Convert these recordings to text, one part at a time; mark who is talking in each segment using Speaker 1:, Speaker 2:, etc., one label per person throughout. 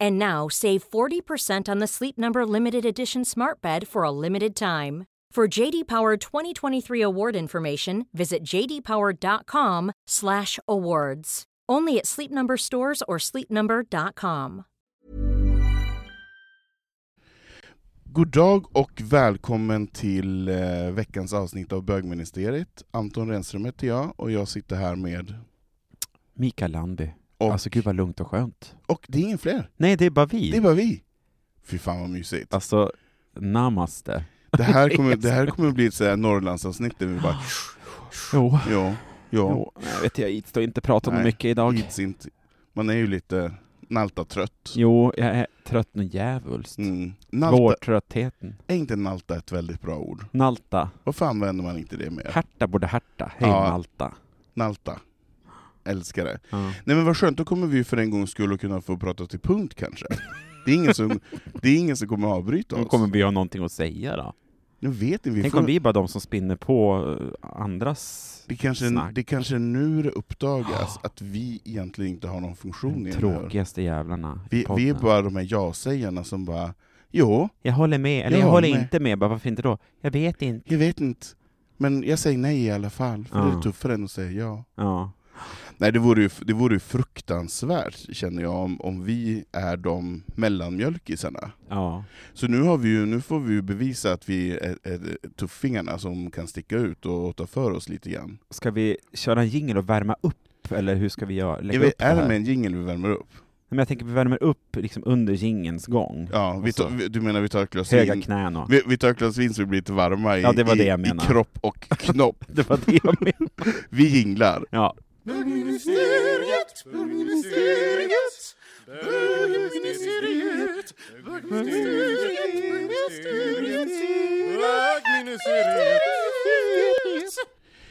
Speaker 1: And now save 40% on the Sleep Number limited edition smart bed for a limited time. For JD Power 2023 award information, visit jdpower.com/awards. Only at Sleep Number stores or sleepnumber.com.
Speaker 2: God dag och välkommen till eh, veckans avsnitt av bögministeriet. Anton Renström heter jag och jag sitter här med...
Speaker 3: Mikael Landby.
Speaker 2: Och,
Speaker 3: Alltså gud vad lugnt och skönt.
Speaker 2: och det är ingen fler,
Speaker 3: Nej, det är bara vi.
Speaker 2: det är bara vi! Fy fan vad mysigt.
Speaker 3: Alltså, namaste.
Speaker 2: Det här kommer, det här kommer bli ett så här Norrlandsavsnitt där vi bara...
Speaker 3: Jo.
Speaker 2: Ja, ja,
Speaker 3: Jo, jag vet jag inte och inte prata om
Speaker 2: Nej,
Speaker 3: mycket idag.
Speaker 2: hits inte. Man är ju lite naltatrött.
Speaker 3: Jo, jag är trött nu djävulskt.
Speaker 2: Mm. Nalta,
Speaker 3: Vårtröttheten.
Speaker 2: är inte nalta ett väldigt bra ord?
Speaker 3: Nalta.
Speaker 2: Varför använder man inte det mer?
Speaker 3: Härta borde härta. Hej
Speaker 2: Ja.
Speaker 3: Nalta.
Speaker 2: Nalta. Älskar det.
Speaker 3: Ja.
Speaker 2: Nej men vad skönt, då kommer vi för en gångs skull att kunna få prata till punkt kanske. Det är ingen som, det är ingen som kommer att avbryta
Speaker 3: Då
Speaker 2: oss.
Speaker 3: kommer vi ha någonting att säga då.
Speaker 2: Nu vet inte, vi
Speaker 3: Tänk
Speaker 2: får,
Speaker 3: om vi är bara de som spinner på eh, andras
Speaker 2: det, kanske,
Speaker 3: snack.
Speaker 2: det kanske är nu det uppdagas att vi egentligen inte har någon funktion i
Speaker 3: de
Speaker 2: den här.
Speaker 3: tråkigaste jävlarna i
Speaker 2: Vi, vi är
Speaker 3: podden.
Speaker 2: bara de här ja-sägarna som bara Jo,
Speaker 3: Jag håller med, eller
Speaker 2: Jag
Speaker 3: jag, håller
Speaker 2: med.
Speaker 3: inte med. Bara, varför inte då? Jag vet inte.
Speaker 2: jag vet inte. Men jag säger nej i alla fall, för det är
Speaker 3: Ja.
Speaker 2: tuffare än att säga ja.
Speaker 3: Ja.
Speaker 2: Nej, det vore ju, det vore ju fruktansvärt känner jag, om, om vi är de mellanmjölkisarna.
Speaker 3: Ja.
Speaker 2: Så nu, har vi ju, nu får vi ju bevisa att vi är, är tuffingarna som kan sticka ut och ta för oss lite grann.
Speaker 3: Ska vi köra en jingel och värma upp, eller hur ska vi göra? Lägga
Speaker 2: Är, vi,
Speaker 3: upp det
Speaker 2: är
Speaker 3: här?
Speaker 2: det med en jingel vi värmer upp?
Speaker 3: Nej, Men jag tänker vi värmer upp liksom under jingens gång.
Speaker 2: Ja, vi
Speaker 3: Och så-
Speaker 2: tar, vi- du menar vi tar ett glas
Speaker 3: Alltså. Höga
Speaker 2: vin?
Speaker 3: knän och...
Speaker 2: Vi, vi tar ett glas vin så vi blir lite varma i,
Speaker 3: Ja, det var
Speaker 2: i,
Speaker 3: det jag
Speaker 2: i
Speaker 3: menade.
Speaker 2: kropp och knopp.
Speaker 3: Det var det jag menade.
Speaker 2: Vi jinglar.
Speaker 3: Ja.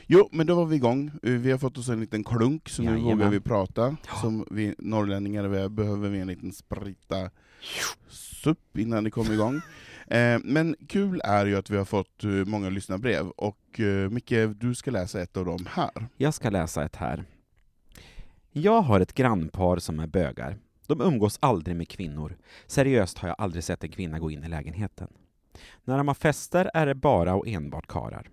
Speaker 2: Jo, men då var vi igång. Eh, Vi har fått oss en liten klunk, så nu
Speaker 3: Jajamän.
Speaker 2: vågar vi prata. Som vi norrlänningar vi är, behöver vi en liten sprita supp innan det kommer igång. Eh, men kul är ju att vi har fått eh, många lyssnarbrev, och eh, Micke, du ska läsa ett av dem här.
Speaker 3: Jag ska läsa ett här. Jag har ett grannpar som är bögar. De umgås aldrig med kvinnor. Seriöst har jag aldrig sett en kvinna gå in i lägenheten. När de har fester är det bara och enbart karar.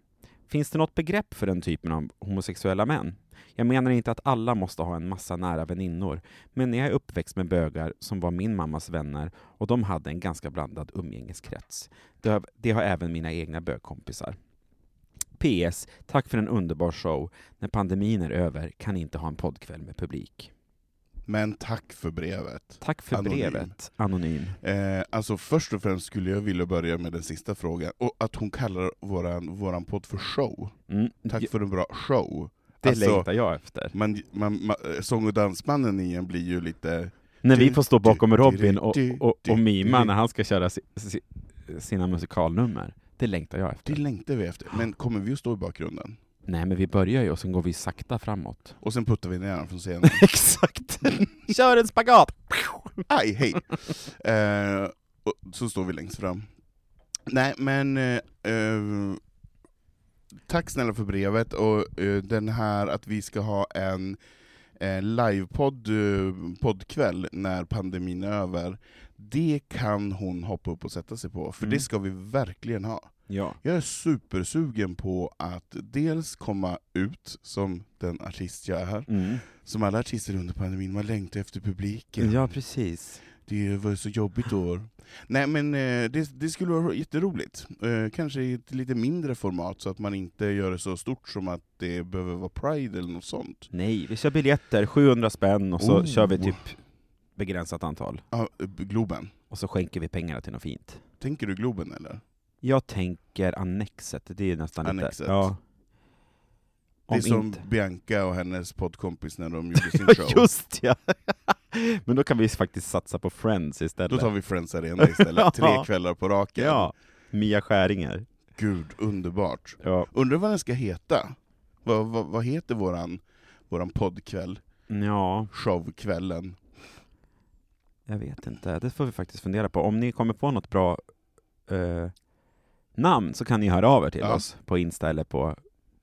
Speaker 3: Finns det något begrepp för den typen av homosexuella män? Jag menar inte att alla måste ha en massa nära väninnor, men jag är uppväxt med bögar som var min mammas vänner och de hade en ganska blandad umgängeskrets. Det har, det har även mina egna bögkompisar. PS. Tack för en underbar show. När pandemin är över kan ni inte ha en poddkväll med publik.
Speaker 2: Men tack för brevet.
Speaker 3: Tack för
Speaker 2: Anonym.
Speaker 3: brevet, Anonym.
Speaker 2: Eh, alltså först och främst skulle jag vilja börja med den sista frågan, och att hon kallar våran, våran podd för show.
Speaker 3: Mm.
Speaker 2: Tack
Speaker 3: Ja,
Speaker 2: för en bra show.
Speaker 3: det
Speaker 2: alltså-
Speaker 3: längtar jag efter.
Speaker 2: Man, man, man, eh, sång och dansmannen i en blir ju lite...
Speaker 3: När
Speaker 2: Du,
Speaker 3: vi får stå
Speaker 2: du,
Speaker 3: bakom
Speaker 2: du,
Speaker 3: Robin
Speaker 2: du,
Speaker 3: och,
Speaker 2: du,
Speaker 3: och,
Speaker 2: du,
Speaker 3: och mima
Speaker 2: du.
Speaker 3: när han ska köra si, si, sina musikalnummer. Det längtar jag
Speaker 2: Det
Speaker 3: efter.
Speaker 2: längtar vi efter, men kommer vi att stå i bakgrunden?
Speaker 3: Nej, men vi börjar ju och sen går vi sakta framåt.
Speaker 2: Och sen puttar vi ner honom från scenen.
Speaker 3: Exakt! Kör en spagat!
Speaker 2: Aj, hej! Eh, och så står vi längst fram. Nej, men... Eh, eh, tack snälla för brevet, och eh, den här att vi ska ha en eh, livepodd, eh, poddkväll när pandemin är över, det kan hon hoppa upp och sätta sig på, för
Speaker 3: Mm.
Speaker 2: det ska vi verkligen ha.
Speaker 3: Ja.
Speaker 2: Jag är supersugen på att dels komma ut som den artist jag är,
Speaker 3: Mm.
Speaker 2: som alla artister under pandemin, man längtar efter publiken.
Speaker 3: ja, precis.
Speaker 2: Det var ju så jobbigt då. Nej men eh, det, det skulle vara jätteroligt. Eh, Kanske i ett lite mindre format så att man inte gör det så stort som att det behöver vara Pride eller något sånt.
Speaker 3: Nej, vi kör biljetter, 700 spänn, och så
Speaker 2: Oh.
Speaker 3: kör vi typ begränsat antal.
Speaker 2: Ja, eh, Globen.
Speaker 3: Och så skänker vi pengarna till något fint.
Speaker 2: Tänker du Globen eller?
Speaker 3: Jag tänker Annexet, det är nästan
Speaker 2: Annexet.
Speaker 3: lite... Ja.
Speaker 2: Det är
Speaker 3: Om
Speaker 2: som
Speaker 3: inte...
Speaker 2: Bianca och hennes poddkompis när de gjorde sin show.
Speaker 3: Just ja! Men då kan vi faktiskt satsa på Friends istället.
Speaker 2: Då tar vi Friends Arena istället, tre
Speaker 3: Ja.
Speaker 2: kvällar på raken.
Speaker 3: Ja, Mia Skäringer.
Speaker 2: Gud, underbart.
Speaker 3: Ja.
Speaker 2: Undrar vad den ska heta? Vad, vad, vad heter våran, våran poddkväll?
Speaker 3: ja,
Speaker 2: Showkvällen?
Speaker 3: jag vet inte. Det får vi faktiskt fundera på. Om ni kommer på något bra eh, namn så kan ni höra av er till
Speaker 2: Ja.
Speaker 3: oss på Insta eller på...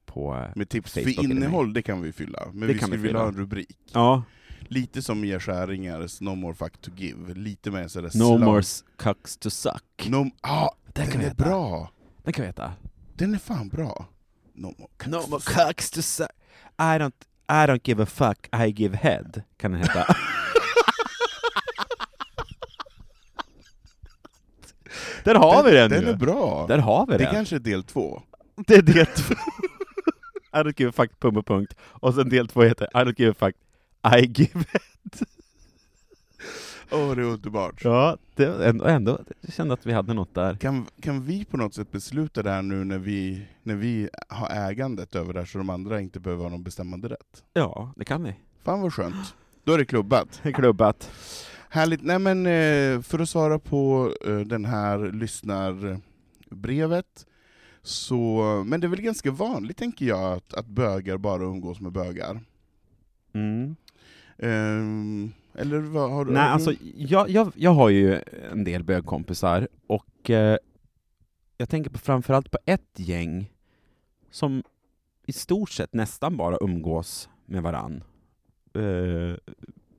Speaker 3: på eh,
Speaker 2: Med tips
Speaker 3: Facebook
Speaker 2: för
Speaker 3: eller mail.
Speaker 2: innehåll, det kan vi fylla. Men
Speaker 3: Det
Speaker 2: vi
Speaker 3: kan
Speaker 2: skulle
Speaker 3: vi
Speaker 2: vilja
Speaker 3: fylla.
Speaker 2: ha en rubrik.
Speaker 3: ja,
Speaker 2: Lite som Mia Skäringers No More Fuck To Give, lite mer sådär
Speaker 3: No
Speaker 2: slam-
Speaker 3: more cucks to suck.
Speaker 2: No, ah,
Speaker 3: Den
Speaker 2: den
Speaker 3: kan vi
Speaker 2: är
Speaker 3: heta.
Speaker 2: bra!
Speaker 3: Det kan vi heta.
Speaker 2: Den är fan bra! No more cucks
Speaker 3: No
Speaker 2: to
Speaker 3: more
Speaker 2: suck.
Speaker 3: cucks to suck. I don't, I don't give a fuck, I give head. Kan den heta. Där har vi den,
Speaker 2: Den
Speaker 3: ju.
Speaker 2: är bra!
Speaker 3: Där har vi
Speaker 2: det
Speaker 3: den.
Speaker 2: kanske är del två.
Speaker 3: Det är del två. I don't give a fuck, punkt, punkt, punkt. Och sen del två heter I don't give a fuck, I give head.
Speaker 2: Åh, det är underbart.
Speaker 3: Ja, det, ändå, ändå, jag kände att vi hade något där.
Speaker 2: Kan, kan vi på något sätt besluta det här nu när vi, när vi har ägandet över det här så de andra inte behöver ha någon bestämmande rätt?
Speaker 3: Ja, det kan vi.
Speaker 2: Fan vad skönt. Då är det klubbat.
Speaker 3: Klubbat.
Speaker 2: Härligt. Nej men eh, för att svara på eh, den här lyssnarbrevet, så, men det är väl ganska vanligt tänker jag att, att bögar bara umgås med bögar.
Speaker 3: Mm.
Speaker 2: Ehm, eller vad har du?
Speaker 3: Nej,
Speaker 2: har du-
Speaker 3: alltså jag, jag, jag har ju en del bögkompisar och eh, jag tänker på framförallt på ett gäng som i stort sett nästan bara umgås med varann eh,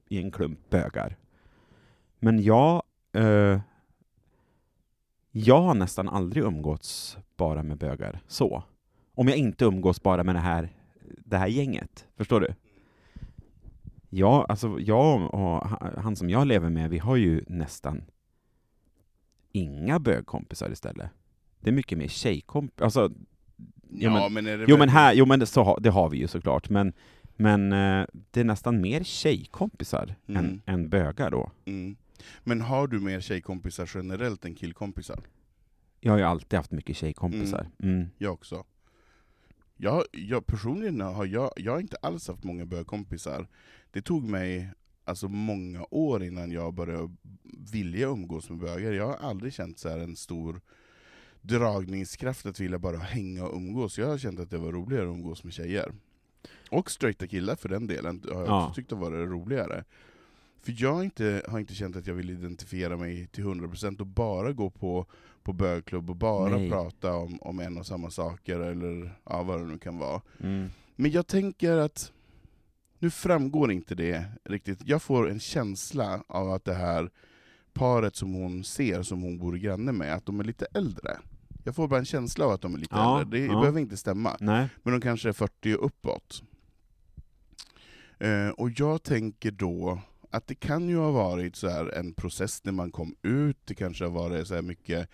Speaker 3: i en klump bögar. Men jag, eh, jag har nästan aldrig umgåtts bara med bögar så. Om jag inte umgås bara med det här, det här gänget. Förstår du? Ja, alltså jag och ha- han som jag lever med, vi har ju nästan inga bögkompisar istället. Det är mycket mer tjejkompisar. Alltså, ja, men-
Speaker 2: ja, men är det
Speaker 3: jo men
Speaker 2: verkligen-
Speaker 3: här, jo men det, så, ha- det har vi ju såklart, men, men eh, det är nästan mer tjejkompisar
Speaker 2: Mm.
Speaker 3: än, än bögar då.
Speaker 2: Mm. Men har du mer tjejkompisar generellt än killkompisar?
Speaker 3: Jag har ju alltid haft mycket tjejkompisar. Mm.
Speaker 2: Jag också. Jag, jag personligen har jag, jag har inte alls haft många bögkompisar. Det tog mig alltså många år innan jag började vilja umgås med bögar. Jag har aldrig känt så här en stor dragningskraft att vilja bara hänga och umgås. Jag har känt att det var roligare att umgås med tjejer. Och straighta killar för den delen har jag
Speaker 3: Ja.
Speaker 2: också tyckt har varit roligare. För jag har inte, har inte känt att jag vill identifiera mig till 100% och bara gå på, på bögklubb och bara
Speaker 3: Nej.
Speaker 2: prata om, om en och samma saker eller ja, vad det nu kan vara.
Speaker 3: Mm.
Speaker 2: Men jag tänker att nu framgår inte det riktigt. Jag får en känsla av att det här paret som hon ser, som hon bor granne med, att de är lite äldre. Jag får bara en känsla av att de är lite
Speaker 3: Ja,
Speaker 2: äldre. Det
Speaker 3: ja.
Speaker 2: behöver inte stämma.
Speaker 3: Nej.
Speaker 2: Men de kanske är 40 och uppåt. Eh, och jag tänker då att det kan ju ha varit så här en process när man kom ut, det kanske har varit så här mycket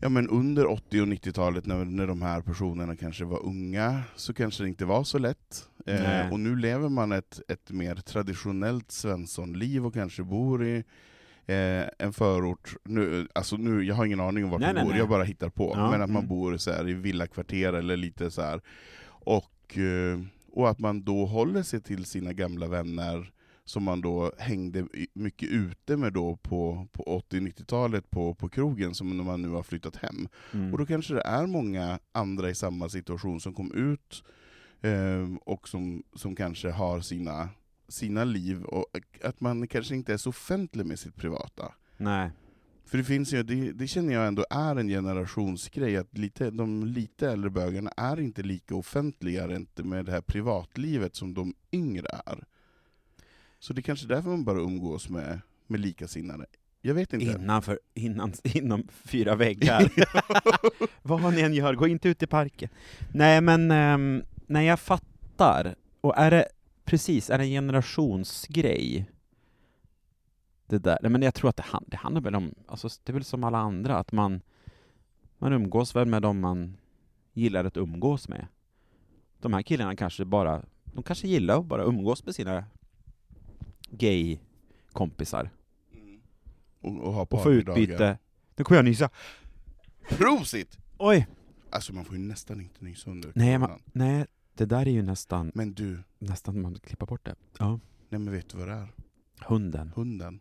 Speaker 2: Ja men under 80 och 90-talet när, när de här personerna kanske var unga, så kanske det inte var så lätt. Eh,
Speaker 3: Nej.
Speaker 2: och nu lever man ett, ett mer traditionellt svenssonliv och kanske bor i eh, en förort. Nu, alltså nu, jag har ingen aning om vart
Speaker 3: Nej,
Speaker 2: man
Speaker 3: nej,
Speaker 2: bor,
Speaker 3: nej.
Speaker 2: jag bara hittar på.
Speaker 3: Ja,
Speaker 2: men att man
Speaker 3: mm.
Speaker 2: bor så här, i villakvarter eller lite så här. Och, eh, och att man då håller sig till sina gamla vänner som man då hängde i- mycket ute med då på, på 80-90-talet på, på krogen, som när man nu har flyttat hem.
Speaker 3: Mm.
Speaker 2: Och då kanske det är många andra i samma situation som kom ut eh, och som, som kanske har sina, sina liv, och att man kanske inte är så offentlig med sitt privata.
Speaker 3: Nej.
Speaker 2: För det finns ju, det, det känner jag ändå är en generationsgrej, att lite, de lite äldre bögarna är inte lika offentliga rent med det här privatlivet som de yngre är. Så det är kanske är därför man bara umgås med, med likasinnade. Jag vet inte.
Speaker 3: Innanför, innan, inom fyra väggar. Vad ni än gör, gå inte ut i parken. Nej men, ehm, nej jag fattar. Och är det, precis, är det en generationsgrej? det där. Nej, men jag tror att det, hand, det handlar väl om, alltså, det är väl som alla andra, att man, man umgås väl med dem man gillar att umgås med. De här killarna kanske bara, de kanske gillar att bara umgås med sina gay-kompisar
Speaker 2: Och, och ha
Speaker 3: och få
Speaker 2: parmiddagar.
Speaker 3: utbyte. Nu kommer jag nysa!
Speaker 2: Prosit!
Speaker 3: Oj!
Speaker 2: Alltså man får ju nästan inte nysa under
Speaker 3: Nej, man,
Speaker 2: coronan.
Speaker 3: nej, det där är ju nästan,
Speaker 2: Men du,
Speaker 3: nästan man klippa bort det. Ja.
Speaker 2: nej men vet du vad det är?
Speaker 3: Hunden.
Speaker 2: Hunden.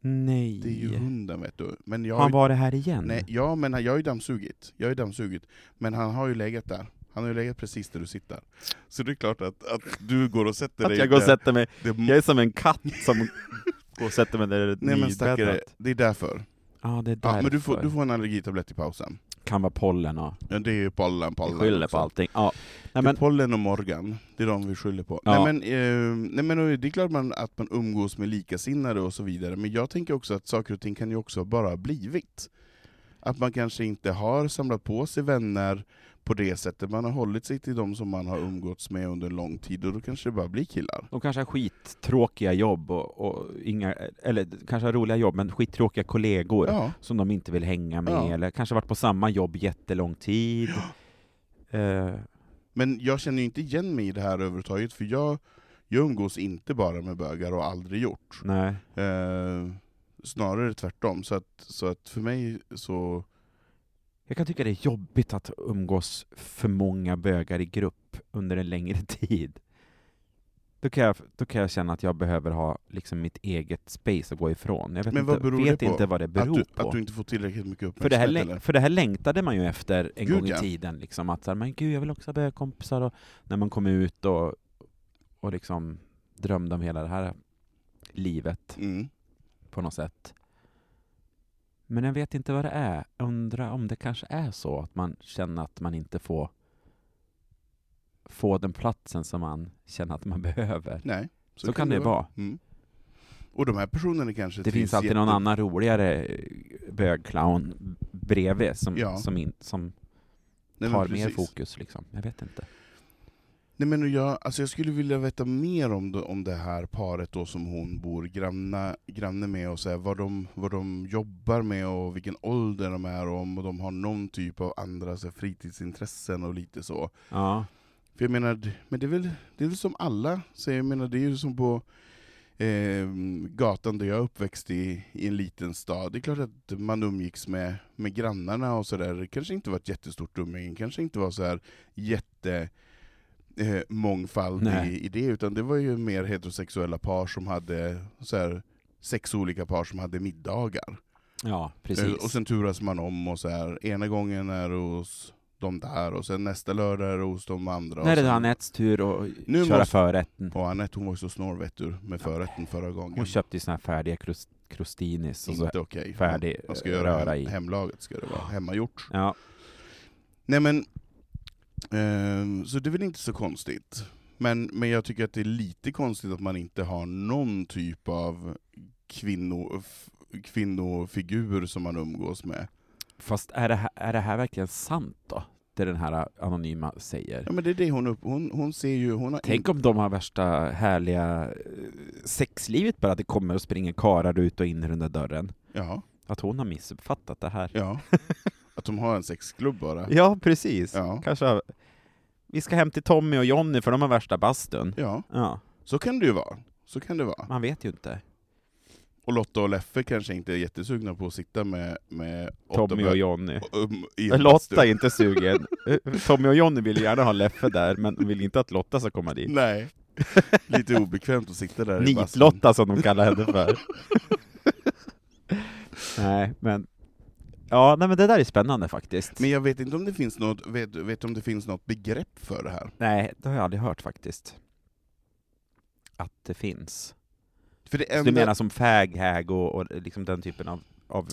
Speaker 3: Nej.
Speaker 2: Det är ju hunden vet du. Men jag
Speaker 3: Har han varit här igen?
Speaker 2: Nej, ja, men han- jag har ju dammsugit. Jag har ju dammsugit. Men han har ju legat där. Han har ju legat precis där du sitter. Så det är klart att, att du går och sätter
Speaker 3: Att
Speaker 2: dig
Speaker 3: jag går och
Speaker 2: där.
Speaker 3: sätter mig.
Speaker 2: Det,
Speaker 3: Jag är som en katt som går och sätter mig där det är
Speaker 2: nej men stackare,
Speaker 3: nybäddat.
Speaker 2: det är därför.
Speaker 3: Ja, det är därför.
Speaker 2: Ja, men du får, du får en allergitablett i pausen.
Speaker 3: Kan vara pollen och
Speaker 2: Ja, det är ju pollen,
Speaker 3: vi
Speaker 2: pollen.
Speaker 3: skyller
Speaker 2: också.
Speaker 3: på allting. Ja. Nej,
Speaker 2: Det är
Speaker 3: men,
Speaker 2: pollen och Morgan, det är de vi skyller på.
Speaker 3: Ja.
Speaker 2: Nej, men, eh, nej, men det är klart man, att man umgås med likasinnade och så vidare, men jag tänker också att saker och ting kan ju också bara ha blivit. Att man kanske inte har samlat på sig vänner på det sättet, man har hållit sig till de som man har umgåtts med under en lång tid, och då kanske det bara blir killar.
Speaker 3: de kanske har skittråkiga jobb, och, och inga, eller kanske har roliga jobb, men skittråkiga kollegor
Speaker 2: Ja,
Speaker 3: som de inte vill hänga med,
Speaker 2: Ja.
Speaker 3: eller kanske varit på samma jobb jättelång tid. Eh,
Speaker 2: men jag känner ju inte igen mig i det här överhuvudtaget, för jag, jag umgås inte bara med bögar, och har aldrig gjort.
Speaker 3: nej.
Speaker 2: Eh, snarare tvärtom, så att, så att för mig så...
Speaker 3: Jag kan tycka det är jobbigt att umgås för många bögar i grupp under en längre tid. Då kan jag, då kan jag känna att jag behöver ha liksom mitt eget space att gå ifrån. Jag vet,
Speaker 2: Men vad
Speaker 3: inte,
Speaker 2: beror det
Speaker 3: vet
Speaker 2: på?
Speaker 3: inte vad det
Speaker 2: Att
Speaker 3: beror
Speaker 2: du,
Speaker 3: på.
Speaker 2: att du inte får tillräckligt mycket
Speaker 3: för, det här,
Speaker 2: uppmärksamhet?
Speaker 3: läng-
Speaker 2: eller?
Speaker 3: för det här längtade man ju efter en
Speaker 2: Gud,
Speaker 3: gång i
Speaker 2: ja.
Speaker 3: tiden. Liksom, att så här, men gud, jag vill också ha bögkompisar. Och när man kom ut och, och liksom drömde om hela det här livet
Speaker 2: Mm.
Speaker 3: på något sätt. Men jag vet inte vad det är. Undrar om det kanske är så att man känner att man inte får få den platsen som man känner att man behöver.
Speaker 2: Nej.
Speaker 3: Så, kan det vara.
Speaker 2: Mm. Och de här personerna kanske
Speaker 3: Det,
Speaker 2: trivs
Speaker 3: finns alltid någon
Speaker 2: jätte-
Speaker 3: annan roligare eh, bögclown bredvid som,
Speaker 2: Ja.
Speaker 3: som, in, som
Speaker 2: Nej, men
Speaker 3: tar mer
Speaker 2: precis.
Speaker 3: fokus. Liksom. Jag vet inte.
Speaker 2: Nej, men jag, alltså jag skulle vilja veta mer om det, om det här paret då som hon bor granna, granne med, och så här, vad, de, vad de jobbar med och vilken ålder de är och om de har någon typ av andra så här, fritidsintressen och lite så.
Speaker 3: Ja.
Speaker 2: För jag menar, d- men det är väl, det är väl som alla, så jag menar, det är ju som på eh, gatan där jag är uppväxt i, i en liten stad. Det är klart att man umgicks med, med grannarna och sådär. Det kanske inte var ett jättestort umgänge, kanske inte var så här jätte eh, mångfald
Speaker 3: Nej.
Speaker 2: i, i det, utan det var ju mer heterosexuella par som hade så här, sex olika par som hade middagar.
Speaker 3: ja,
Speaker 2: Eh,
Speaker 3: precis.
Speaker 2: Och sen turas man om och så här. ena gången är det hos de där, och sen nästa lördag är det hos de andra. och
Speaker 3: När är det
Speaker 2: sen-
Speaker 3: Anettes tur att
Speaker 2: Nu
Speaker 3: köra
Speaker 2: måste-
Speaker 3: förrätten.
Speaker 2: och Anette hon var ju så snål vet du, med förrätten förra gången.
Speaker 3: Hon köpte ju såna här färdiga krust, crustinis. Och så.
Speaker 2: Inte okej.
Speaker 3: färdig,
Speaker 2: Man ska
Speaker 3: eh,
Speaker 2: göra
Speaker 3: röra
Speaker 2: hem,
Speaker 3: i.
Speaker 2: hemlaget, ska det vara. Hemmagjort.
Speaker 3: Ja.
Speaker 2: Nej men, ehm, så det är väl inte så konstigt. Men, men jag tycker att det är lite konstigt att man inte har någon typ av kvinno, f- kvinnofigur som man umgås med.
Speaker 3: Fast är det, här, är det här verkligen sant då? Det den här anonyma säger.
Speaker 2: Ja men det är det hon upp, hon, hon ser ju, hon har
Speaker 3: Tänk om de har värsta härliga eh, sexlivet bara, att det kommer och springer karar ut och in i den där dörren.
Speaker 2: ja,
Speaker 3: Att hon har missuppfattat det här.
Speaker 2: ja. Att de har en sexklubb bara.
Speaker 3: Ja, precis.
Speaker 2: Ja.
Speaker 3: Kanske har... Vi ska hem till Tommy och Jonny för de har värsta bastun.
Speaker 2: Ja,
Speaker 3: Ja,
Speaker 2: så kan det ju vara. Så kan det vara.
Speaker 3: man vet ju inte.
Speaker 2: Och Lotta och Leffe kanske inte är jättesugna på att sitta med, med åtta
Speaker 3: Tommy
Speaker 2: bög-
Speaker 3: och Jonny. Eh,
Speaker 2: um, i en
Speaker 3: Lotta är
Speaker 2: bastu.
Speaker 3: inte sugen. Eh, Tommy och Jonny vill gärna ha Leffe där, men de vill inte att Lotta ska komma dit.
Speaker 2: Nej. Lite obekvämt att sitta där i bastun.
Speaker 3: Nitlotta som de kallar henne för. nej, men... Ja, nej, men det där är spännande faktiskt.
Speaker 2: Men jag vet inte om det finns något, vet, vet om det finns något begrepp för det här.
Speaker 3: Nej, det har jag aldrig hört faktiskt. Att det finns.
Speaker 2: För det
Speaker 3: Så
Speaker 2: enda,
Speaker 3: Du menar som fag, hag och, och liksom den typen av, av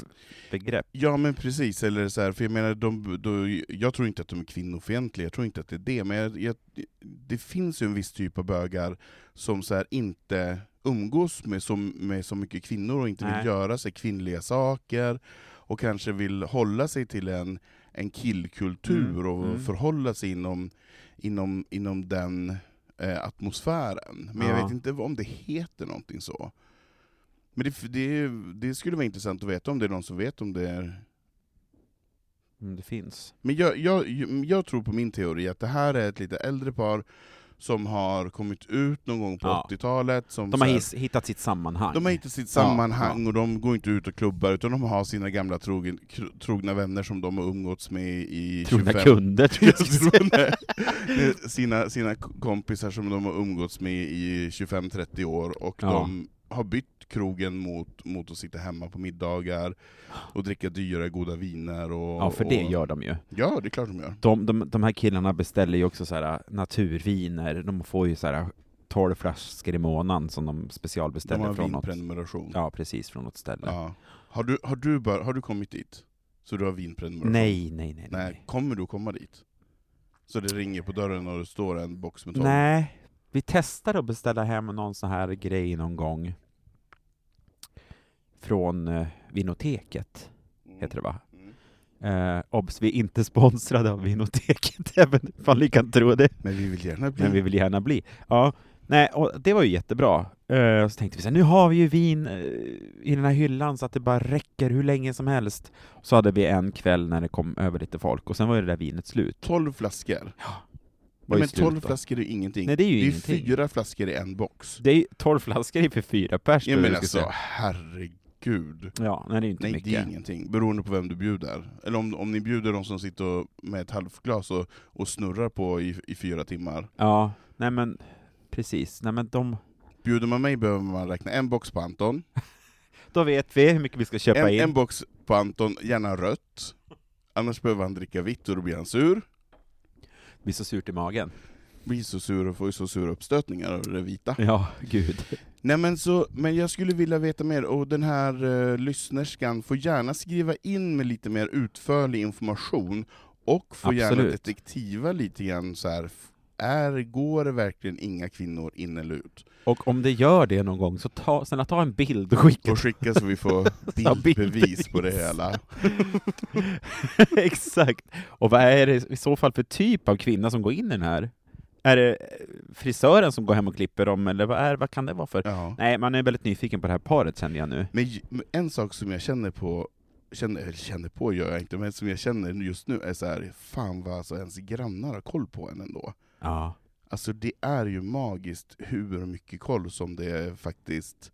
Speaker 3: begrepp?
Speaker 2: Ja men precis, eller så här, för jag menar, de, de, jag tror inte att de är kvinnofientliga, jag tror inte att det är det, men jag, jag, det finns ju en viss typ av bögar som så här, inte umgås med så, med så mycket kvinnor och inte
Speaker 3: Nej.
Speaker 2: vill göra sig kvinnliga saker, och kanske vill hålla sig till en, en killkultur
Speaker 3: Mm,
Speaker 2: och
Speaker 3: mm.
Speaker 2: förhålla sig inom, inom, inom den eh, atmosfären. Men
Speaker 3: Ja.
Speaker 2: jag vet inte om det heter någonting så. Men det, det, det skulle vara intressant att veta om det är någon som vet om det är...
Speaker 3: Mm, det finns.
Speaker 2: Men jag, jag, jag tror på min teori att det här är ett lite äldre par som har kommit ut någon gång på
Speaker 3: Ja.
Speaker 2: 80-talet. Som
Speaker 3: De har
Speaker 2: så här-
Speaker 3: his, hittat sitt sammanhang.
Speaker 2: de har hittat sitt sammanhang och de går inte ut och klubbar, utan de har sina gamla trogen, kr- trogna vänner som de har umgåtts med i
Speaker 3: Trogna
Speaker 2: 25
Speaker 3: kunder, tror jag.
Speaker 2: Trogna- sina, sina k- kompisar som de har umgåtts med i 25-30 år, och
Speaker 3: Ja.
Speaker 2: de har bytt krogen mot, mot att sitta hemma på middagar och dricka dyra goda viner. Och,
Speaker 3: Ja, för det
Speaker 2: och,
Speaker 3: gör de ju.
Speaker 2: Ja, det är klart de gör.
Speaker 3: De, de, de här killarna beställer ju också så här äh, naturviner, de får ju så här 12 flaskor i månaden som de
Speaker 2: De
Speaker 3: specialbeställer
Speaker 2: har
Speaker 3: från något.
Speaker 2: vinprenumeration.
Speaker 3: Ja, precis, från något ställe.
Speaker 2: Ja. Har, du, har, du bör, har du kommit dit? Så du har vinprenumeration?
Speaker 3: Nej, nej, nej.
Speaker 2: Nej,
Speaker 3: Nej,
Speaker 2: kommer du komma dit? Så det ringer på dörren och det står en box med tolv?
Speaker 3: nej. Vi testade att beställa hem någon sån här grej någon gång. Från eh, Vinoteket, heter det va?
Speaker 2: Mm.
Speaker 3: Eh, obs, vi är inte sponsrade av Vinoteket, även ifall ni kan tro det.
Speaker 2: Men vi vill gärna bli...
Speaker 3: men vi vill gärna bli. Ja, nej, och det var ju jättebra. Eh, Så tänkte vi så här, nu har vi ju vin eh, i den här hyllan så att det bara räcker hur länge som helst. Så hade vi en kväll när det kom över lite folk och sen var ju det där vinet slut.
Speaker 2: 12 flaskor?
Speaker 3: Var ju
Speaker 2: men
Speaker 3: slut
Speaker 2: 12
Speaker 3: då.
Speaker 2: flaskor är ingenting.
Speaker 3: Nej, det är ju
Speaker 2: det är
Speaker 3: ingenting.
Speaker 2: fyra flaskor i en box.
Speaker 3: Det är ju- 12 flaskor är för fyra pers.
Speaker 2: Jag
Speaker 3: tror
Speaker 2: men
Speaker 3: jag skulle
Speaker 2: alltså, herregud.
Speaker 3: säga. Ja, nej, det är ju inte
Speaker 2: Nej,
Speaker 3: mycket.
Speaker 2: det är ingenting. Beroende på vem du bjuder. Eller om, om ni bjuder de som sitter och, med ett halvt glas och, och snurrar på i, i fyra timmar.
Speaker 3: Ja, nej men precis. Nej, men de,
Speaker 2: Bjuder man mig behöver man räkna en box på Anton,
Speaker 3: då vet vi hur mycket vi ska köpa
Speaker 2: en,
Speaker 3: in.
Speaker 2: en box på Anton, gärna rött. Annars behöver han dricka vitt och då blir han sur.
Speaker 3: Det blir så surt i magen.
Speaker 2: blir så sur och får så sura uppstötningar av det vita.
Speaker 3: Ja, gud.
Speaker 2: Nej men, så, men jag skulle vilja veta mer, och den här eh, lyssnerskan får gärna skriva in med lite mer utförlig information, och får gärna
Speaker 3: Absolut.
Speaker 2: detektiva lite grann så här. f- Är, går det verkligen inga kvinnor in eller ut?
Speaker 3: Och om det gör det någon gång, så ta, snälla ta en bild och skicka
Speaker 2: Och skicka så vi får
Speaker 3: Ja,
Speaker 2: bildbevis på det hela.
Speaker 3: Exakt. Och vad är det i så fall för typ av kvinna som går in i den här? Är det eh, frisören som går hem och klipper dem, eller vad, är, vad kan det vara för?
Speaker 2: Ja.
Speaker 3: Nej, man är väldigt nyfiken på det här paret känner jag nu.
Speaker 2: Men j- men en sak som jag känner på, känner, eller känner på gör jag inte, men som jag känner just nu är så här, fan vad alltså ens grannar har koll på en ändå.
Speaker 3: Ja.
Speaker 2: Alltså det är ju magiskt hur mycket koll som det faktiskt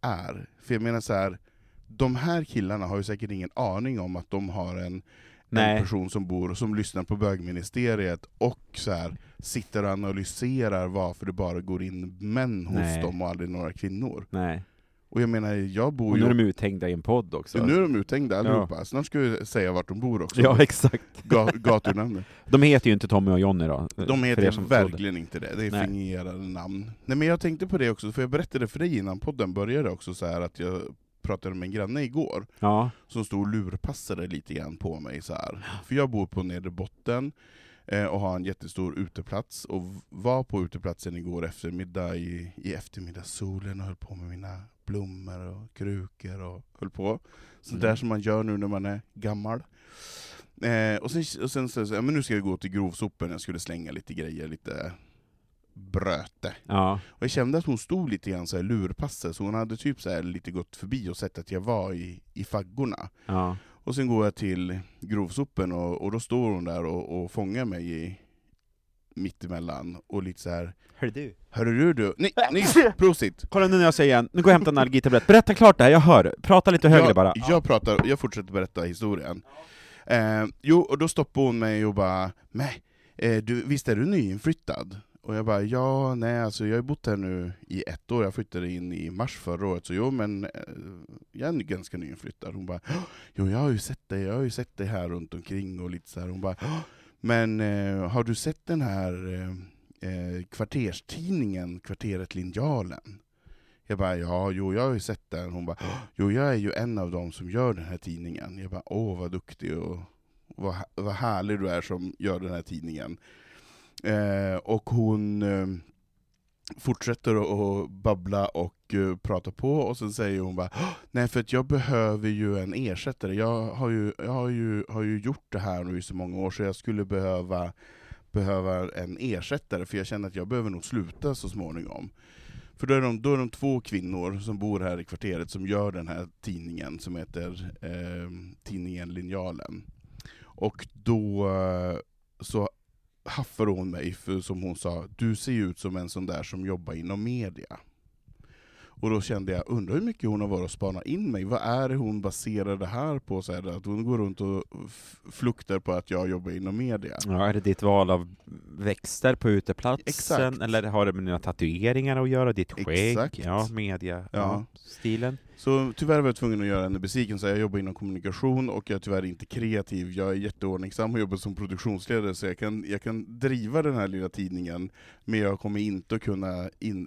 Speaker 2: är. För jag menar så här, de här killarna har ju säkert ingen aning om att de har en, en
Speaker 3: Nej.
Speaker 2: person som bor som lyssnar på bögministeriet och så här, sitter och analyserar varför det bara går in män hos
Speaker 3: Nej.
Speaker 2: dem och aldrig några kvinnor.
Speaker 3: Nej.
Speaker 2: Och jag menar, jag
Speaker 3: Och
Speaker 2: bor
Speaker 3: nu är
Speaker 2: ju...
Speaker 3: de uthängda i en podd också.
Speaker 2: Nu är de uthängda allihopa, snart ska jag säga vart de bor också.
Speaker 3: Ja, exakt.
Speaker 2: Ga- Gatunamnet.
Speaker 3: De heter ju inte Tommy och Jonny då. eh,
Speaker 2: De
Speaker 3: för
Speaker 2: heter
Speaker 3: er som trodde.
Speaker 2: verkligen inte det, det är
Speaker 3: Nej.
Speaker 2: fingerade namn. Nej men jag tänkte på det också, för jag berättade för dig innan podden började också så här att jag pratade med en granne igår,
Speaker 3: Ja.
Speaker 2: som stod och lurpassade lite grann på mig så här. För jag bor på nedre botten, eh, och har en jättestor uteplats, och v- var på uteplatsen igår eftermiddag i, i eftermiddagssolen och höll på med mina blommor och krukor och höll på. Sånt där
Speaker 3: Mm.
Speaker 2: som man gör nu när man är gammal. Eh, och sen, och sen så, så, ja, men nu ska jag gå till grovsopen, jag skulle slänga lite grejer, lite bröte.
Speaker 3: Ja.
Speaker 2: Och jag kände att hon stod lite grann så här lurpassad, så hon hade typ så här lite gått förbi och sett att jag var i, i faggorna.
Speaker 3: Ja.
Speaker 2: Och sen går jag till grovsopen och, och då står hon där och, och fångar mig i, mittemellan och lite så här.
Speaker 3: Hörru du.
Speaker 2: Hörru du, du, nej, nej, prosit!
Speaker 3: Kolla nu när jag säger igen, nu går jag och hämtar en allergitablett. Berätta klart det här, jag hör. Prata lite högre
Speaker 2: jag,
Speaker 3: bara.
Speaker 2: Jag, pratar, jag fortsätter berätta historien. Eh, jo, och då stoppade hon mig och bara nej, eh, du, visst är du nyinflyttad?” Och jag bara ”Ja, nej, alltså jag har bott här nu i ett år, jag flyttade in i mars förra året, så jo men eh, jag är ny- ganska nyinflyttad”. Hon bara ”Jo, jag har ju sett dig, jag har ju sett dig här runt omkring och lite så här. Hon bara "Ja, ”Men eh, har du sett den här eh, eh, kvarterstidningen, Kvarteret Linjalen?” Jag bara ”Ja, jo, jag har ju sett den”. Hon bara Jo, jag är ju en av dem som gör den här tidningen. Jag bara, åh vad duktig och vad, hä- vad härlig du är som gör den här tidningen. Eh, och hon eh, fortsätter att- att babbla och eh, prata på, och sen säger hon bara, nej för att jag behöver ju en ersättare. Jag har ju, jag har ju, har ju gjort det här nu i så många år, så jag skulle behöva behöva en ersättare, för jag känner att jag behöver nog sluta så småningom. För då är, de, då är de två kvinnor som bor här i kvarteret som gör den här tidningen som heter eh, tidningen Linjalen. Och då eh, så haffade hon mig, för som hon sa, du ser ju ut som en sån där som jobbar inom media. Och då kände jag, undrar hur mycket hon har varit och spanat in mig. Vad är det hon baserar det här på? Så här, att hon går runt och f- fluktar på att jag jobbar inom media.
Speaker 3: Ja, är det ditt val av växter på uteplatsen?
Speaker 2: Exakt.
Speaker 3: Eller har det med dina tatueringar att göra? Ditt skägg?
Speaker 2: Exakt.
Speaker 3: Ja, media. Ja.
Speaker 2: Ja.
Speaker 3: Stilen?
Speaker 2: Så tyvärr var jag tvungen att göra henne besviken, så jag jobbar inom kommunikation och jag är tyvärr inte kreativ. Jag är jätteordningsam och jobbar som produktionsledare, så jag kan, jag kan driva den här lilla tidningen, men jag kommer inte att kunna in,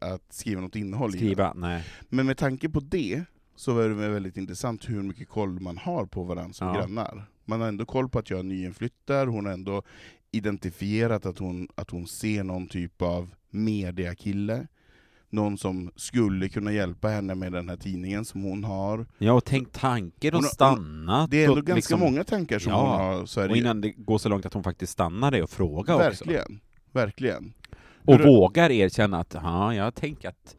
Speaker 2: eh, att skriva något innehåll i den.
Speaker 3: Skriva? Nej.
Speaker 2: Men med tanke på det, så var det väldigt intressant hur mycket koll man har på varandra som
Speaker 3: Ja.
Speaker 2: grannar. Man har ändå koll på att jag är nyinflyttad, hon har ändå identifierat att hon, att hon ser någon typ av mediakille. Någon som skulle kunna hjälpa henne med den här tidningen som hon har.
Speaker 3: Ja, och tänk tanken och
Speaker 2: Hon har-
Speaker 3: stannat.
Speaker 2: Det är ändå
Speaker 3: och
Speaker 2: ganska
Speaker 3: liksom-
Speaker 2: många tankar som
Speaker 3: Ja.
Speaker 2: hon har. Så här,
Speaker 3: Och innan det går så långt att hon faktiskt stannar dig och frågar också.
Speaker 2: verkligen, verkligen.
Speaker 3: Och
Speaker 2: Hur-
Speaker 3: vågar erkänna att, ja, jag tänker att...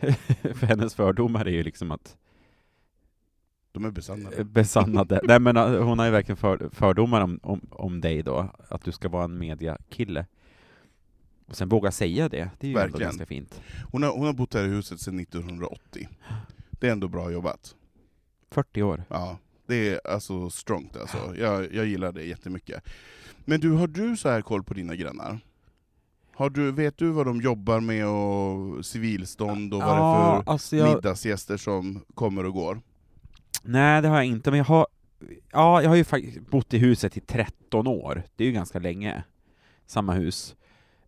Speaker 3: för hennes fördomar är ju liksom att
Speaker 2: De är besannade.
Speaker 3: eh, besannade. Nej men eh, hon har ju verkligen för, fördomar om, om, om dig då, att du ska vara en mediakille. Och sen våga säga det, det är ju ändå
Speaker 2: Verkligen.
Speaker 3: ganska fint.
Speaker 2: Hon har, hon har bott här i huset sedan 1980. Det är ändå bra jobbat.
Speaker 3: 40 år.
Speaker 2: Ja, det är alltså strongt alltså. Jag, jag gillar det jättemycket. Men du, har du så här koll på dina grannar? Har du, vet du vad de jobbar med och civilstånd och vad det är för
Speaker 3: alltså jag,
Speaker 2: middagsgäster som kommer och går?
Speaker 3: nej det har jag inte, men jag har, ja, jag har ju faktiskt bott i huset i 13 år. Det är ju ganska länge. Samma hus.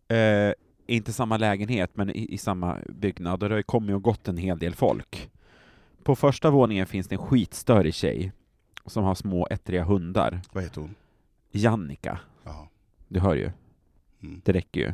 Speaker 3: Eh, inte samma lägenhet, men i, i samma byggnad. Och det har ju kommit och gått en hel del folk. På första våningen finns det en skitstörig tjej som har små ettriga hundar.
Speaker 2: Vad heter hon?
Speaker 3: Jannica.
Speaker 2: Ja.
Speaker 3: Du hör ju,
Speaker 2: Mm.
Speaker 3: det räcker ju.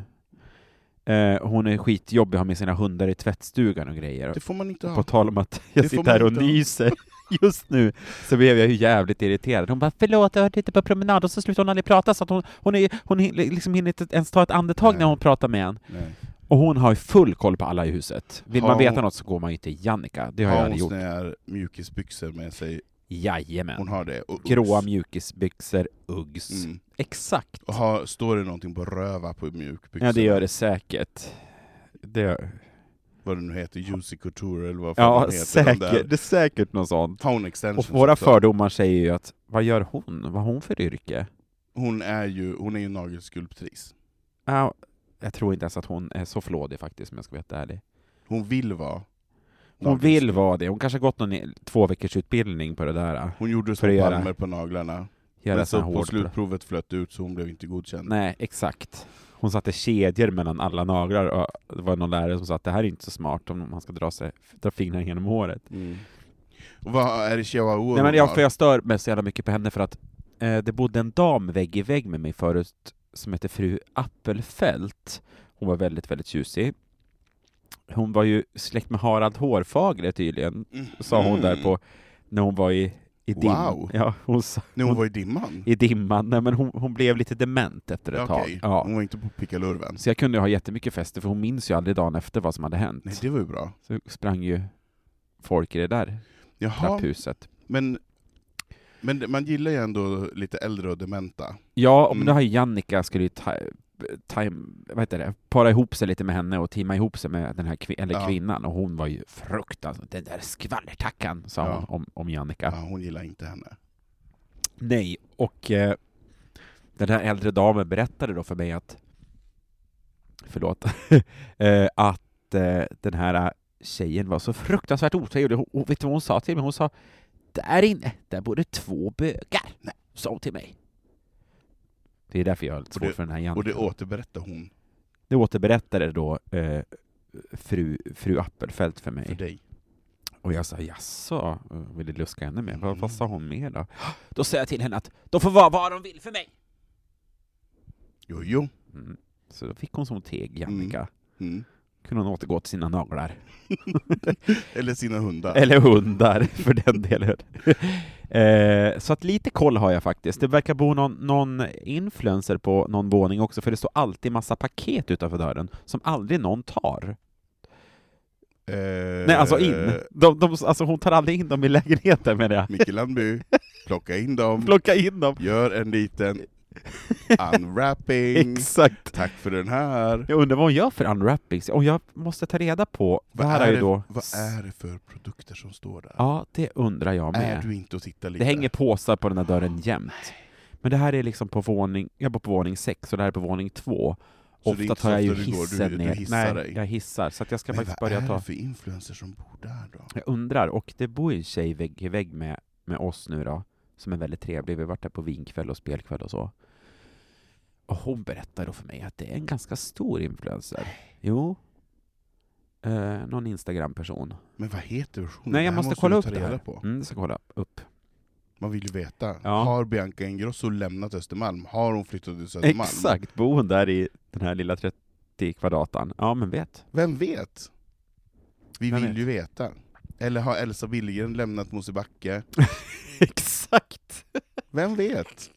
Speaker 3: Eh, hon är skitjobbig, har med sina hundar i tvättstugan och grejer.
Speaker 2: Det får man inte
Speaker 3: På
Speaker 2: ha.
Speaker 3: tal om att jag
Speaker 2: Det får
Speaker 3: sitter
Speaker 2: man
Speaker 3: här och
Speaker 2: inte ha.
Speaker 3: nyser just nu, så blev jag ju jävligt irriterad. Hon bara ”förlåt, jag hörde lite på promenad” och så slutade hon aldrig prata, så att hon, hon, är, hon hin- liksom hinner inte ens ta ett andetag
Speaker 2: Nej.
Speaker 3: när hon pratar med en.
Speaker 2: Nej.
Speaker 3: Och hon har ju full koll på alla i huset. Vill
Speaker 2: Har
Speaker 3: man veta
Speaker 2: hon-
Speaker 3: något så går man ju till Jannica, det har jag
Speaker 2: Har
Speaker 3: aldrig
Speaker 2: hon
Speaker 3: gjort.
Speaker 2: såna här mjukisbyxor med sig? Hon
Speaker 3: Jajamän.
Speaker 2: har det. Och
Speaker 3: Gråa
Speaker 2: Uggs.
Speaker 3: mjukisbyxor, Uggs.
Speaker 2: Mm.
Speaker 3: Exakt.
Speaker 2: Och har, står det någonting på röva på mjukbyxorna?
Speaker 3: Ja, det gör det säkert. Det gör...
Speaker 2: Vad det nu heter, Juicy Couture eller vad fan
Speaker 3: Ja,
Speaker 2: den heter. de där.
Speaker 3: säkert. Det är säkert något sånt.
Speaker 2: Har hon extensions
Speaker 3: Och våra
Speaker 2: också?
Speaker 3: fördomar säger ju att, vad gör hon? Vad har hon för yrke?
Speaker 2: Hon är ju, hon är ju nagelskulptris.
Speaker 3: Ja, jag tror inte ens att hon är så flådig faktiskt, om jag ska vara helt ärlig.
Speaker 2: Hon vill vara
Speaker 3: Hon vill vara det. Hon kanske har gått någon i- två veckors utbildning på det där. äh,
Speaker 2: Hon gjorde
Speaker 3: att
Speaker 2: små
Speaker 3: göra-
Speaker 2: palmer på naglarna,
Speaker 3: Göra
Speaker 2: men
Speaker 3: såna
Speaker 2: så på
Speaker 3: hård...
Speaker 2: slutprovet flöt det ut så hon blev inte godkänd.
Speaker 3: Nej, exakt. Hon satte kedjor mellan alla naglar och äh, det var någon lärare som sa att det här är inte så smart om man ska dra, sig, dra fingrarna genom håret.
Speaker 2: Mm. Och vad är det chihuahua
Speaker 3: Nej, men
Speaker 2: hon
Speaker 3: jag,
Speaker 2: har?
Speaker 3: för jag stör mig så jävla mycket på henne för att eh, det bodde en dam vägg i vägg med mig förut som hette fru Appelfelt. Hon var väldigt, väldigt tjusig. Hon var ju släkt med Harald Hårfagre tydligen,
Speaker 2: Mm.
Speaker 3: sa hon där på, när hon var i, i, dim,
Speaker 2: Wow.
Speaker 3: ja, hon, sa-
Speaker 2: När hon var i dimman?
Speaker 3: i dimman. Nej, men hon, hon blev lite dement efter ett
Speaker 2: Okej, Mm.
Speaker 3: tag. Ja.
Speaker 2: hon var inte på pickalurven.
Speaker 3: Så jag kunde ju ha jättemycket fester, för hon minns ju aldrig dagen efter vad som hade hänt.
Speaker 2: Nej, det var ju bra.
Speaker 3: Så sprang ju folk i det där
Speaker 2: Jaha,
Speaker 3: trapphuset.
Speaker 2: men, men det- man gillar ju ändå lite äldre och dementa.
Speaker 3: Ja, och men
Speaker 2: Mm.
Speaker 3: då har ju Jannica skulle ju ta, time, vad heter det? para ihop sig lite med henne och teama ihop sig med den här kvin- eller
Speaker 2: Ja.
Speaker 3: kvinnan, och hon var ju fruktansvärt, den där skvallertackan, sa
Speaker 2: Ja.
Speaker 3: hon om, om Jannica.
Speaker 2: Ja. hon gillar inte henne.
Speaker 3: Nej, och eh, den här äldre damen berättade då för mig att, förlåt, eh, att eh, den här tjejen var så fruktansvärt otrevlig. Och, och vet du vad hon sa till mig? Hon sa där inne, där bor det två bögar, sa hon till mig. Det är därför jag har lite
Speaker 2: Och det-
Speaker 3: svårt för den här Jannica.
Speaker 2: Och det återberättar hon
Speaker 3: Det återberättade då eh, fru, fru Appelfelt för mig.
Speaker 2: för dig.
Speaker 3: Och jag sa jaså, och ville luska ännu mer. Vad,
Speaker 2: Mm.
Speaker 3: vad sa hon mer då? Då sa jag till henne att de får vara vad de vill för mig.
Speaker 2: Jo, jo.
Speaker 3: Mm. Så då fick hon som hon teg, Jannica.
Speaker 2: Mm.
Speaker 3: Kunde hon återgå till sina naglar.
Speaker 2: Eller sina hundar.
Speaker 3: Eller hundar, för den delen. eh, så att lite koll har jag faktiskt. Det verkar bo någon, någon influencer på någon våning också, för det står alltid massa paket utanför dörren som aldrig någon tar.
Speaker 2: Eh,
Speaker 3: Nej, alltså in. De, de, alltså hon tar aldrig in dem i lägenheten menar jag.
Speaker 2: Micke Landby, plocka in dem,
Speaker 3: Plocka in dem.
Speaker 2: gör en liten unwrapping.
Speaker 3: Exakt.
Speaker 2: Tack för den här.
Speaker 3: Jag undrar vad hon gör för unwrappings. Och jag måste ta reda på.
Speaker 2: Vad
Speaker 3: det här är, ju
Speaker 2: det,
Speaker 3: då...
Speaker 2: vad är det för produkter som står där?
Speaker 3: Ja, det undrar jag
Speaker 2: är
Speaker 3: med.
Speaker 2: du inte och tittar lite?
Speaker 3: Det hänger påsar på den här dörren jämt. Men det här är liksom på våning... Jag bor på våning sex och det här är på våning två.
Speaker 2: Så det är
Speaker 3: Ofta
Speaker 2: inte så
Speaker 3: tar jag ju
Speaker 2: ofta du går, du-
Speaker 3: hissen
Speaker 2: du
Speaker 3: ner.
Speaker 2: hissar
Speaker 3: Nej,
Speaker 2: dig.
Speaker 3: jag hissar. Så att jag ska
Speaker 2: Men
Speaker 3: faktiskt
Speaker 2: vad
Speaker 3: börja
Speaker 2: är
Speaker 3: ta...
Speaker 2: det för influencer som bor där då?
Speaker 3: Jag undrar, och det bor ju en tjej vägg i vägg med, med oss nu då, som är väldigt trevlig. Vi har varit där på vinkväll och spelkväll och så. Och hon berättar då för mig att det är en ganska stor influencer. Jo. Eh, någon Instagram-person.
Speaker 2: Men vad heter versionen?
Speaker 3: Nej,
Speaker 2: Det
Speaker 3: jag
Speaker 2: här
Speaker 3: måste,
Speaker 2: måste
Speaker 3: kolla
Speaker 2: du
Speaker 3: upp
Speaker 2: ta
Speaker 3: det
Speaker 2: reda
Speaker 3: här.
Speaker 2: På.
Speaker 3: Mm, jag ska kolla upp.
Speaker 2: Man vill ju veta.
Speaker 3: Ja.
Speaker 2: Har Bianca Ingrosso lämnat Östermalm? Har hon flyttat till Södermalm?
Speaker 3: Exakt, bor hon där i den här lilla 30 kvadratan? Ja, men vet.
Speaker 2: Vem vet? Vi
Speaker 3: Vem
Speaker 2: vill
Speaker 3: vet?
Speaker 2: ju veta. Eller har Elsa Billgren lämnat Mosebacke?
Speaker 3: Exakt!
Speaker 2: Vem vet?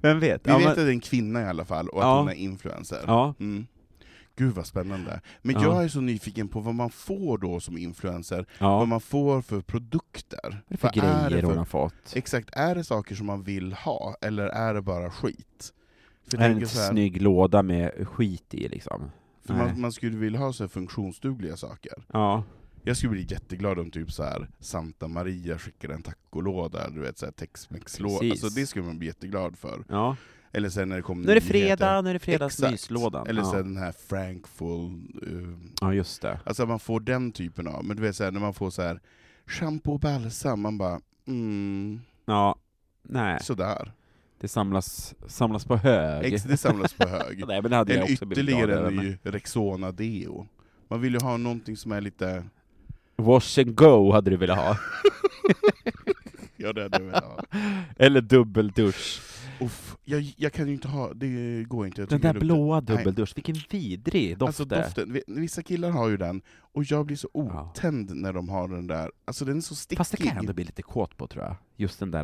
Speaker 3: Vem vet?
Speaker 2: Vi
Speaker 3: ja,
Speaker 2: vet
Speaker 3: men-
Speaker 2: att det är en kvinna i alla fall, och att
Speaker 3: Ja.
Speaker 2: hon är influencer.
Speaker 3: ja.
Speaker 2: Mm. Gud vad spännande. Men
Speaker 3: Ja.
Speaker 2: jag är så nyfiken på vad man får då som influencer,
Speaker 3: ja.
Speaker 2: vad man får för produkter.
Speaker 3: Vad är det för
Speaker 2: Vad är det
Speaker 3: grejer
Speaker 2: för-
Speaker 3: hon har fått?
Speaker 2: Exakt, är det saker som man vill ha, eller är det bara skit? För jag
Speaker 3: Är det
Speaker 2: tänker
Speaker 3: en
Speaker 2: så här-
Speaker 3: snygg låda med skit i liksom?
Speaker 2: För
Speaker 3: Nej.
Speaker 2: man, man skulle vilja ha så här funktionsdugliga saker.
Speaker 3: Ja.
Speaker 2: Jag skulle bli jätteglad om typ så här Santa Maria skickade en tacolåda, du vet så här Tex-Mex-låda.
Speaker 3: Precis.
Speaker 2: Alltså det skulle man bli jätteglad för.
Speaker 3: ja.
Speaker 2: Eller sen när det kom
Speaker 3: Nu är det
Speaker 2: nyheter.
Speaker 3: fredag, nu är det
Speaker 2: Exakt.
Speaker 3: fredagsmyslådan.
Speaker 2: Eller
Speaker 3: ja.
Speaker 2: så här den här Frankful... eh,
Speaker 3: ja, just det.
Speaker 2: alltså man får den typen av, men du vet så här, när man får så här shampoo och balsam, man bara mm,
Speaker 3: Ja. Nej,
Speaker 2: sådär.
Speaker 3: det samlas, samlas på hög.
Speaker 2: Ex, det samlas på hög.
Speaker 3: Nej, men det hade
Speaker 2: en
Speaker 3: jag också blivit glad
Speaker 2: ytterligare
Speaker 3: över.
Speaker 2: en
Speaker 3: men-
Speaker 2: ny Rexona Deo. Man vill ju ha någonting som är lite...
Speaker 3: Wash and go hade du velat ha.
Speaker 2: Ja det hade jag velat ha.
Speaker 3: Eller dubbeldusch.
Speaker 2: Uff, jag, jag kan ju inte ha, det går inte. Jag
Speaker 3: Den
Speaker 2: tycker
Speaker 3: där
Speaker 2: det luktar-
Speaker 3: blåa dubbeldusch, vilken vidrig doft
Speaker 2: Alltså
Speaker 3: det är.
Speaker 2: doften, vi- vissa killar har ju den, och jag blir så otänd när de har den där, alltså den är så stickig.
Speaker 3: Fast det kan jag ändå bli lite kåt på tror jag. Just den där,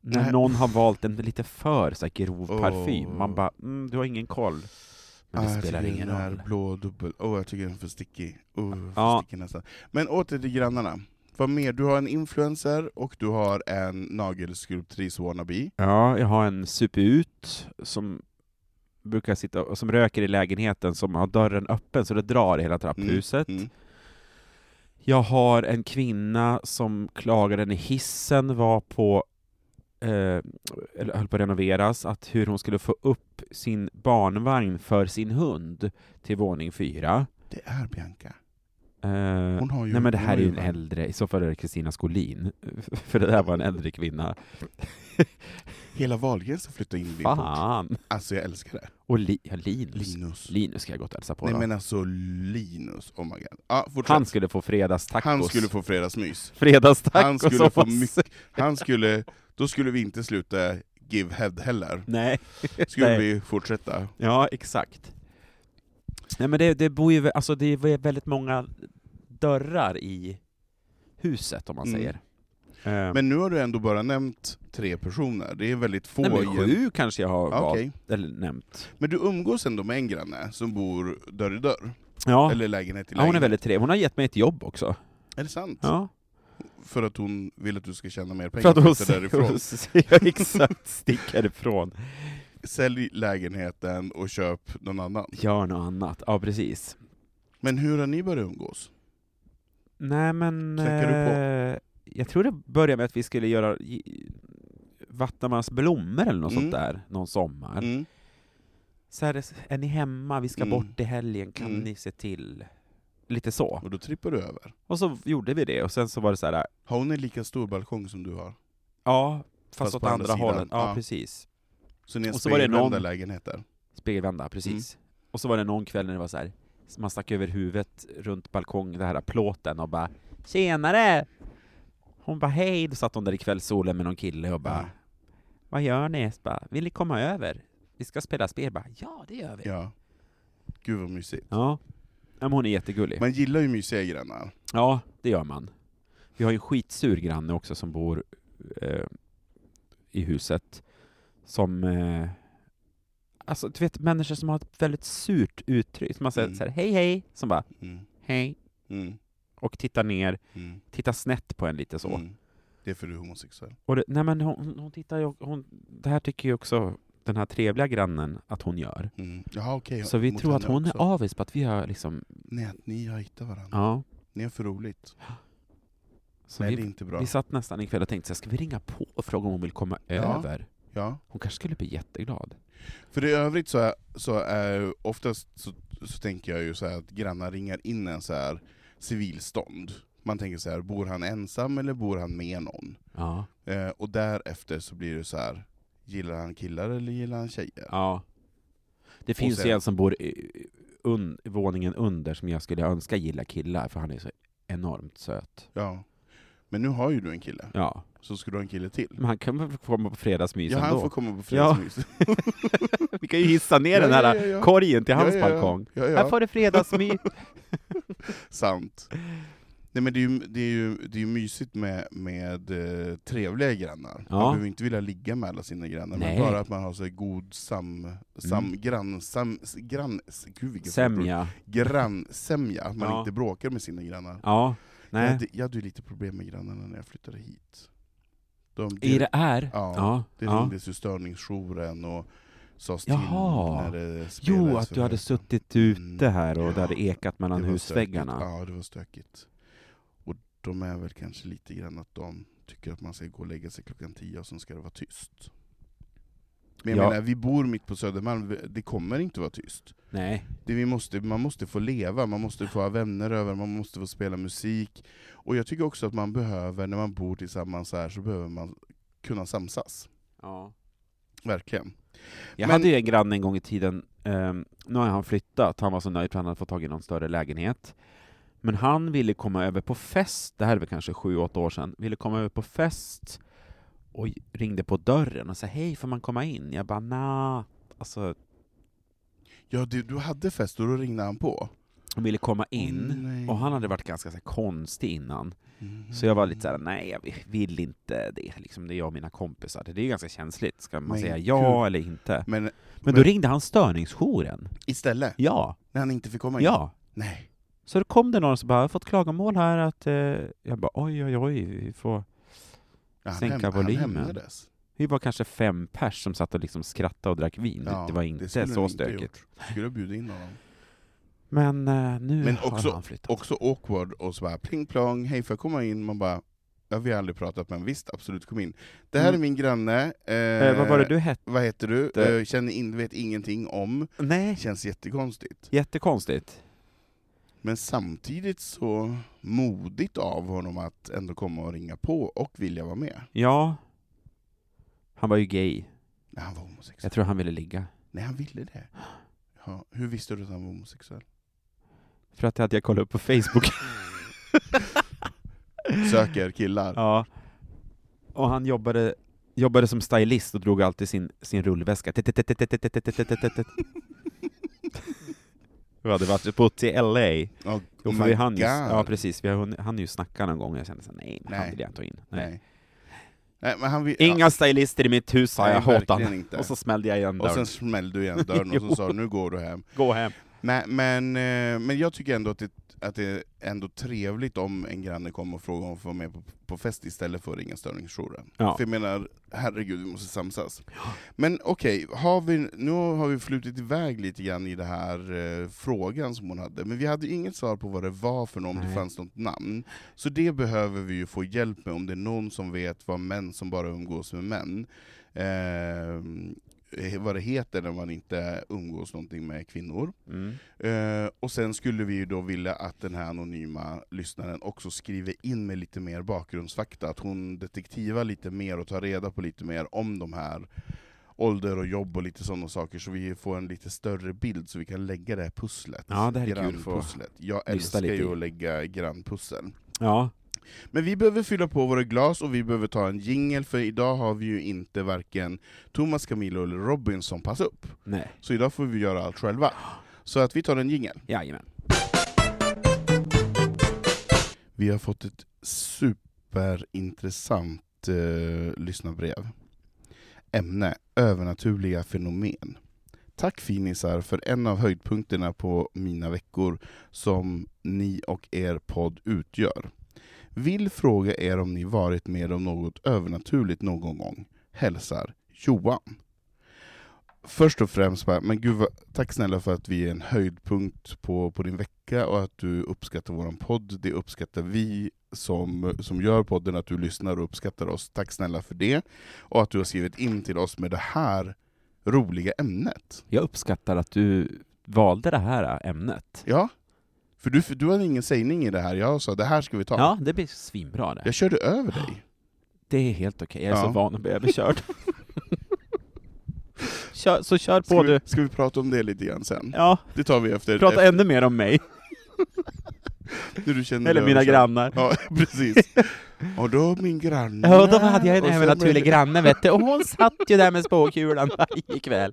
Speaker 3: när
Speaker 2: Nej.
Speaker 3: någon har valt en lite för så här, grov
Speaker 2: Åh.
Speaker 3: parfym. Man bara, mm, du har ingen koll. Men det
Speaker 2: Ah, jag
Speaker 3: spelar
Speaker 2: tycker
Speaker 3: ingen
Speaker 2: den där
Speaker 3: roll.
Speaker 2: blå dubbel, åh jag tycker den är för stickig. Uh, för
Speaker 3: Ja.
Speaker 2: stickig nästan. Men åter till grannarna. Vad mer? Du har en influencer och du har en nagelskulptris wannabe.
Speaker 3: Ja, jag har en suput som brukar sitta och som röker i lägenheten som har dörren öppen så det drar i hela trapphuset.
Speaker 2: Mm.
Speaker 3: Jag har en kvinna som klagade när hissen var på eh, eller höll på att renoveras, att hur hon skulle få upp sin barnvagn för sin hund till våning fyra.
Speaker 2: Det är Bianca.
Speaker 3: Eh,
Speaker 2: Hon har ju,
Speaker 3: nej men det
Speaker 2: hon
Speaker 3: här
Speaker 2: har
Speaker 3: är ju en
Speaker 2: vän.
Speaker 3: äldre, i så fall är det Kristina Skolin, för det där var en äldre kvinna.
Speaker 2: Hela Wahlgren ska flytta in i din port.
Speaker 3: Fan!
Speaker 2: Alltså jag älskar det.
Speaker 3: Och Li- ja, Linus.
Speaker 2: Linus.
Speaker 3: Linus ska jag gått och hälsa på
Speaker 2: Nej
Speaker 3: då.
Speaker 2: men alltså Linus, oh my god. Ja, fortsätt.
Speaker 3: Han skulle få fredagstacos.
Speaker 2: Han skulle få fredagsmys.
Speaker 3: fredagstacos
Speaker 2: Han skulle få
Speaker 3: om man
Speaker 2: mycket, han skulle, då skulle vi inte sluta give head heller.
Speaker 3: Nej.
Speaker 2: Skulle
Speaker 3: Nej.
Speaker 2: vi fortsätta.
Speaker 3: Ja, exakt. Nej men det, det bor ju, alltså det är väldigt många dörrar i huset om man
Speaker 2: Mm.
Speaker 3: säger. Eh,
Speaker 2: Men nu har du ändå bara nämnt tre personer, det är väldigt få.
Speaker 3: nej,
Speaker 2: i
Speaker 3: men
Speaker 2: en-
Speaker 3: sju kanske jag har
Speaker 2: Ja,
Speaker 3: valt,
Speaker 2: okej.
Speaker 3: eller nämnt.
Speaker 2: Men du umgås ändå med en granne som bor dörr i dörr,
Speaker 3: Ja.
Speaker 2: eller lägenhet i lägenhet.
Speaker 3: ja, hon är väldigt trevlig. Hon har gett mig ett jobb också.
Speaker 2: Är det sant?
Speaker 3: Ja.
Speaker 2: För att hon vill att du ska tjäna mer pengar
Speaker 3: För att hon
Speaker 2: flytta därifrån.
Speaker 3: säger exakt, stick härifrån.
Speaker 2: Sälj lägenheten och köp någon annan.
Speaker 3: Gör något annat. Ja, precis.
Speaker 2: Men hur har ni börjat umgås?
Speaker 3: Nej men...
Speaker 2: Knackar du på?
Speaker 3: eh, Jag tror det började med att vi skulle göra i- Vattnamans blommor eller något
Speaker 2: Mm.
Speaker 3: sånt där, någon sommar.
Speaker 2: Mm.
Speaker 3: Så här, är ni hemma? Vi ska
Speaker 2: Mm.
Speaker 3: bort i helgen, kan
Speaker 2: Mm.
Speaker 3: ni se till? Lite så.
Speaker 2: Och då trippar du över.
Speaker 3: Och så gjorde vi det, och sen så var det så här,
Speaker 2: Har hon en lika stor balkong som du har?
Speaker 3: ja, fast,
Speaker 2: Fast
Speaker 3: åt
Speaker 2: på andra
Speaker 3: andra
Speaker 2: sidan.
Speaker 3: hållet. Ja,
Speaker 2: Ja.
Speaker 3: precis.
Speaker 2: Så ni har
Speaker 3: Och så var det
Speaker 2: spegelvända
Speaker 3: någon-
Speaker 2: lägenheter?
Speaker 3: Spegelvända, precis. Mm. Och så var det någon kväll när det var så här, man stack över huvudet runt balkongen, den här plåten, och bara ”Tjenare!” Hon bara ”Hej!” Då satt hon där i kvällssolen med någon kille och bara
Speaker 2: Ja.
Speaker 3: ”Vad gör ni?” Så bara, ”Vill ni komma över? Vi ska spela spel.” bara, ”Ja, det gör vi!” Ja.
Speaker 2: Ja. Gud vad mysigt.
Speaker 3: ja. Men hon är jättegullig.
Speaker 2: Man gillar ju mysiga grannar.
Speaker 3: Ja, det gör man. Vi har ju en skitsur granne också som bor eh, i huset. Som... Eh, alltså, du vet människor som har ett väldigt surt uttryck. Som man säger
Speaker 2: Mm.
Speaker 3: så här, hej hej, som bara
Speaker 2: Mm.
Speaker 3: hej.
Speaker 2: Mm.
Speaker 3: och tittar ner,
Speaker 2: Mm.
Speaker 3: tittar snett på en lite så.
Speaker 2: Mm. Det är för du är homosexuell.
Speaker 3: Och det, nej men hon, hon tittar ju, hon, det här tycker ju också den här trevliga grannen att hon gör.
Speaker 2: Mm. Jaha, okej.
Speaker 3: Så vi
Speaker 2: Mot
Speaker 3: tror att
Speaker 2: henne
Speaker 3: hon
Speaker 2: också.
Speaker 3: är avis på att vi har liksom,
Speaker 2: Nej, att ni har hittat varandra.
Speaker 3: ja.
Speaker 2: Ni är för roligt.
Speaker 3: Så
Speaker 2: Nej, det är
Speaker 3: vi,
Speaker 2: inte bra.
Speaker 3: vi satt nästan ikväll och tänkte så här, ska vi ringa på och fråga om hon vill komma över?
Speaker 2: Ja.
Speaker 3: Hon kanske skulle bli jätteglad.
Speaker 2: För i övrigt så är, så är oftast så, så tänker jag ju så här att grannar ringar in en så här civilstånd. Man tänker så här, bor han ensam eller bor han med någon?
Speaker 3: Ja.
Speaker 2: Eh, och därefter så blir det så här, gillar han killar eller gillar han tjejer?
Speaker 3: ja. Det finns
Speaker 2: sen-
Speaker 3: ju en som bor i- un, våningen under som jag skulle önska gilla killar, för han är så enormt söt.
Speaker 2: Ja. Men nu har ju du en kille,
Speaker 3: Ja.
Speaker 2: så ska du ha en kille till.
Speaker 3: Men han kan väl få komma på fredagsmys
Speaker 2: Ja, han
Speaker 3: ändå?
Speaker 2: får komma på
Speaker 3: Ja.
Speaker 2: fredagsmys.
Speaker 3: Vi kan ju hissa ner
Speaker 2: Ja,
Speaker 3: den här
Speaker 2: ja, ja, ja.
Speaker 3: korgen till
Speaker 2: Ja,
Speaker 3: hans
Speaker 2: ja, ja.
Speaker 3: balkong.
Speaker 2: Ja, ja.
Speaker 3: Här får det fredagsmys.
Speaker 2: Sant. Nej men det är ju, det är ju, det är ju mysigt med, med eh, trevliga grannar. Man
Speaker 3: Ja.
Speaker 2: behöver inte vilja ligga med alla sina grannar,
Speaker 3: Nej. Mm.
Speaker 2: men bara att man har så här god sam, sam, grann, sam, s- grann, s- gud vilket svårt ord.
Speaker 3: Sämja.
Speaker 2: Grannsämja, att man
Speaker 3: Ja.
Speaker 2: inte bråkar med sina grannar.
Speaker 3: Ja.
Speaker 2: Jag,
Speaker 3: Nej.
Speaker 2: hade, jag hade ju lite problem med grannarna när jag flyttade hit. De, det,
Speaker 3: I det här?
Speaker 2: Ja,
Speaker 3: ja.
Speaker 2: det
Speaker 3: ja.
Speaker 2: ringdes ju störningsjouren och sades till
Speaker 3: Jaha.
Speaker 2: när det spelades
Speaker 3: Jo, att du
Speaker 2: för
Speaker 3: hade
Speaker 2: högt.
Speaker 3: suttit ute här och
Speaker 2: Ja.
Speaker 3: Mm. det hade ekat mellan
Speaker 2: Det var
Speaker 3: husväggarna.
Speaker 2: stökigt. Ja, det var stökigt. Och de är väl kanske lite grann att de tycker att man ska gå och lägga sig klockan tio och sen ska det vara tyst. Men jag
Speaker 3: Ja.
Speaker 2: menar, vi bor mitt på Södermalm, Vi- det kommer inte vara tyst.
Speaker 3: Nej.
Speaker 2: Det vi måste, man måste få leva, man måste få ha vänner över, man måste få spela musik. Och jag tycker också att man behöver, när man bor tillsammans så här, så behöver man kunna samsas.
Speaker 3: Ja.
Speaker 2: Verkligen.
Speaker 3: Jag
Speaker 2: Men-
Speaker 3: hade ju en granne en gång i tiden, ehm, nu har han flyttat, han var så nöjd för han hade fått tag i någon större lägenhet. Men han ville komma över på fest, det här är väl kanske sju, åtta år sedan, ville komma över på fest och ringde på dörren och sa hej, får man komma in? Jag bara nah. Alltså,
Speaker 2: Ja, du, du hade fest och då ringde han på.
Speaker 3: han ville komma
Speaker 2: Åh,
Speaker 3: in.
Speaker 2: nej. Mm.
Speaker 3: Och han hade varit ganska så här, konstig innan, så jag var lite såhär, nej jag vill inte det, liksom, det är jag och mina kompisar. Det är ju ganska känsligt, ska man
Speaker 2: Men
Speaker 3: säga
Speaker 2: gud.
Speaker 3: ja eller inte? Men,
Speaker 2: Men
Speaker 3: då ringde han störningsjouren.
Speaker 2: istället,
Speaker 3: Ja,
Speaker 2: när han inte fick komma in?
Speaker 3: ja.
Speaker 2: Nej.
Speaker 3: Så då kom det någon som bara, jag har fått klagomål här att... Eh, jag bara, oj oj oj, vi får...
Speaker 2: Ja, han
Speaker 3: Sänka
Speaker 2: häm-
Speaker 3: volymen.
Speaker 2: Han hämnades.
Speaker 3: Vi var kanske fem pers som satt och liksom skrattade och drack vin. Det-
Speaker 2: Ja,
Speaker 3: det var
Speaker 2: det
Speaker 3: inte
Speaker 2: skulle du
Speaker 3: så
Speaker 2: inte
Speaker 3: stökigt.
Speaker 2: gjort. Skulle ha bjudit in honom.
Speaker 3: Men eh, nu
Speaker 2: Men
Speaker 3: har
Speaker 2: också-
Speaker 3: han flyttat.
Speaker 2: Också awkward och så bara pling plong, hej får jag komma in? Man bara, ja, vi har aldrig pratat men visst absolut kom in. Det här
Speaker 3: Mm.
Speaker 2: är min granne, eh,
Speaker 3: eh, vad var det du hette?
Speaker 2: vad heter du?
Speaker 3: Det-
Speaker 2: Eh, känner in, vet ingenting om.
Speaker 3: Nej.
Speaker 2: Känns jättekonstigt.
Speaker 3: Jättekonstigt.
Speaker 2: Men samtidigt så modigt av honom att ändå komma och ringa på och vilja vara med.
Speaker 3: Ja. Han var ju gay.
Speaker 2: Nej, han var homosexuell.
Speaker 3: Jag tror han ville ligga.
Speaker 2: Nej, han ville det. Ja, hur visste du att han var homosexuell?
Speaker 3: För att det hade jag kollat upp på Facebook.
Speaker 2: Söker killar.
Speaker 3: Ja. Och han jobbade, jobbade som stylist och drog alltid sin, sin rullväska. Vi hade varit på till LA.
Speaker 2: Oh,
Speaker 3: Jo, för vi hann ju, ja, precis. Vi hann, hann ju snacka någon gång och jag kände så här, nej, men han
Speaker 2: Nej.
Speaker 3: vill jag inte ha in. Nej.
Speaker 2: Nej. Nej, men han vill,
Speaker 3: Inga stylister i mitt hus, sa
Speaker 2: Nej,
Speaker 3: jag. Hatar
Speaker 2: verkligen
Speaker 3: han.
Speaker 2: inte.
Speaker 3: Och så smällde jag igen
Speaker 2: ja, och
Speaker 3: dörren.
Speaker 2: sen smällde du igen dörren och
Speaker 3: Jo.
Speaker 2: så sa du, nu går du hem.
Speaker 3: Gå hem.
Speaker 2: Nej, men, eh, men jag tycker ändå att det, att det är ändå trevligt om en granne kommer och frågar om att få vara med på, på fest istället för att ringa störningsjouren.
Speaker 3: Ja.
Speaker 2: För jag menar, herregud, vi måste samsas. Men okej, har vi, nu har vi flutit iväg lite grann i den här eh, frågan som hon hade, men vi hade ju inget svar på vad det var för någon, om det
Speaker 3: Nej.
Speaker 2: fanns något namn. Så det behöver vi ju få hjälp med, om det är någon som vet vad män som bara umgås med män, eh, vad det heter när man inte umgås någonting med kvinnor.
Speaker 3: Mm.
Speaker 2: Eh, och sen skulle vi ju då vilja att den här anonyma lyssnaren också skriver in med lite mer bakgrundsfakta, att hon detektivar lite mer och tar reda på lite mer om de här ålder och jobb och lite sådana saker, så vi får en lite större bild så vi kan lägga det här pusslet.
Speaker 3: Ja, det här är kul att få
Speaker 2: Grannpusslet. Jag
Speaker 3: nysta
Speaker 2: älskar
Speaker 3: lite
Speaker 2: ju
Speaker 3: i.
Speaker 2: att lägga grannpussel.
Speaker 3: Ja.
Speaker 2: Men vi behöver fylla på våra glas och vi behöver ta en jingle, för idag har vi ju inte varken Thomas, Camilo eller Robin som pass upp.
Speaker 3: Nej.
Speaker 2: Så idag får vi göra allt själva. Så att vi tar en jingel.
Speaker 3: Jajamän.
Speaker 2: Vi har fått ett superintressant eh, lyssnarbrev. Ämne, övernaturliga fenomen. Tack finisar för en av höjdpunkterna på mina veckor som ni och er podd utgör. Vill fråga er om ni varit med om något övernaturligt någon gång. Hälsar Johan. Först och främst bara, men gud vad, tack snälla för att vi är en höjdpunkt på, på din vecka och att du uppskattar våran podd. Det uppskattar vi som, som gör podden, att du lyssnar och uppskattar oss. Tack snälla för det. Och att du har skrivit in till oss med det här roliga ämnet.
Speaker 3: Jag uppskattar att du valde det här äh, ämnet.
Speaker 2: Ja, för du, för du hade ingen sägning i det här. Jag sa det här ska vi ta.
Speaker 3: Ja, det blir svinbra det.
Speaker 2: Jag körde över dig.
Speaker 3: Det är helt okej, jag är så
Speaker 2: Ja.
Speaker 3: van att bli överkörd. kör, så kör
Speaker 2: Ska
Speaker 3: på
Speaker 2: vi,
Speaker 3: du.
Speaker 2: ska vi prata om det lite grann sen?
Speaker 3: Ja,
Speaker 2: Det tar vi efter,
Speaker 3: prata ännu mer om mig,
Speaker 2: efter när du känner
Speaker 3: eller
Speaker 2: dig
Speaker 3: mina
Speaker 2: överkörd.
Speaker 3: grannar.
Speaker 2: Mm, Ja, precis. Och då min granne...
Speaker 3: Ja, då hade jag en
Speaker 2: Och sen
Speaker 3: övernaturlig
Speaker 2: blev-
Speaker 3: granne vet du, och hon satt ju där med spåkulan varje kväll.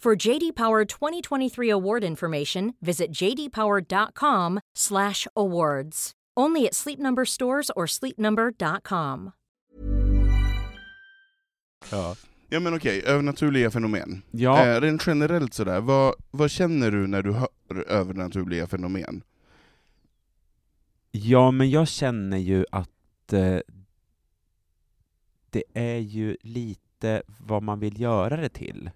Speaker 1: For JD Power 2023 award information, visit jdpower.com/awards. Only at Sleep Number stores or sleepnumber.com.
Speaker 2: Ja. ja, men okej. Övernaturliga fenomen.
Speaker 3: Ja.
Speaker 2: Eh, rent generellt sådär, vad, vad känner du när du hör övernaturliga fenomen?
Speaker 3: Ja, men jag känner ju att eh, det är ju lite vad man vill göra det till,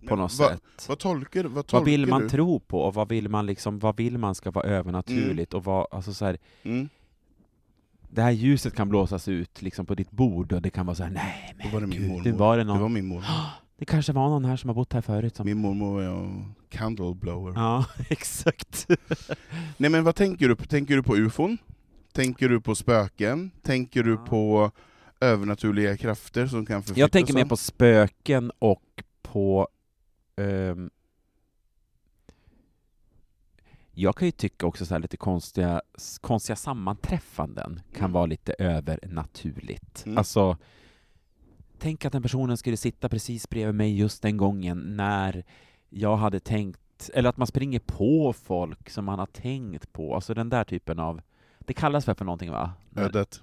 Speaker 3: på
Speaker 2: Men
Speaker 3: något
Speaker 2: vad,
Speaker 3: sätt.
Speaker 2: Vad tolkar, vad tolkar
Speaker 3: vad vill man
Speaker 2: du?
Speaker 3: tro på och vad vill man liksom, vad vill man ska vara övernaturligt och vad, alltså så här,
Speaker 2: Mm.
Speaker 3: det här ljuset kan blåsas ut liksom på ditt bord och det kan vara så här, nej men
Speaker 2: Då var det min
Speaker 3: gud,
Speaker 2: mormor.
Speaker 3: nu var det någon,
Speaker 2: Det
Speaker 3: det,
Speaker 2: var min mormor.
Speaker 3: kanske var någon här som har bott här förut som...
Speaker 2: Min mormor var ju candleblower.
Speaker 3: Ja, exakt.
Speaker 2: Nej men vad tänker du på? Tänker du på ufon? Tänker du på spöken? Tänker du
Speaker 3: Ja.
Speaker 2: på övernaturliga krafter som kan förflytta
Speaker 3: Jag tänker
Speaker 2: sig?
Speaker 3: mer på spöken och på... ehm, jag kan ju tycka också så här lite konstiga, s- konstiga sammanträffanden kan
Speaker 2: Mm.
Speaker 3: vara lite övernaturligt.
Speaker 2: Mm.
Speaker 3: Alltså, tänk att den personen skulle sitta precis bredvid mig just den gången när jag hade tänkt, eller att man springer på folk som man har tänkt på, alltså den där typen av, det kallas väl för någonting va?
Speaker 2: ödet.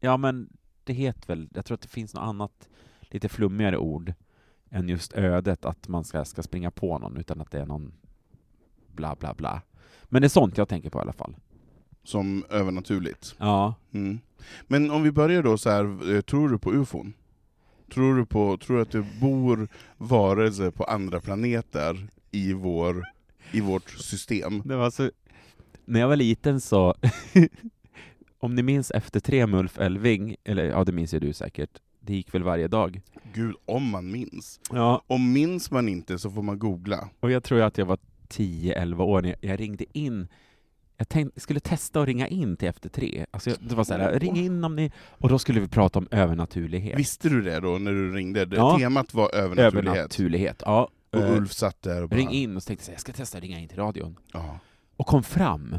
Speaker 3: Ja, men det heter väl, jag tror att det finns något annat lite flummigare ord än just ödet, att man ska, ska springa på någon utan att det är någon bla bla bla. Men det är sånt jag tänker på i alla fall.
Speaker 2: som övernaturligt.
Speaker 3: Ja.
Speaker 2: Mm. Men om vi börjar då så här, eh, tror du på ufon? Tror du på, tror du att det bor varelser på andra planeter i, vår, i vårt system?
Speaker 3: Det var så... När jag var liten så, om ni minns efter tre med Ulf Elving, eller ja det minns ju du säkert, det gick väl varje dag?
Speaker 2: Gud, om man minns.
Speaker 3: Ja,
Speaker 2: Om minns man inte så får man googla.
Speaker 3: och jag tror att jag var 10-11 år när jag, jag ringde in jag tänkte, skulle testa att ringa in till Efter tre. Alltså jag, det var så här, ring in om ni... Och då skulle vi prata om övernaturlighet.
Speaker 2: Visste du det då när du ringde? Det,
Speaker 3: Ja.
Speaker 2: Temat var övernaturlighet.
Speaker 3: övernaturlighet. Ja.
Speaker 2: Och
Speaker 3: Eh,
Speaker 2: Ulf satt där och bara...
Speaker 3: Ring in och så tänkte jag så här, jag ska testa att ringa in till radion.
Speaker 2: Ja.
Speaker 3: Och kom fram.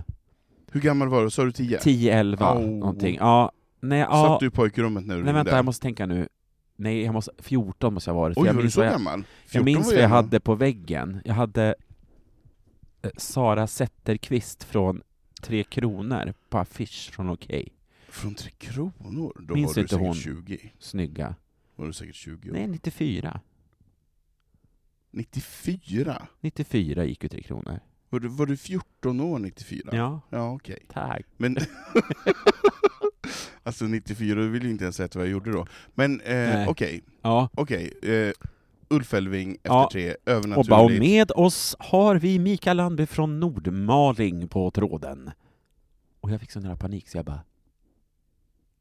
Speaker 2: Hur gammal var du? Sa du 10?
Speaker 3: 10-11
Speaker 2: Au.
Speaker 3: någonting. Ja, nej, ja,
Speaker 2: Satt du i pojkrummet när du
Speaker 3: nej
Speaker 2: ringde?
Speaker 3: vänta jag måste tänka nu. Nej, jag måste, 14 måste jag ha varit. för
Speaker 2: Oj,
Speaker 3: jag
Speaker 2: var du
Speaker 3: minns
Speaker 2: så
Speaker 3: vad jag-
Speaker 2: gammal? 14
Speaker 3: Jag minns
Speaker 2: var
Speaker 3: vad jag
Speaker 2: gammal.
Speaker 3: hade på väggen. Jag hade eh, Sara Zetterqvist från Tre Kronor på affisch från Okej.
Speaker 2: Från Tre Kronor? Då
Speaker 3: Minns
Speaker 2: var du
Speaker 3: inte
Speaker 2: säkert
Speaker 3: hon.
Speaker 2: 20.
Speaker 3: Snygga.
Speaker 2: var du säkert 20 år.
Speaker 3: Nej, 94.
Speaker 2: 94?
Speaker 3: 94 gick ju Tre Kronor.
Speaker 2: Var du, var du 14 år 94?
Speaker 3: Ja,
Speaker 2: Ja, okej.
Speaker 3: tack.
Speaker 2: Men... alltså 94, du vill ju inte ens veta vad jag gjorde då. Men
Speaker 3: Nej.
Speaker 2: eh, okej,
Speaker 3: Ja.
Speaker 2: okej. Eh, Ulf Elving efter
Speaker 3: Ja.
Speaker 2: tre,
Speaker 3: Och bara och
Speaker 2: övernaturligt.
Speaker 3: med oss har vi Mikael Landby från Nordmaling på tråden. Och jag fick sån här panik så jag bara...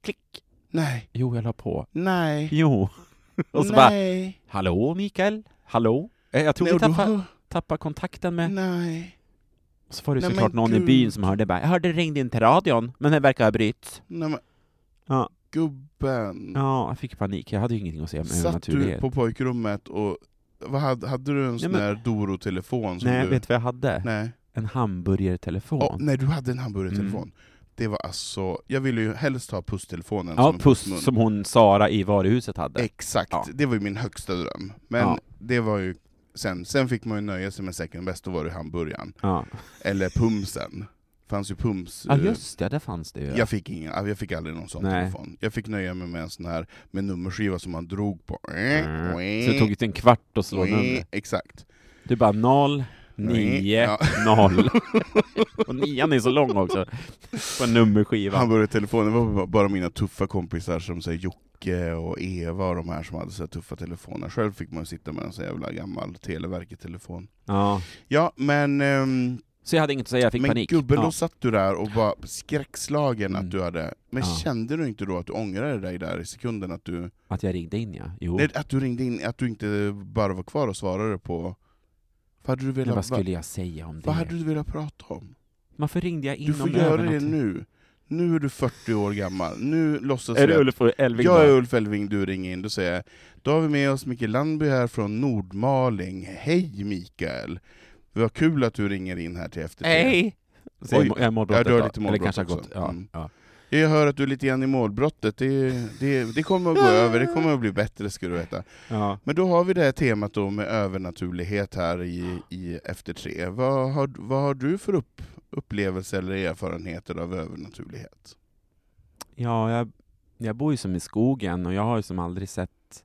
Speaker 3: Klick!
Speaker 2: Nej,
Speaker 3: Jo, jag la på.
Speaker 2: nej,
Speaker 3: Jo. Och så bara,
Speaker 2: nej.
Speaker 3: hallå Mikael? Hallå? Eh, Jag tror
Speaker 2: nej,
Speaker 3: vi
Speaker 2: och då-
Speaker 3: tappar, tappar kontakten med...
Speaker 2: nej,
Speaker 3: Och Så var det
Speaker 2: Nej,
Speaker 3: såklart
Speaker 2: men
Speaker 3: någon i
Speaker 2: gud.
Speaker 3: byn som hörde bara, jag hörde det ringde in till radion, men den verkar ha brytts.
Speaker 2: nej men
Speaker 3: Ja.
Speaker 2: gubben.
Speaker 3: Ja, jag fick panik. Jag hade ju ingenting att säga om
Speaker 2: Satt du
Speaker 3: övernaturlighet.
Speaker 2: på pojkrummet och... Vad hade, hade du en sån
Speaker 3: men-
Speaker 2: där Doro-telefon? som
Speaker 3: Nej,
Speaker 2: du...
Speaker 3: vet du vad jag hade?
Speaker 2: Nej.
Speaker 3: En hamburgertelefon.
Speaker 2: Ja, nej, du hade en hamburgertelefon.
Speaker 3: Mm.
Speaker 2: Det var alltså, jag ville ju helst ha pusstelefonen
Speaker 3: ja,
Speaker 2: en pussmun.
Speaker 3: puss som hon Sara i varuhuset hade.
Speaker 2: Exakt,
Speaker 3: Ja.
Speaker 2: det var ju min högsta dröm. Men
Speaker 3: Ja.
Speaker 2: det var ju sen, sen fick man ju nöja sig med second best, då var det hamburgaren.
Speaker 3: ja.
Speaker 2: Eller pumsen. fanns ju pums.
Speaker 3: ja,
Speaker 2: eh,
Speaker 3: just det, där fanns det ju.
Speaker 2: Jag fick, ingen, jag fick aldrig någon sån
Speaker 3: Nej.
Speaker 2: telefon. Jag fick nöja mig med en sån här med nummerskiva som man drog på.
Speaker 3: Mm. Så det tog inte en kvart att slå numret.
Speaker 2: Exakt.
Speaker 3: Du bara 0, 9,
Speaker 2: Mm. Ja.
Speaker 3: 0. Och nian är så lång också. På en nummerskiva.
Speaker 2: Hamburgertelefonen var bara mina tuffa kompisar som säger Jocke och Eva och de här som hade så här tuffa telefoner. Själv fick man ju sitta med en så jävla gammal Televerket-telefon.
Speaker 3: Ja.
Speaker 2: Ja, men... ehm,
Speaker 3: Så jag hade inget att säga, jag fick
Speaker 2: men
Speaker 3: panik.
Speaker 2: gubben,
Speaker 3: ja.
Speaker 2: då satt du där och var skräckslagen
Speaker 3: Mm.
Speaker 2: att du hade... Men
Speaker 3: Ja.
Speaker 2: kände du inte då att du ångrade dig där i sekunden? Att du,
Speaker 3: Att jag ringde in ja. Jo.
Speaker 2: nej, att du ringde in, att du inte bara var kvar och svarade på... Vad hade du
Speaker 3: Men
Speaker 2: velat,
Speaker 3: vad
Speaker 2: vad,
Speaker 3: skulle jag säga om det?
Speaker 2: vad hade du velat prata om?
Speaker 3: Varför ringde jag in
Speaker 2: Du får
Speaker 3: om
Speaker 2: göra det
Speaker 3: övernaturligt?
Speaker 2: nu. Nu är du 40 år gammal. Nu låtsas vi
Speaker 3: Är det
Speaker 2: att-
Speaker 3: Ulf Elving?
Speaker 2: Jag är
Speaker 3: där?
Speaker 2: Ulf Elving, du ringer in, då säger jag Då har vi med oss Mikael Landby här från Nordmaling. Hej Mikael! Vad kul att du ringer in här till efter Tre.
Speaker 3: Hej! Så
Speaker 2: Oj.
Speaker 3: jag är- jag är målbrottet
Speaker 2: Ja, du har
Speaker 3: då.
Speaker 2: lite
Speaker 3: Eller
Speaker 2: målbrott
Speaker 3: kanske har
Speaker 2: också.
Speaker 3: gått. Ja,
Speaker 2: Mm.
Speaker 3: ja.
Speaker 2: Jag hör att du är lite grann i målbrottet, det, det, det kommer att gå över, det kommer att bli bättre ska du veta.
Speaker 3: Ja.
Speaker 2: Men då har vi det här temat då med övernaturlighet här i, i Efter tre. Vad har, vad har du för upp, upplevelser eller erfarenheter av övernaturlighet?
Speaker 3: ja jag, jag bor ju som i skogen och jag har ju som aldrig sett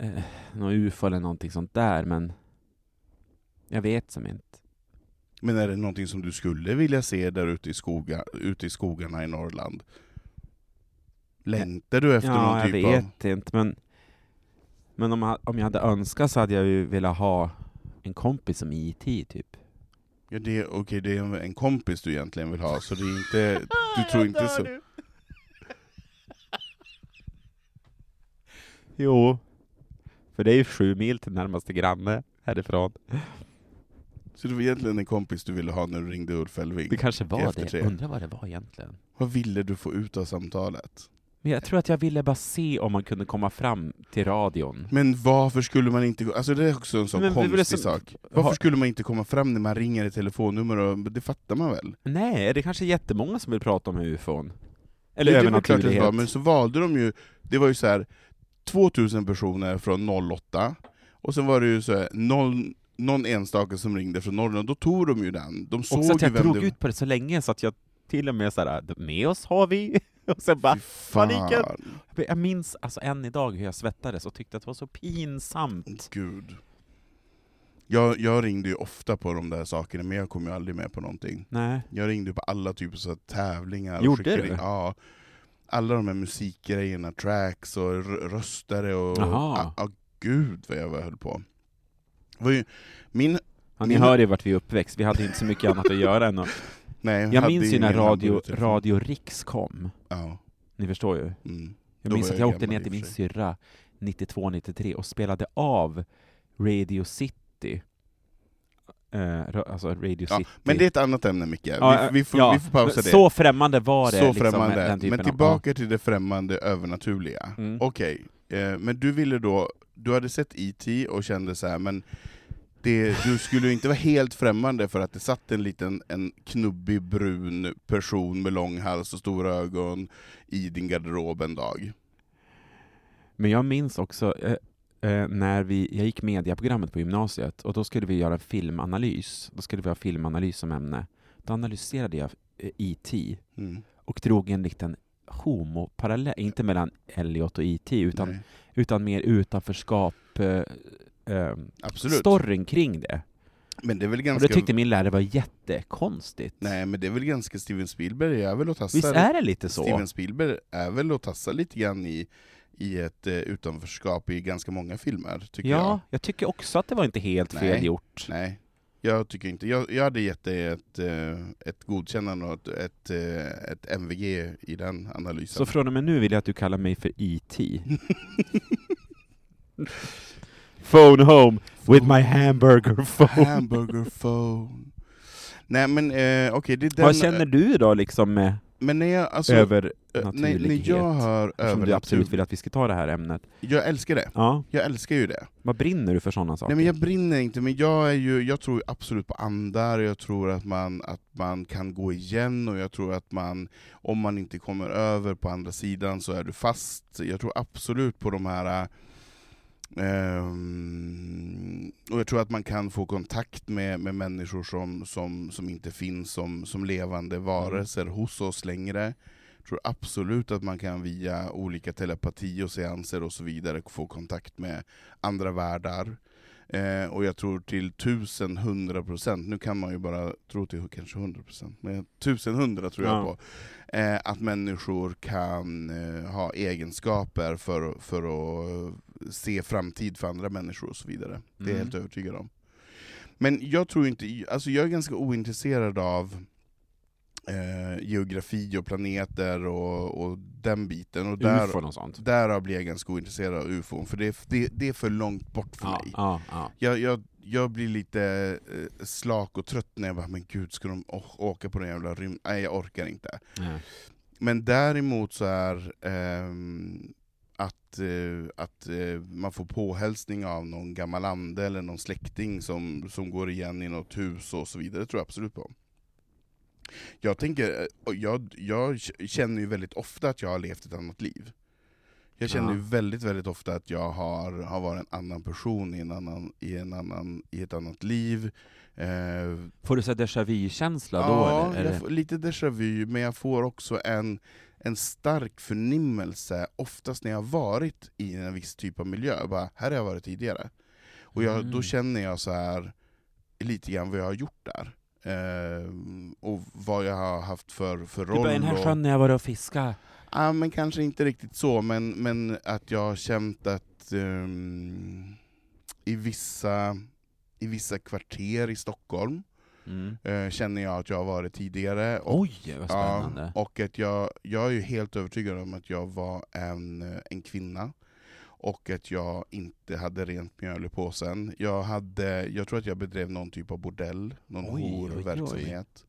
Speaker 3: eh, något ufo eller någonting sånt där, men jag vet som inte.
Speaker 2: Men är det någonting som du skulle vilja se där ute i, skoga, ute i skogarna i Norrland? Längtar du efter
Speaker 3: ja,
Speaker 2: någon
Speaker 3: jag
Speaker 2: typ av...
Speaker 3: vet inte, men, men om, jag- om jag hade önskat så hade jag ju velat ha en kompis som IT typ.
Speaker 2: Ja, det, okej, det är en- en kompis du egentligen vill ha, så det är inte... Du tror inte så...
Speaker 3: Jo, för det är ju sju mil till närmaste granne härifrån.
Speaker 2: Så det var egentligen en kompis du ville ha när du ringde Ulf Elving?
Speaker 3: Det kanske var
Speaker 2: Efter
Speaker 3: det.
Speaker 2: tre.
Speaker 3: Undrar vad det var egentligen.
Speaker 2: Vad ville du få ut av samtalet?
Speaker 3: Men jag tror att jag ville bara se om man kunde komma fram till radion.
Speaker 2: Men varför skulle man inte... gå- Alltså det är också en sån
Speaker 3: Men det är väl
Speaker 2: konstig
Speaker 3: som-
Speaker 2: sak. Varför
Speaker 3: Ha-
Speaker 2: skulle man inte komma fram när man ringer ett telefonnummer? Och, det fattar man väl?
Speaker 3: Nej, det är kanske är jättemånga som vill prata om ufon. Eller
Speaker 2: det, det var klart att det
Speaker 3: övernaturlighet.
Speaker 2: var, men så valde de ju... Det var ju så här 2000 personer från 08, och sen var det ju så här, någon, någon enstaka som ringde från Norrland, då tog de ju den. De såg
Speaker 3: Också att
Speaker 2: ju
Speaker 3: jag
Speaker 2: vem
Speaker 3: drog
Speaker 2: det
Speaker 3: ut på det så länge så att jag till och med såhär, med oss har vi... Och sen bara,
Speaker 2: Fy fan.
Speaker 3: paniken. jag minns alltså än idag hur jag svettades och tyckte att det var så pinsamt.
Speaker 2: Gud. Jag, jag ringde ju ofta på de där sakerna, men jag kom ju aldrig med på någonting.
Speaker 3: Nej.
Speaker 2: Jag ringde på alla typer av tävlingar.
Speaker 3: typ. Gjorde
Speaker 2: och skickade
Speaker 3: du?
Speaker 2: In, ja, alla de här musikgrejerna, tracks och r- röstare och...
Speaker 3: Jaha.
Speaker 2: Ja, gud vad jag höll på. Det Var ju, min...
Speaker 3: Ja, ni
Speaker 2: Min-
Speaker 3: hör ju vart vi är uppväxt, vi hade inte så mycket annat att göra än att...
Speaker 2: Nej,
Speaker 3: Jag
Speaker 2: hade
Speaker 3: minns ju när
Speaker 2: ingen
Speaker 3: radio,
Speaker 2: handburgare.
Speaker 3: radio Riks kom,
Speaker 2: Ja,
Speaker 3: ni förstår ju.
Speaker 2: mm.
Speaker 3: Jag
Speaker 2: Då
Speaker 3: minns
Speaker 2: var
Speaker 3: att
Speaker 2: jag
Speaker 3: jag åkte
Speaker 2: gammal
Speaker 3: ner
Speaker 2: i
Speaker 3: till
Speaker 2: och
Speaker 3: min
Speaker 2: för
Speaker 3: syrra 92-93 och spelade av Radio City. Eh, ra- alltså Radio
Speaker 2: Ja,
Speaker 3: City.
Speaker 2: Men det är ett annat ämne Micke,
Speaker 3: Ja,
Speaker 2: vi, vi, får,
Speaker 3: ja,
Speaker 2: vi får pausa
Speaker 3: men
Speaker 2: det.
Speaker 3: Så främmande var det.
Speaker 2: Så
Speaker 3: liksom,
Speaker 2: främmande.
Speaker 3: den typen
Speaker 2: men
Speaker 3: av-
Speaker 2: tillbaka till det främmande övernaturliga.
Speaker 3: Mm.
Speaker 2: Okej, eh, men du ville då, du hade sett E.T. och kände så här, men det, du skulle ju inte vara helt främmande för att det satt en liten en knubbig brun person med lång hals och stora ögon i din garderob en dag.
Speaker 3: Men jag minns också eh, eh, när vi, jag gick mediaprogrammet på gymnasiet och då skulle vi göra en filmanalys. Då skulle vi ha filmanalys som ämne. Då analyserade jag eh, E.T.
Speaker 2: Mm.
Speaker 3: och drog en liten homoparallell, inte mellan Elliot och IT, utan,
Speaker 2: Nej.
Speaker 3: utan mer utanförskap, eh, eh,
Speaker 2: Absolut.
Speaker 3: storyn kring det.
Speaker 2: Men det är väl
Speaker 3: Och
Speaker 2: ganska...
Speaker 3: det tyckte min lärare var jättekonstigt.
Speaker 2: Nej, men det är väl ganska Steven Spielberg är väl och tassar...
Speaker 3: Visst är det lite så?
Speaker 2: Steven Spielberg är väl och tassar lite grann i, i ett eh, utanförskap i ganska många filmer, tycker
Speaker 3: ja,
Speaker 2: jag.
Speaker 3: jag. tycker också att det var inte helt
Speaker 2: Nej.
Speaker 3: fel gjort.
Speaker 2: Nej, jag tycker inte. Jag, jag hade gett det ett, eh, ett godkännande och ett, ett, eh, ett MVG i den
Speaker 3: Så
Speaker 2: analysen.
Speaker 3: från och med nu vill jag att du kallar mig för E IT. Phone home with my hamburger phone.
Speaker 2: Hamburger phone. Nej men eh, okej, det är den...
Speaker 3: Vad känner du då liksom med
Speaker 2: men när jag, alltså, eh, när,
Speaker 3: övernaturlighet?
Speaker 2: när jag hör
Speaker 3: Som du absolut
Speaker 2: övernaturligt...
Speaker 3: vill att vi ska ta det här ämnet.
Speaker 2: Jag älskar det.
Speaker 3: Ja,
Speaker 2: Jag älskar ju det.
Speaker 3: vad brinner du för sådana saker?
Speaker 2: Nej men jag brinner inte, men jag, är ju, jag tror ju absolut på andar, jag tror att man, att man kan gå igen, och jag tror att man, om man inte kommer över på andra sidan så är du fast. Jag tror absolut på de här... ehm, och jag tror att man kan få kontakt med, med människor som, som, som inte finns som, som levande varelser hos oss längre. Jag tror absolut att man kan via olika telepati och seanser och så vidare få kontakt med andra världar. Eh, och jag tror till tusen hundra procent, nu kan man ju bara tro till kanske hundra procent, men tusen hundra tror jag
Speaker 3: Ja.
Speaker 2: på, eh, att människor kan eh, ha egenskaper för, för att se framtid för andra människor och så vidare. Det är jag
Speaker 3: Mm.
Speaker 2: helt övertygad om. Men jag tror inte, alltså jag är ganska ointresserad av eh, geografi och planeter och, och den biten. Och där,
Speaker 3: UFO och något sånt?
Speaker 2: Därav blir jag ganska ointresserad av ufon, för det är, det, det är för långt bort för
Speaker 3: Ja,
Speaker 2: mig.
Speaker 3: ja, ja.
Speaker 2: Jag, jag, jag blir lite eh, slak och trött när jag bara, men gud, ska de å- åka på den jävla rymden? Nej, jag orkar inte.
Speaker 3: Nej.
Speaker 2: Men däremot så är ehm, att, eh, att eh, man får påhälsning av någon gammal ande eller någon släkting som, som går igen i något hus och så vidare, det tror jag absolut på. Jag tänker, eh, och jag, jag k- känner ju väldigt ofta att jag har levt ett annat liv. Jag känner
Speaker 3: Ja.
Speaker 2: ju väldigt, väldigt ofta att jag har, har varit en annan person i, en annan, i, en annan, i ett annat liv. Eh,
Speaker 3: Får du så här déjà vu-känsla
Speaker 2: Ja,
Speaker 3: då? Eller?
Speaker 2: jag får lite déjà vu, men jag får också en, en stark förnimmelse, oftast när jag har varit i en viss typ av miljö. Jag Bara, här har jag varit tidigare. Och jag, då
Speaker 3: Mm.
Speaker 2: känner jag så här lite grann vad jag har gjort där. Ehm, och vad jag har haft för, för
Speaker 3: Du
Speaker 2: roll.
Speaker 3: bara, i den här
Speaker 2: och-
Speaker 3: sjön när jag var och fiska.
Speaker 2: Ja, men kanske inte riktigt så, men, men att jag har känt att ehm, i, vissa, i vissa kvarter i Stockholm
Speaker 3: Mm.
Speaker 2: eh, känner jag att jag har varit tidigare. Och,
Speaker 3: Oj, vad spännande.
Speaker 2: Ja, och att jag, jag är ju helt övertygad om att jag var en, eh, en kvinna. Och att jag inte hade rent mjöl i påsen. Jag, hade, jag tror att jag bedrev någon typ av bordell, någon
Speaker 3: Oj, oj, oj.
Speaker 2: horverksamhet.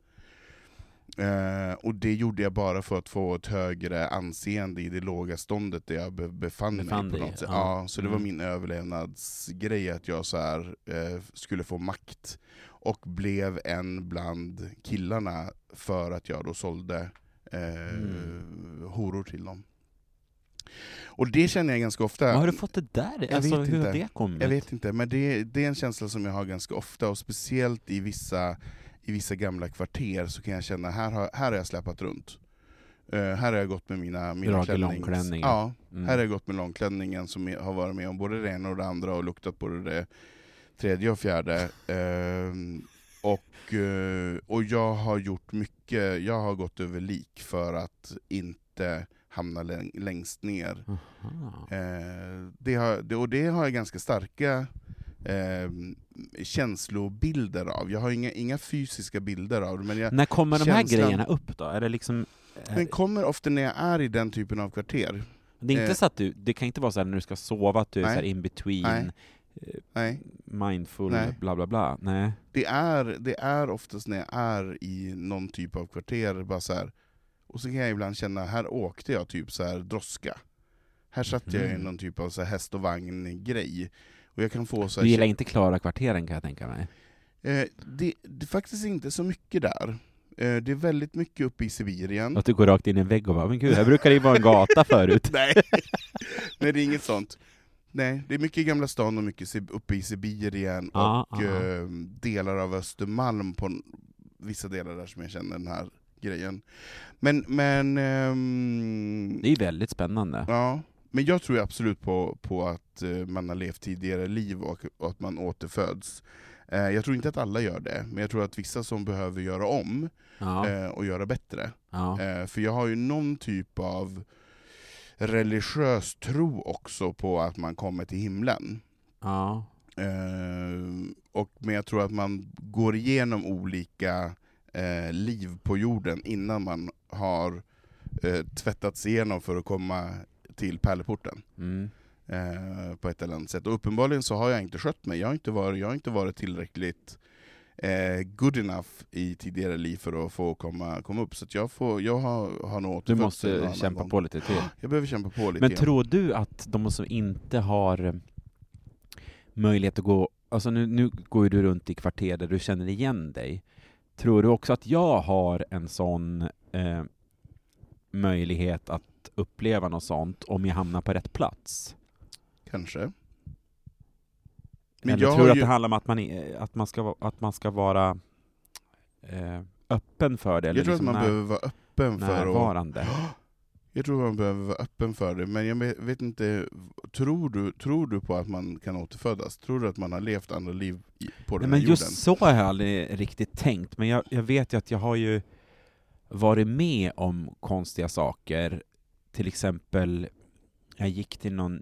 Speaker 2: Eh, och det gjorde jag bara för att få ett högre anseende i det låga ståndet där jag be- befann,
Speaker 3: Befann
Speaker 2: mig. På
Speaker 3: dig,
Speaker 2: något sätt.
Speaker 3: ja.
Speaker 2: Ja, så det var
Speaker 3: Mm.
Speaker 2: min överlevnadsgrej, att jag så här, eh, skulle få makt och blev en bland killarna för att jag då sålde eh,
Speaker 3: Mm.
Speaker 2: horor till dem. Och det känner jag ganska ofta.
Speaker 3: Var har du fått det där?
Speaker 2: Jag
Speaker 3: alltså,
Speaker 2: vet
Speaker 3: hur har
Speaker 2: inte.
Speaker 3: det kommit?
Speaker 2: jag vet inte, men det, det är en känsla som jag har ganska ofta, och speciellt i vissa, i vissa gamla kvarter så kan jag känna här har, här har jag släpat runt. Eh, här har jag gått med mina, mina
Speaker 3: Dragit
Speaker 2: klännings-
Speaker 3: långklänningar.
Speaker 2: Ja,
Speaker 3: Mm.
Speaker 2: här har jag gått med långklänningen som jag har varit med om både det ena och det andra och luktat på det tredje och fjärde. Ehm, och, eh, och jag har gjort mycket, jag har gått över lik för att inte hamna läng- längst ner.
Speaker 3: Aha.
Speaker 2: Eh, det har, det, och det har jag ganska starka eh, känslobilder av. Jag har inga, inga fysiska bilder av det, men jag,
Speaker 3: När kommer de här
Speaker 2: känslan-
Speaker 3: grejerna upp då? Är det liksom... är-
Speaker 2: den kommer ofta när jag är i den typen av kvarter.
Speaker 3: Det är inte
Speaker 2: eh,
Speaker 3: så att du, det kan inte vara så här när du ska sova att du är
Speaker 2: Nej.
Speaker 3: så här in between,
Speaker 2: Nej. Nej.
Speaker 3: mindful,
Speaker 2: Nej.
Speaker 3: bla bla bla. Nej.
Speaker 2: det är, det är oftast när jag är i någon typ av kvarter, bara så här, och så kan jag ibland känna, här åkte jag typ så här droska. Här satt jag i
Speaker 3: Mm.
Speaker 2: någon typ av så här häst och vagn-grej. Och jag kan få så här,
Speaker 3: Du gillar inte Klara kvarteren kan jag tänka mig.
Speaker 2: eh, det, det är faktiskt inte så mycket där. Eh, det är väldigt mycket uppe i Sibirien.
Speaker 3: Att du går rakt in i en vägg och bara ”men gud, här brukar det ju vara en gata förut”.
Speaker 2: Nej. Nej, det är inget sånt. Nej, det är mycket i Gamla stan och mycket Sib- uppe i Sibirien
Speaker 3: Ja,
Speaker 2: och
Speaker 3: ja.
Speaker 2: eh, delar av Östermalm på n- vissa delar där som jag känner den här grejen. Men, men... ehm,
Speaker 3: Det är ju väldigt spännande.
Speaker 2: Ja, men jag tror ju absolut på, på att eh, man har levt tidigare liv och, och att man återföds. Eh, jag tror inte att alla gör det, men jag tror att vissa som behöver göra om
Speaker 3: Ja,
Speaker 2: eh, och göra bättre.
Speaker 3: ja.
Speaker 2: Eh, för jag har ju någon typ av religiös tro också på att man kommer till himlen.
Speaker 3: ja.
Speaker 2: Eh, och, men jag tror att man går igenom olika eh, liv på jorden innan man har eh, tvättats igenom för att komma till pärleporten
Speaker 3: Mm.
Speaker 2: eh, på ett eller annat sätt. Och uppenbarligen så har jag inte skött mig. Jag har inte varit, jag har inte varit tillräckligt eh, good enough i tidigare liv för att få komma, komma upp. Så att jag, får, jag har, har nog
Speaker 3: Du
Speaker 2: återfötts en
Speaker 3: måste
Speaker 2: annan
Speaker 3: kämpa
Speaker 2: gång.
Speaker 3: på lite till.
Speaker 2: Jag behöver kämpa på lite
Speaker 3: Men
Speaker 2: grann.
Speaker 3: tror du att de som inte har eh, möjlighet att gå, alltså nu, nu går ju du runt i kvarter där du känner igen dig, tror du också att jag har en sån eh, möjlighet att uppleva något sånt om jag hamnar på rätt plats?
Speaker 2: Kanske.
Speaker 3: Eller
Speaker 2: jag
Speaker 3: tror du
Speaker 2: har
Speaker 3: att
Speaker 2: ju-
Speaker 3: det handlar om att man, i- att man, ska, va- att man ska vara eh, öppen för det? Eller
Speaker 2: jag tror att
Speaker 3: liksom
Speaker 2: man
Speaker 3: när-
Speaker 2: behöver vara öppen för att...
Speaker 3: närvarande?
Speaker 2: Jag tror man behöver vara öppen för det, men jag me- vet inte, tror du, tror du på att man kan återfödas? Tror du att man har levt andra liv i- på
Speaker 3: Nej,
Speaker 2: den
Speaker 3: men
Speaker 2: här
Speaker 3: just
Speaker 2: jorden?
Speaker 3: så har jag aldrig riktigt tänkt, men jag, jag vet ju att jag har ju varit med om konstiga saker. Till exempel, jag gick till någon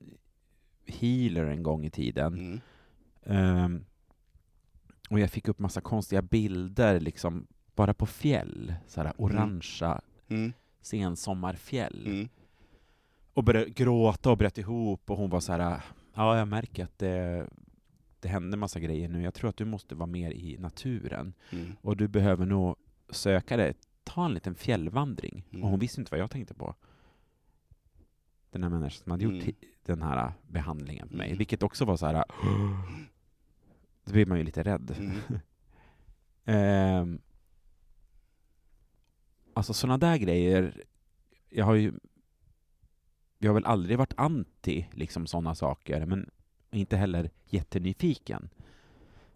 Speaker 3: healer en gång i tiden,
Speaker 2: Mm.
Speaker 3: ehm, och jag fick upp massa konstiga bilder, liksom, bara på fjäll. Såhär orangea
Speaker 2: Mm.
Speaker 3: sensommarfjäll.
Speaker 2: Mm.
Speaker 3: Och började gråta och bröt ihop, och hon var så här. ja jag märker att det, det händer massa grejer nu, jag tror att du måste vara mer i naturen
Speaker 2: Mm.
Speaker 3: och du behöver nog söka dig, ta en liten fjällvandring.
Speaker 2: Mm.
Speaker 3: Och hon visste inte vad jag tänkte på. Den här människan som hade gjort
Speaker 2: Mm.
Speaker 3: hi- den här äh, behandlingen med mig,
Speaker 2: Mm.
Speaker 3: vilket också var så här. äh, Då blir man ju lite rädd.
Speaker 2: Mm.
Speaker 3: Ehm, alltså sådana där grejer, jag har ju jag har väl aldrig varit anti liksom sådana saker, men inte heller jättenyfiken.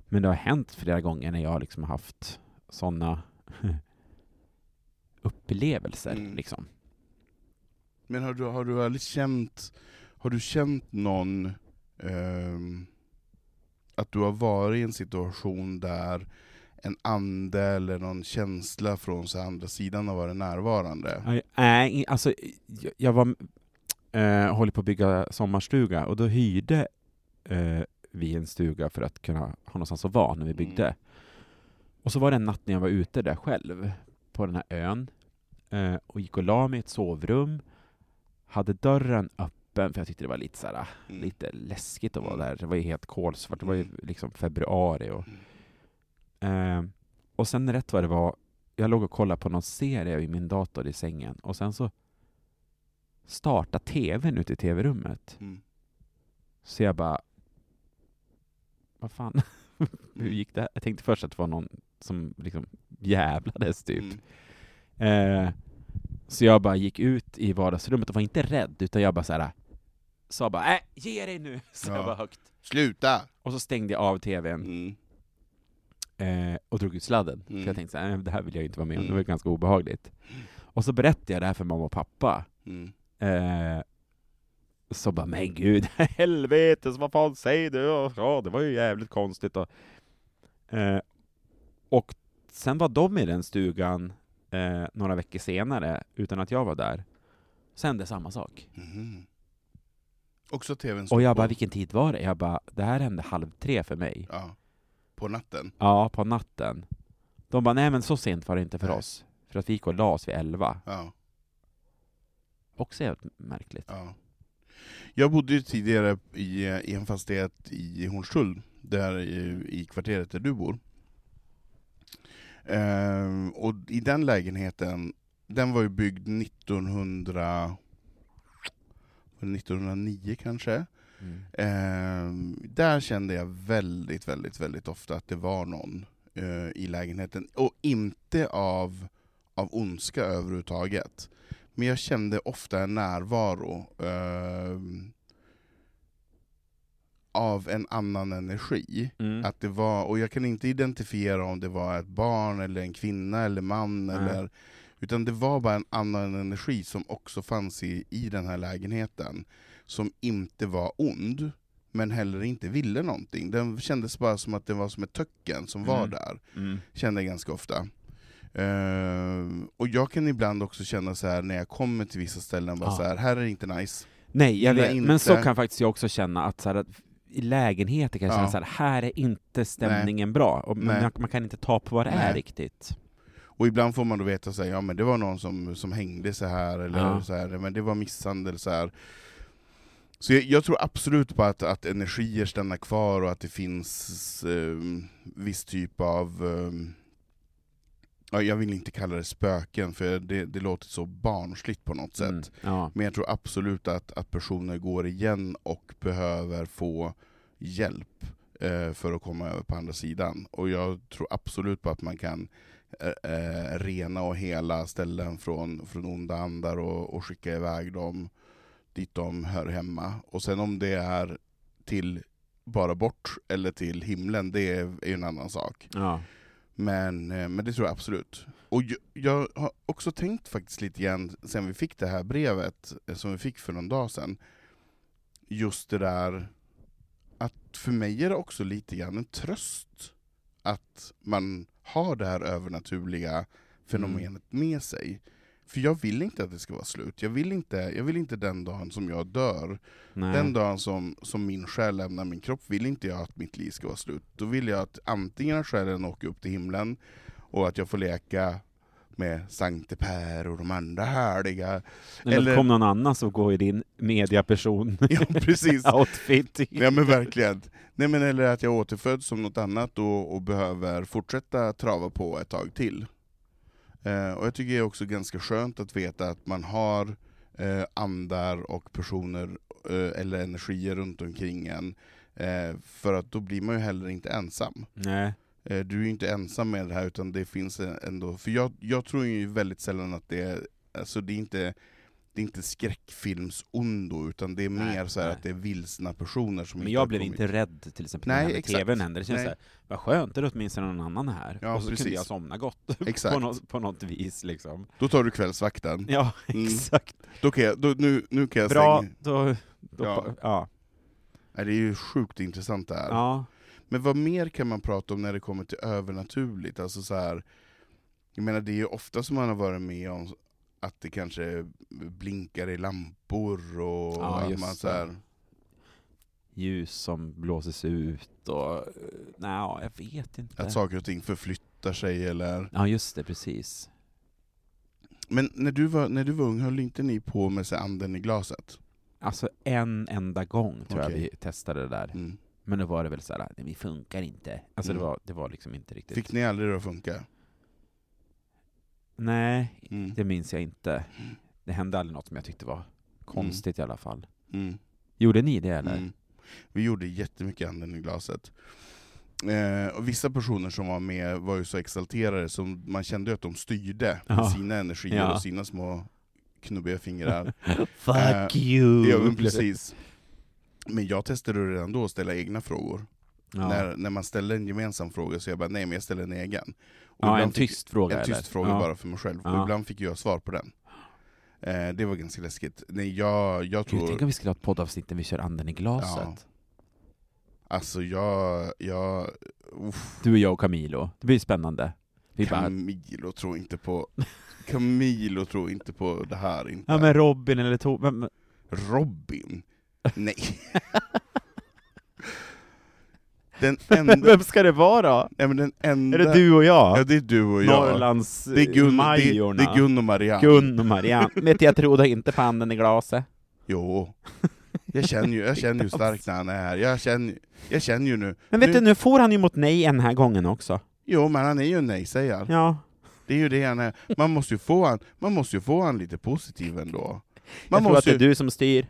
Speaker 3: Men det har hänt flera gånger när jag liksom har haft sådana upplevelser.
Speaker 2: Mm.
Speaker 3: Liksom.
Speaker 2: Men har du, har du aldrig känt, har du känt någon, ehm, att du har varit i en situation där en ande eller någon känsla från så här andra sidan har varit närvarande?
Speaker 3: Nej, Nej, alltså jag, jag var, eh, håller på att bygga sommarstuga och då hyrde eh, vi en stuga för att kunna ha någonstans att vara när vi byggde.
Speaker 2: Mm.
Speaker 3: Och så var det en natt när jag var ute där själv på den här ön eh, och gick och la mig i ett sovrum, hade dörren öppen för jag tyckte det var lite så här,
Speaker 2: Mm.
Speaker 3: lite läskigt att vara
Speaker 2: Mm.
Speaker 3: där. Det var ju helt kolsvart, det var ju
Speaker 2: Mm.
Speaker 3: liksom februari och
Speaker 2: Mm.
Speaker 3: Eh, och sen rätt vad det var, jag låg och kollade på någon serie i min dator i sängen och sen så startade tvn ute i tv-rummet.
Speaker 2: Mm.
Speaker 3: Så jag bara, vad fan, hur gick det här? Jag tänkte först att det var någon som liksom jävlades typ.
Speaker 2: Mm.
Speaker 3: Eh, så jag bara gick ut i vardagsrummet och var inte rädd utan jag bara så här sa bara äh, ge dig nu, så jag
Speaker 2: Ja.
Speaker 3: bara högt.
Speaker 2: Sluta!
Speaker 3: Och så stängde jag av tvn
Speaker 2: Mm.
Speaker 3: eh, och drog ut sladden.
Speaker 2: Mm.
Speaker 3: För jag tänkte såhär, det här vill jag ju inte vara med om, det
Speaker 2: Mm.
Speaker 3: var ju ganska obehagligt. Och så berättade jag det här för mamma och pappa.
Speaker 2: Mm.
Speaker 3: Eh, så bara, men gud, helvetes, vad fan säger du? Och, Ja, det var ju jävligt konstigt. Och, eh, och sen var de i den stugan eh, några veckor senare, utan att jag var där. Så hände samma sak.
Speaker 2: Mhm. Också tvn
Speaker 3: Och jag
Speaker 2: på.
Speaker 3: bara, vilken tid var det? Jag bara, det här hände halv tre för mig.
Speaker 2: Ja. På natten?
Speaker 3: Ja, på natten. De bara, nej men så sent var det inte för
Speaker 2: Nej.
Speaker 3: oss. För att vi gick och la oss vid elva.
Speaker 2: Ja.
Speaker 3: Också jävligt märkligt.
Speaker 2: ja. Jag bodde ju tidigare i, i en fastighet i Hornstull, där i, i kvarteret där du bor. Ehm, och i den lägenheten, den var ju byggd 1900, var det 1909 kanske.
Speaker 3: Mm.
Speaker 2: Ehm, där kände jag väldigt, väldigt, väldigt ofta att det var någon eh, i lägenheten. Och inte av, av ondska överhuvudtaget. Men jag kände ofta en närvaro ehm, av en annan energi.
Speaker 3: Mm.
Speaker 2: Att det var, och jag kan inte identifiera om det var ett barn, eller en kvinna, eller man,
Speaker 3: Nej.
Speaker 2: eller Utan det var bara en annan energi som också fanns i, i den här lägenheten, som inte var ond, men heller inte ville någonting. Den kändes bara som att det var som ett töcken som var
Speaker 3: Mm.
Speaker 2: där,
Speaker 3: Mm.
Speaker 2: kände jag ganska ofta. Ehm, och jag kan ibland också känna så här när jag kommer till vissa ställen, bara
Speaker 3: Ja.
Speaker 2: så här, här är det inte nice.
Speaker 3: Nej, jag
Speaker 2: Gillar
Speaker 3: vet.
Speaker 2: inte-
Speaker 3: Men så kan faktiskt jag också känna att, så här, att i lägenheter kan jag
Speaker 2: Ja.
Speaker 3: känna så här, här är inte stämningen bra, och
Speaker 2: Nej.
Speaker 3: man, man kan inte ta på vad det är
Speaker 2: Nej.
Speaker 3: riktigt.
Speaker 2: Och ibland får man då veta så här, ja men det var någon som, som hängde så här eller
Speaker 3: Ja.
Speaker 2: så här, men det var misshandel så här. Så jag, jag tror absolut på att, att energier stannar kvar och att det finns eh, viss typ av, eh, ja, jag vill inte kalla det spöken för det, det låter så barnsligt på något sätt.
Speaker 3: Mm. Ja.
Speaker 2: Men jag tror absolut att, att personer går igen och behöver få hjälp eh, för att komma över på andra sidan. Och jag tror absolut på att man kan eh, eh, rena och hela ställen från, från onda andar och, och skicka iväg dem dit de hör hemma. Och sen om det är till bara bort eller till himlen, det är är ju en annan sak.
Speaker 3: Ja.
Speaker 2: Men, eh, men det tror jag absolut. Och jag, jag har också tänkt faktiskt lite grann sen vi fick det här brevet, eh, som vi fick för någon dag sedan, just det där att för mig är det också lite grann en tröst att man har det här övernaturliga fenomenet
Speaker 3: Mm.
Speaker 2: med sig. För jag vill inte att det ska vara slut. Jag vill inte, jag vill inte den dagen som jag dör
Speaker 3: Nej.
Speaker 2: den dagen som, som min själ lämnar min kropp vill inte jag att mitt liv ska vara slut. Då vill jag att antingen att själen åker upp till himlen och att jag får leka med Sankte Per och de andra härliga.
Speaker 3: Eller,
Speaker 2: eller-
Speaker 3: kom någon annan så går i din mediaperson-outfit.
Speaker 2: Ja, precis. Nej men verkligen. Nej, men eller att jag återföds som något annat och, och behöver fortsätta trava på ett tag till. Eh, och jag tycker det är också ganska skönt att veta att man har eh, andar och personer eh, eller energier runt omkring en. Eh, för att då blir man ju heller inte ensam.
Speaker 3: Nej.
Speaker 2: Eh, du är ju inte ensam med det här utan det finns en- ändå, för jag, jag tror ju väldigt sällan att det är, alltså det är inte det är inte skräckfilmsondo, utan det är
Speaker 3: Nej,
Speaker 2: mer så här
Speaker 3: nej.
Speaker 2: att det är vilsna personer som
Speaker 3: Men
Speaker 2: inte
Speaker 3: jag
Speaker 2: har
Speaker 3: blev
Speaker 2: kommit.
Speaker 3: inte rädd till exempel
Speaker 2: Nej,
Speaker 3: när det här med
Speaker 2: exakt.
Speaker 3: TVn hände. Det känns
Speaker 2: Nej.
Speaker 3: såhär, vad skönt, det är åtminstone någon annan här.
Speaker 2: Ja,
Speaker 3: och så kunde
Speaker 2: precis.
Speaker 3: jag somna gott på,
Speaker 2: Exakt. Mm.
Speaker 3: något, på något vis liksom.
Speaker 2: Då tar du kvällsvakten.
Speaker 3: Ja,
Speaker 2: Mm.
Speaker 3: exakt.
Speaker 2: Då kan jag, då, nu, nu kan jag
Speaker 3: Bra,
Speaker 2: stänga.
Speaker 3: då... då ja.
Speaker 2: Ja.
Speaker 3: Ja.
Speaker 2: Nej, det är ju sjukt intressant det här.
Speaker 3: ja.
Speaker 2: Men vad mer kan man prata om när det kommer till övernaturligt? Alltså så här, jag menar det är ju ofta som man har varit med om att det kanske blinkar i lampor och
Speaker 3: Ja,
Speaker 2: att
Speaker 3: just
Speaker 2: man så
Speaker 3: det.
Speaker 2: här,
Speaker 3: Ljus som blåses ut och... eh, Nej, ja, jag vet inte.
Speaker 2: att saker och ting förflyttar sig eller...
Speaker 3: Ja, just det, precis.
Speaker 2: Men när du var, när du var ung, höll inte ni på med så här anden i glaset?
Speaker 3: Alltså en enda gång tror jag
Speaker 2: Okej.
Speaker 3: vi testade det där.
Speaker 2: Mm.
Speaker 3: Men då var det väl såhär, nej vi funkar inte. Alltså
Speaker 2: Mm.
Speaker 3: det, var, det var liksom inte riktigt...
Speaker 2: Fick ni aldrig det att funka?
Speaker 3: Nej,
Speaker 2: Mm.
Speaker 3: det minns jag inte. Det hände aldrig något som jag tyckte var konstigt i alla fall.
Speaker 2: Mm.
Speaker 3: Gjorde ni det eller?
Speaker 2: Mm. Vi gjorde jättemycket anden i glaset. Eh, och vissa personer som var med var ju så exalterade, så man kände ju att de styrde
Speaker 3: Ja.
Speaker 2: med sina energier
Speaker 3: Ja.
Speaker 2: och sina små knubbiga fingrar.
Speaker 3: Fuck
Speaker 2: Eh,
Speaker 3: you!
Speaker 2: ja, men precis. Men jag testade redan då att ställa egna frågor.
Speaker 3: Ja.
Speaker 2: När, när man ställer en gemensam fråga så jag bara, nej men jag ställer en egen. Och
Speaker 3: ja,
Speaker 2: ibland
Speaker 3: en
Speaker 2: fick-
Speaker 3: tyst fråga
Speaker 2: en
Speaker 3: eller?
Speaker 2: tyst fråga
Speaker 3: ja.
Speaker 2: bara för mig själv,
Speaker 3: Ja.
Speaker 2: och ibland fick jag svar på den. Eh, det var ganska läskigt. Nej, jag, jag
Speaker 3: Gud,
Speaker 2: tror...
Speaker 3: tänk om vi skulle ha ett poddavsnitt där vi kör anden i glaset.
Speaker 2: Alltså jag... jag uff,
Speaker 3: Du och jag och Camilo. Det blir spännande. Vi bara,
Speaker 2: Camilo tror inte på... Camilo tror inte på det här inte.
Speaker 3: ja men Robin eller to vem,
Speaker 2: Robin? Nej. den enda...
Speaker 3: vem ska det vara då?
Speaker 2: Nej, men den enda...
Speaker 3: Är det du och jag?
Speaker 2: Ja, det är du och jag.
Speaker 3: Norrlands
Speaker 2: Det är, Gun, det,
Speaker 3: Majorna.
Speaker 2: det är Gun och Marianne.
Speaker 3: Gun och Marianne. Vet jag trodde inte på anden i glaset.
Speaker 2: Jo. Jag känner ju, jag känner ju starkt när han är här. Jag känner, jag känner ju nu.
Speaker 3: Men vet
Speaker 2: Nu-
Speaker 3: du, nu får han ju mot nej den här gången också.
Speaker 2: Jo, men han är ju en nej-sägare.
Speaker 3: Ja.
Speaker 2: Det är ju det han är. Man måste ju få han, man måste ju få han lite positiv ändå. Man
Speaker 3: jag tror att
Speaker 2: måste
Speaker 3: det är
Speaker 2: ju,
Speaker 3: du som styr.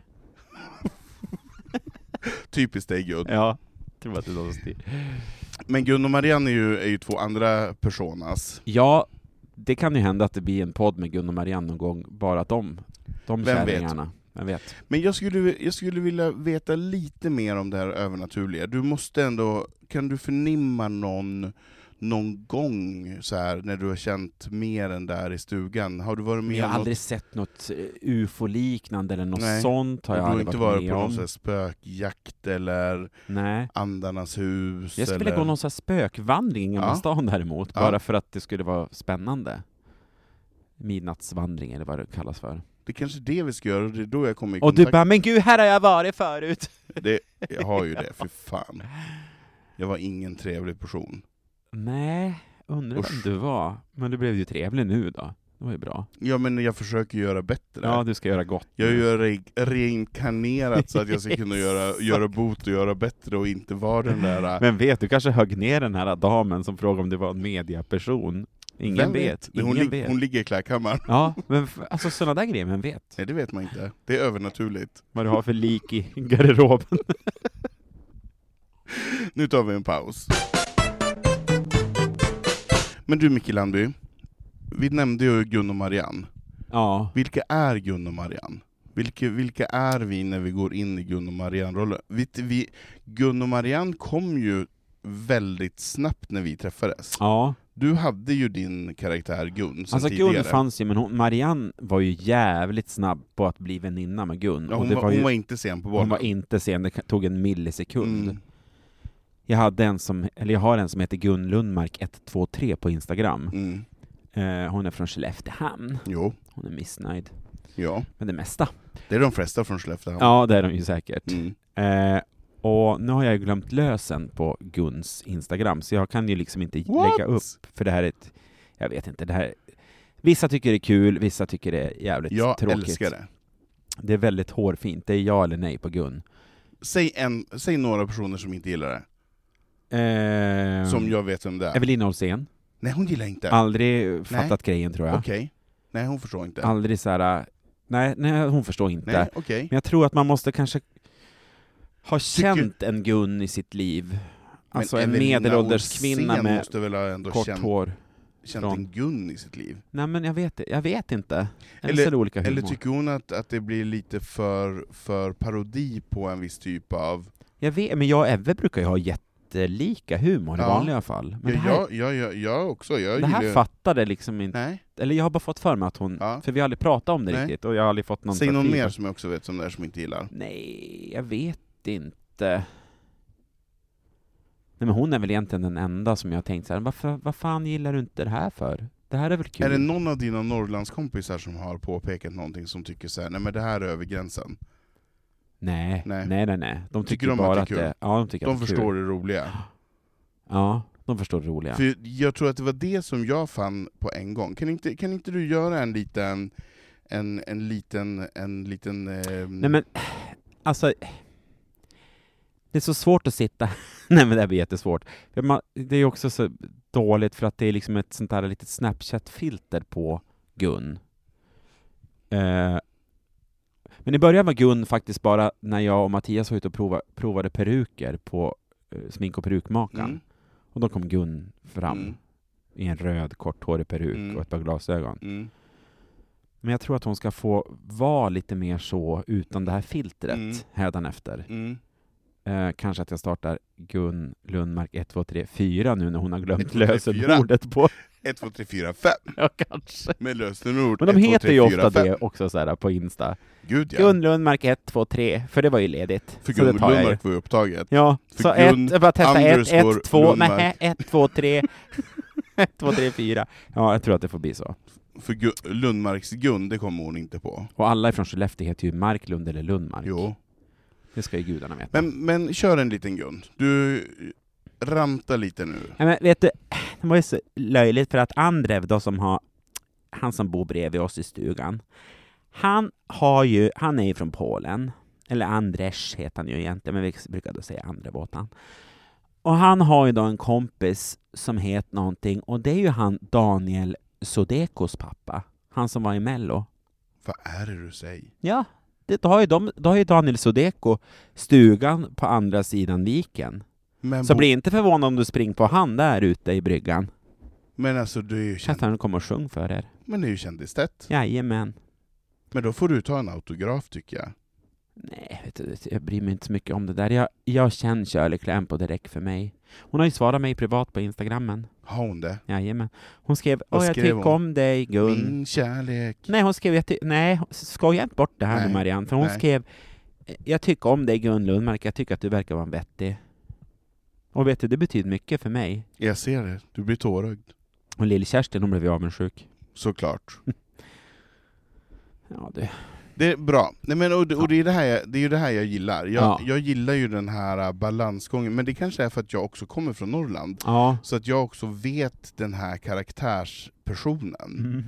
Speaker 2: Typiskt dig Gun.
Speaker 3: Ja. Jag tror att det är du som styr.
Speaker 2: Men Gun och Marianne är ju, är ju två andra personas.
Speaker 3: Ja, det kan ju hända att det blir en podd med Gun och Marianne någon gång, bara att de, de
Speaker 2: Vem vet?
Speaker 3: kärringarna. Vem vet?
Speaker 2: Men jag skulle, jag skulle vilja veta lite mer om det här övernaturliga. Du måste ändå, kan du förnimma någon, någon gång så här när du har känt mer än där i stugan? Har du varit med
Speaker 3: jag har
Speaker 2: om
Speaker 3: aldrig sett något eh, ufo-liknande eller något
Speaker 2: Nej.
Speaker 3: sånt. Har
Speaker 2: något?
Speaker 3: jag
Speaker 2: Har du
Speaker 3: aldrig
Speaker 2: inte
Speaker 3: varit
Speaker 2: varit
Speaker 3: med
Speaker 2: på någon
Speaker 3: om.
Speaker 2: sån här spökjakt eller
Speaker 3: Nej.
Speaker 2: andarnas hus?
Speaker 3: Jag skulle vilja
Speaker 2: eller...
Speaker 3: gå någon sån här spökvandring i Gamla
Speaker 2: Ja.
Speaker 3: stan däremot,
Speaker 2: Ja.
Speaker 3: bara för att det skulle vara spännande. Midnattsvandring eller vad det kallas för.
Speaker 2: Det är kanske är det vi ska göra, och det är då jag kommer i
Speaker 3: Och du
Speaker 2: kontakt.
Speaker 3: bara ”men gud, här har jag varit förut”.
Speaker 2: Det, jag har ju det, för fan. Jag var ingen trevlig person.
Speaker 3: Nej, undrar vem
Speaker 2: Usch.
Speaker 3: du var. Men du blev ju trevlig nu då. Det var ju bra.
Speaker 2: Ja men jag försöker göra bättre.
Speaker 3: Ja, du ska göra gott.
Speaker 2: Jag är
Speaker 3: nu.
Speaker 2: ju re- reinkarnerat så att jag ska kunna göra,
Speaker 3: Exakt.
Speaker 2: göra bot och göra bättre och inte vara den där... äh,
Speaker 3: Vem vet, du kanske högg ner den här damen som frågade om du var en mediaperson. Ingen
Speaker 2: Vem
Speaker 3: vet.
Speaker 2: Det- Hon,
Speaker 3: Ingen
Speaker 2: lig-
Speaker 3: vet.
Speaker 2: hon ligger i klädkammaren.
Speaker 3: Ja, men f- alltså sådana där grejer, vem vet?
Speaker 2: Nej det vet man inte. Det är övernaturligt.
Speaker 3: Vad du har för lik i garderoben.
Speaker 2: Nu tar vi en paus. Men du Micke Landby, vi nämnde ju Gun och Marianne.
Speaker 3: Ja.
Speaker 2: Vilka är Gun och Marianne? Vilka, vilka är vi när vi går in i Gun och Marianne-rollen? Vi, vi, Gun och Marianne kom ju väldigt snabbt när vi träffades.
Speaker 3: Ja,
Speaker 2: Du hade ju din karaktär Gun sen
Speaker 3: alltså
Speaker 2: tidigare.
Speaker 3: Gun fanns ju, men hon, Marianne var ju jävligt snabb på att bli väninna med Gun.
Speaker 2: ja,
Speaker 3: Och
Speaker 2: hon,
Speaker 3: det
Speaker 2: var,
Speaker 3: ju,
Speaker 2: hon var inte sen på bollen.
Speaker 3: hon var inte sen, det tog en millisekund.
Speaker 2: Mm.
Speaker 3: Jag, hade en som, eller jag har en som heter Gun Lundmark 123 på Instagram.
Speaker 2: Mm.
Speaker 3: Eh, hon är från Skelleftehamn.
Speaker 2: Jo,
Speaker 3: Hon är missnöjd
Speaker 2: ja.
Speaker 3: med det mesta.
Speaker 2: Det är de flesta från Skellefteå.
Speaker 3: Ja, det är de ju säkert.
Speaker 2: Mm.
Speaker 3: Eh, och nu har jag ju glömt lösen på Guns Instagram, så jag kan ju liksom inte
Speaker 2: What?
Speaker 3: lägga upp, för det här är ett... Jag vet inte, det här... Vissa tycker det är kul, vissa tycker det är jävligt
Speaker 2: Jag
Speaker 3: tråkigt.
Speaker 2: älskar det.
Speaker 3: Det är väldigt hårfint, det är ja eller nej på Gun.
Speaker 2: Säg, en, säg några personer som inte gillar det,
Speaker 3: Eh,
Speaker 2: som jag vet vem det är.
Speaker 3: Evelina Olsén,
Speaker 2: Nej, hon gillar inte.
Speaker 3: aldrig fattat grejen tror jag.
Speaker 2: Okej. Nej, hon förstår inte.
Speaker 3: Aldrig så här. Nej, nej, hon förstår inte.
Speaker 2: Nej, okej.
Speaker 3: Men jag tror att man måste kanske ha
Speaker 2: Tycker-
Speaker 3: känt en Gun i sitt liv.
Speaker 2: Men
Speaker 3: Alltså en
Speaker 2: Evelina
Speaker 3: medelålders
Speaker 2: Olsen
Speaker 3: kvinna med
Speaker 2: måste väl ha ändå
Speaker 3: kort
Speaker 2: känt,
Speaker 3: hår.
Speaker 2: känt
Speaker 3: från-
Speaker 2: en gun i sitt liv?
Speaker 3: Nej men jag vet, jag vet inte. Eller,
Speaker 2: Eller-
Speaker 3: så är det olika humor.
Speaker 2: Eller tycker hon att, att det blir lite för, för parodi på en viss typ av...
Speaker 3: jag vet, men jag och Eve brukar ju ha jättelika humor
Speaker 2: Ja.
Speaker 3: i vanliga fall. Men
Speaker 2: Ja,
Speaker 3: det här,
Speaker 2: jag, jag, jag, jag också, jag
Speaker 3: det här
Speaker 2: gillar...
Speaker 3: fattade liksom inte,
Speaker 2: Nej,
Speaker 3: eller jag har bara fått för mig att hon,
Speaker 2: Ja.
Speaker 3: för vi har aldrig pratat om det
Speaker 2: Nej.
Speaker 3: riktigt, och jag har aldrig fått någon
Speaker 2: säg någon
Speaker 3: feedback.
Speaker 2: mer som jag också vet som där som inte gillar.
Speaker 3: Nej, jag vet inte. Nej men hon är väl egentligen den enda som jag har tänkt så här, varför, vad fan gillar du inte det här för? Det här är väl kul?
Speaker 2: Är det någon av dina Norrlandskompisar som har påpekat någonting som tycker så här, nej men det här är över gränsen?
Speaker 3: Nej,
Speaker 2: Nej.
Speaker 3: nej, nej, nej, De tycker,
Speaker 2: Tycker de att
Speaker 3: bara
Speaker 2: det är
Speaker 3: att det
Speaker 2: kul?
Speaker 3: är Ja, de tycker
Speaker 2: De
Speaker 3: att det är
Speaker 2: förstår
Speaker 3: kul.
Speaker 2: det roliga.
Speaker 3: Ja, de förstår det roliga.
Speaker 2: För jag tror att det var det som jag fann på en gång. Kan inte, kan inte du göra en liten, en, en liten, en liten... ehm,
Speaker 3: Nej men, alltså... Det är så svårt att sitta... Nej men det här blir jättesvårt. För Man, det är också så dåligt för att det är liksom ett sånt där litet Snapchat-filter på Gun. Eh, men i början var Gun faktiskt bara när jag och Mattias var ute och prova, provade peruker på eh, smink och perukmakaren.
Speaker 2: mm,
Speaker 3: Och då kom Gun fram
Speaker 2: Mm.
Speaker 3: i en röd korthårig peruk
Speaker 2: Mm.
Speaker 3: och ett par glasögon.
Speaker 2: mm,
Speaker 3: Men jag tror att hon ska få vara lite mer så utan det här filtret
Speaker 2: Mm.
Speaker 3: hädanefter.
Speaker 2: mm.
Speaker 3: Eh, kanske att jag startar Gun Lundmark 1, 2, 3, 4 nu när hon har
Speaker 2: 1,
Speaker 3: glömt
Speaker 2: 2, 3, 4.
Speaker 3: lösenordet på...
Speaker 2: Ett, två, tre, fyra, fem
Speaker 3: ja, kanske.
Speaker 2: med lösenord.
Speaker 3: Men de
Speaker 2: ett, två,
Speaker 3: heter
Speaker 2: tre,
Speaker 3: ju
Speaker 2: fyra,
Speaker 3: ofta
Speaker 2: fem.
Speaker 3: det också så här på Insta.
Speaker 2: Gud ja.
Speaker 3: Gun Lundmark 1, 2, 3, för det var ju ledigt.
Speaker 2: För
Speaker 3: så det
Speaker 2: Gun
Speaker 3: tar jag ju.
Speaker 2: Lundmark var ju upptaget.
Speaker 3: Ja,
Speaker 2: För
Speaker 3: så
Speaker 2: Gun
Speaker 3: ett, jag bara testa ett,
Speaker 2: underscore
Speaker 3: ett, två,
Speaker 2: Lundmark.
Speaker 3: nej, ett, två, tre, ett, två, tre, fyra. Ja, jag tror att det får bli så.
Speaker 2: För Gu Lundmarks Gun, det kommer hon inte på.
Speaker 3: Och alla ifrån Skellefteå heter ju Marklund eller Lundmark.
Speaker 2: Jo.
Speaker 3: Det ska ju gudarna veta.
Speaker 2: Men, men kör en liten Gun. Du, ranta lite nu.
Speaker 3: Nej, men vet du, det var ju så löjligt för att Andrev då som har, han som bor bredvid oss i stugan, han har ju, han är ju från Polen, eller Andres heter han ju egentligen, men vi brukar då säga Andrev åt han. Och han har ju då en kompis som heter någonting, och det är ju han Daniel Sodekos pappa, han som var i Mello.
Speaker 2: Vad är det du säger?
Speaker 3: Ja, det, då, har ju de, då har ju Daniel Sodeko stugan på andra sidan viken.
Speaker 2: Men,
Speaker 3: Så
Speaker 2: bo-
Speaker 3: bli inte förvånad om du springer på han där ute i bryggan.
Speaker 2: men alltså, du är ju känd...
Speaker 3: Att han kommer och sjung för er.
Speaker 2: Men det är ju kändistätt.
Speaker 3: Jajamän.
Speaker 2: Men då får du ta en autograf tycker jag.
Speaker 3: Nej, vet du, jag bryr mig inte så mycket om det där. Jag, jag känner Shirley Clamp och det räcker för mig. Hon har ju svarat mig privat på Instagrammen.
Speaker 2: Har hon det?
Speaker 3: Jajamän. Hon skrev
Speaker 2: Vad
Speaker 3: Åh, jag
Speaker 2: skrev
Speaker 3: tycker
Speaker 2: hon?
Speaker 3: om dig Gun.
Speaker 2: Min kärlek.
Speaker 3: Nej, hon skrev, jag ty- nej, skoja inte bort det här
Speaker 2: Nej.
Speaker 3: nu Marianne, för hon
Speaker 2: Nej.
Speaker 3: skrev Jag tycker om dig Gun Lundmark, jag tycker att du verkar vara en vettig. Och vet du, det betyder mycket för mig.
Speaker 2: Jag ser det, du blir tårögd.
Speaker 3: Och lill-Kerstin, hon blev ju avundsjuk.
Speaker 2: Såklart.
Speaker 3: Ja du.
Speaker 2: Det är bra. Nej, men, och det, och det, är det, här jag, det är ju det här jag gillar. Jag,
Speaker 3: Ja.
Speaker 2: jag gillar ju den här äh, balansgången, men det kanske är för att jag också kommer från Norrland.
Speaker 3: Ja.
Speaker 2: Så att jag också vet den här karaktärspersonen.
Speaker 3: Mm.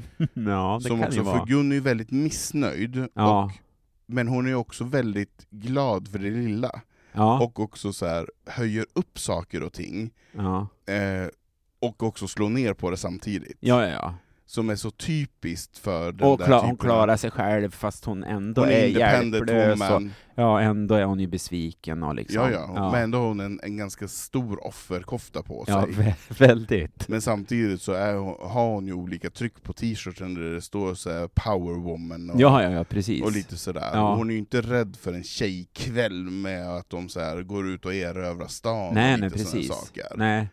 Speaker 3: ja, det
Speaker 2: Mm. som
Speaker 3: kan ju
Speaker 2: också, för
Speaker 3: vara.
Speaker 2: Gun är ju väldigt missnöjd,
Speaker 3: Ja.
Speaker 2: och, men hon är ju också väldigt glad för det lilla.
Speaker 3: Ja.
Speaker 2: Och också så här, höjer upp saker och ting,
Speaker 3: ja.
Speaker 2: eh, och också slår ner på det samtidigt.
Speaker 3: Ja, ja, ja.
Speaker 2: Som är så typiskt för den
Speaker 3: Och
Speaker 2: där
Speaker 3: kla-
Speaker 2: typen
Speaker 3: hon klarar sig själv fast hon ändå
Speaker 2: hon
Speaker 3: är
Speaker 2: är independent
Speaker 3: hjälplös. Och,
Speaker 2: woman.
Speaker 3: ja, ändå är hon ju besviken och
Speaker 2: Ja,
Speaker 3: liksom.
Speaker 2: ja, men ändå har hon en, en ganska stor offerkofta på sig.
Speaker 3: ja vä- väldigt.
Speaker 2: Men samtidigt så är hon, har hon ju olika tryck på t-shirten där det står så här power woman och,
Speaker 3: Ja, ja, ja, precis.
Speaker 2: och lite sådär.
Speaker 3: Ja.
Speaker 2: Och Hon är ju inte rädd för en tjejkväll med att de så här går ut och erövrar stan
Speaker 3: nej,
Speaker 2: och
Speaker 3: nej,
Speaker 2: lite såna
Speaker 3: precis.
Speaker 2: saker.
Speaker 3: Nej.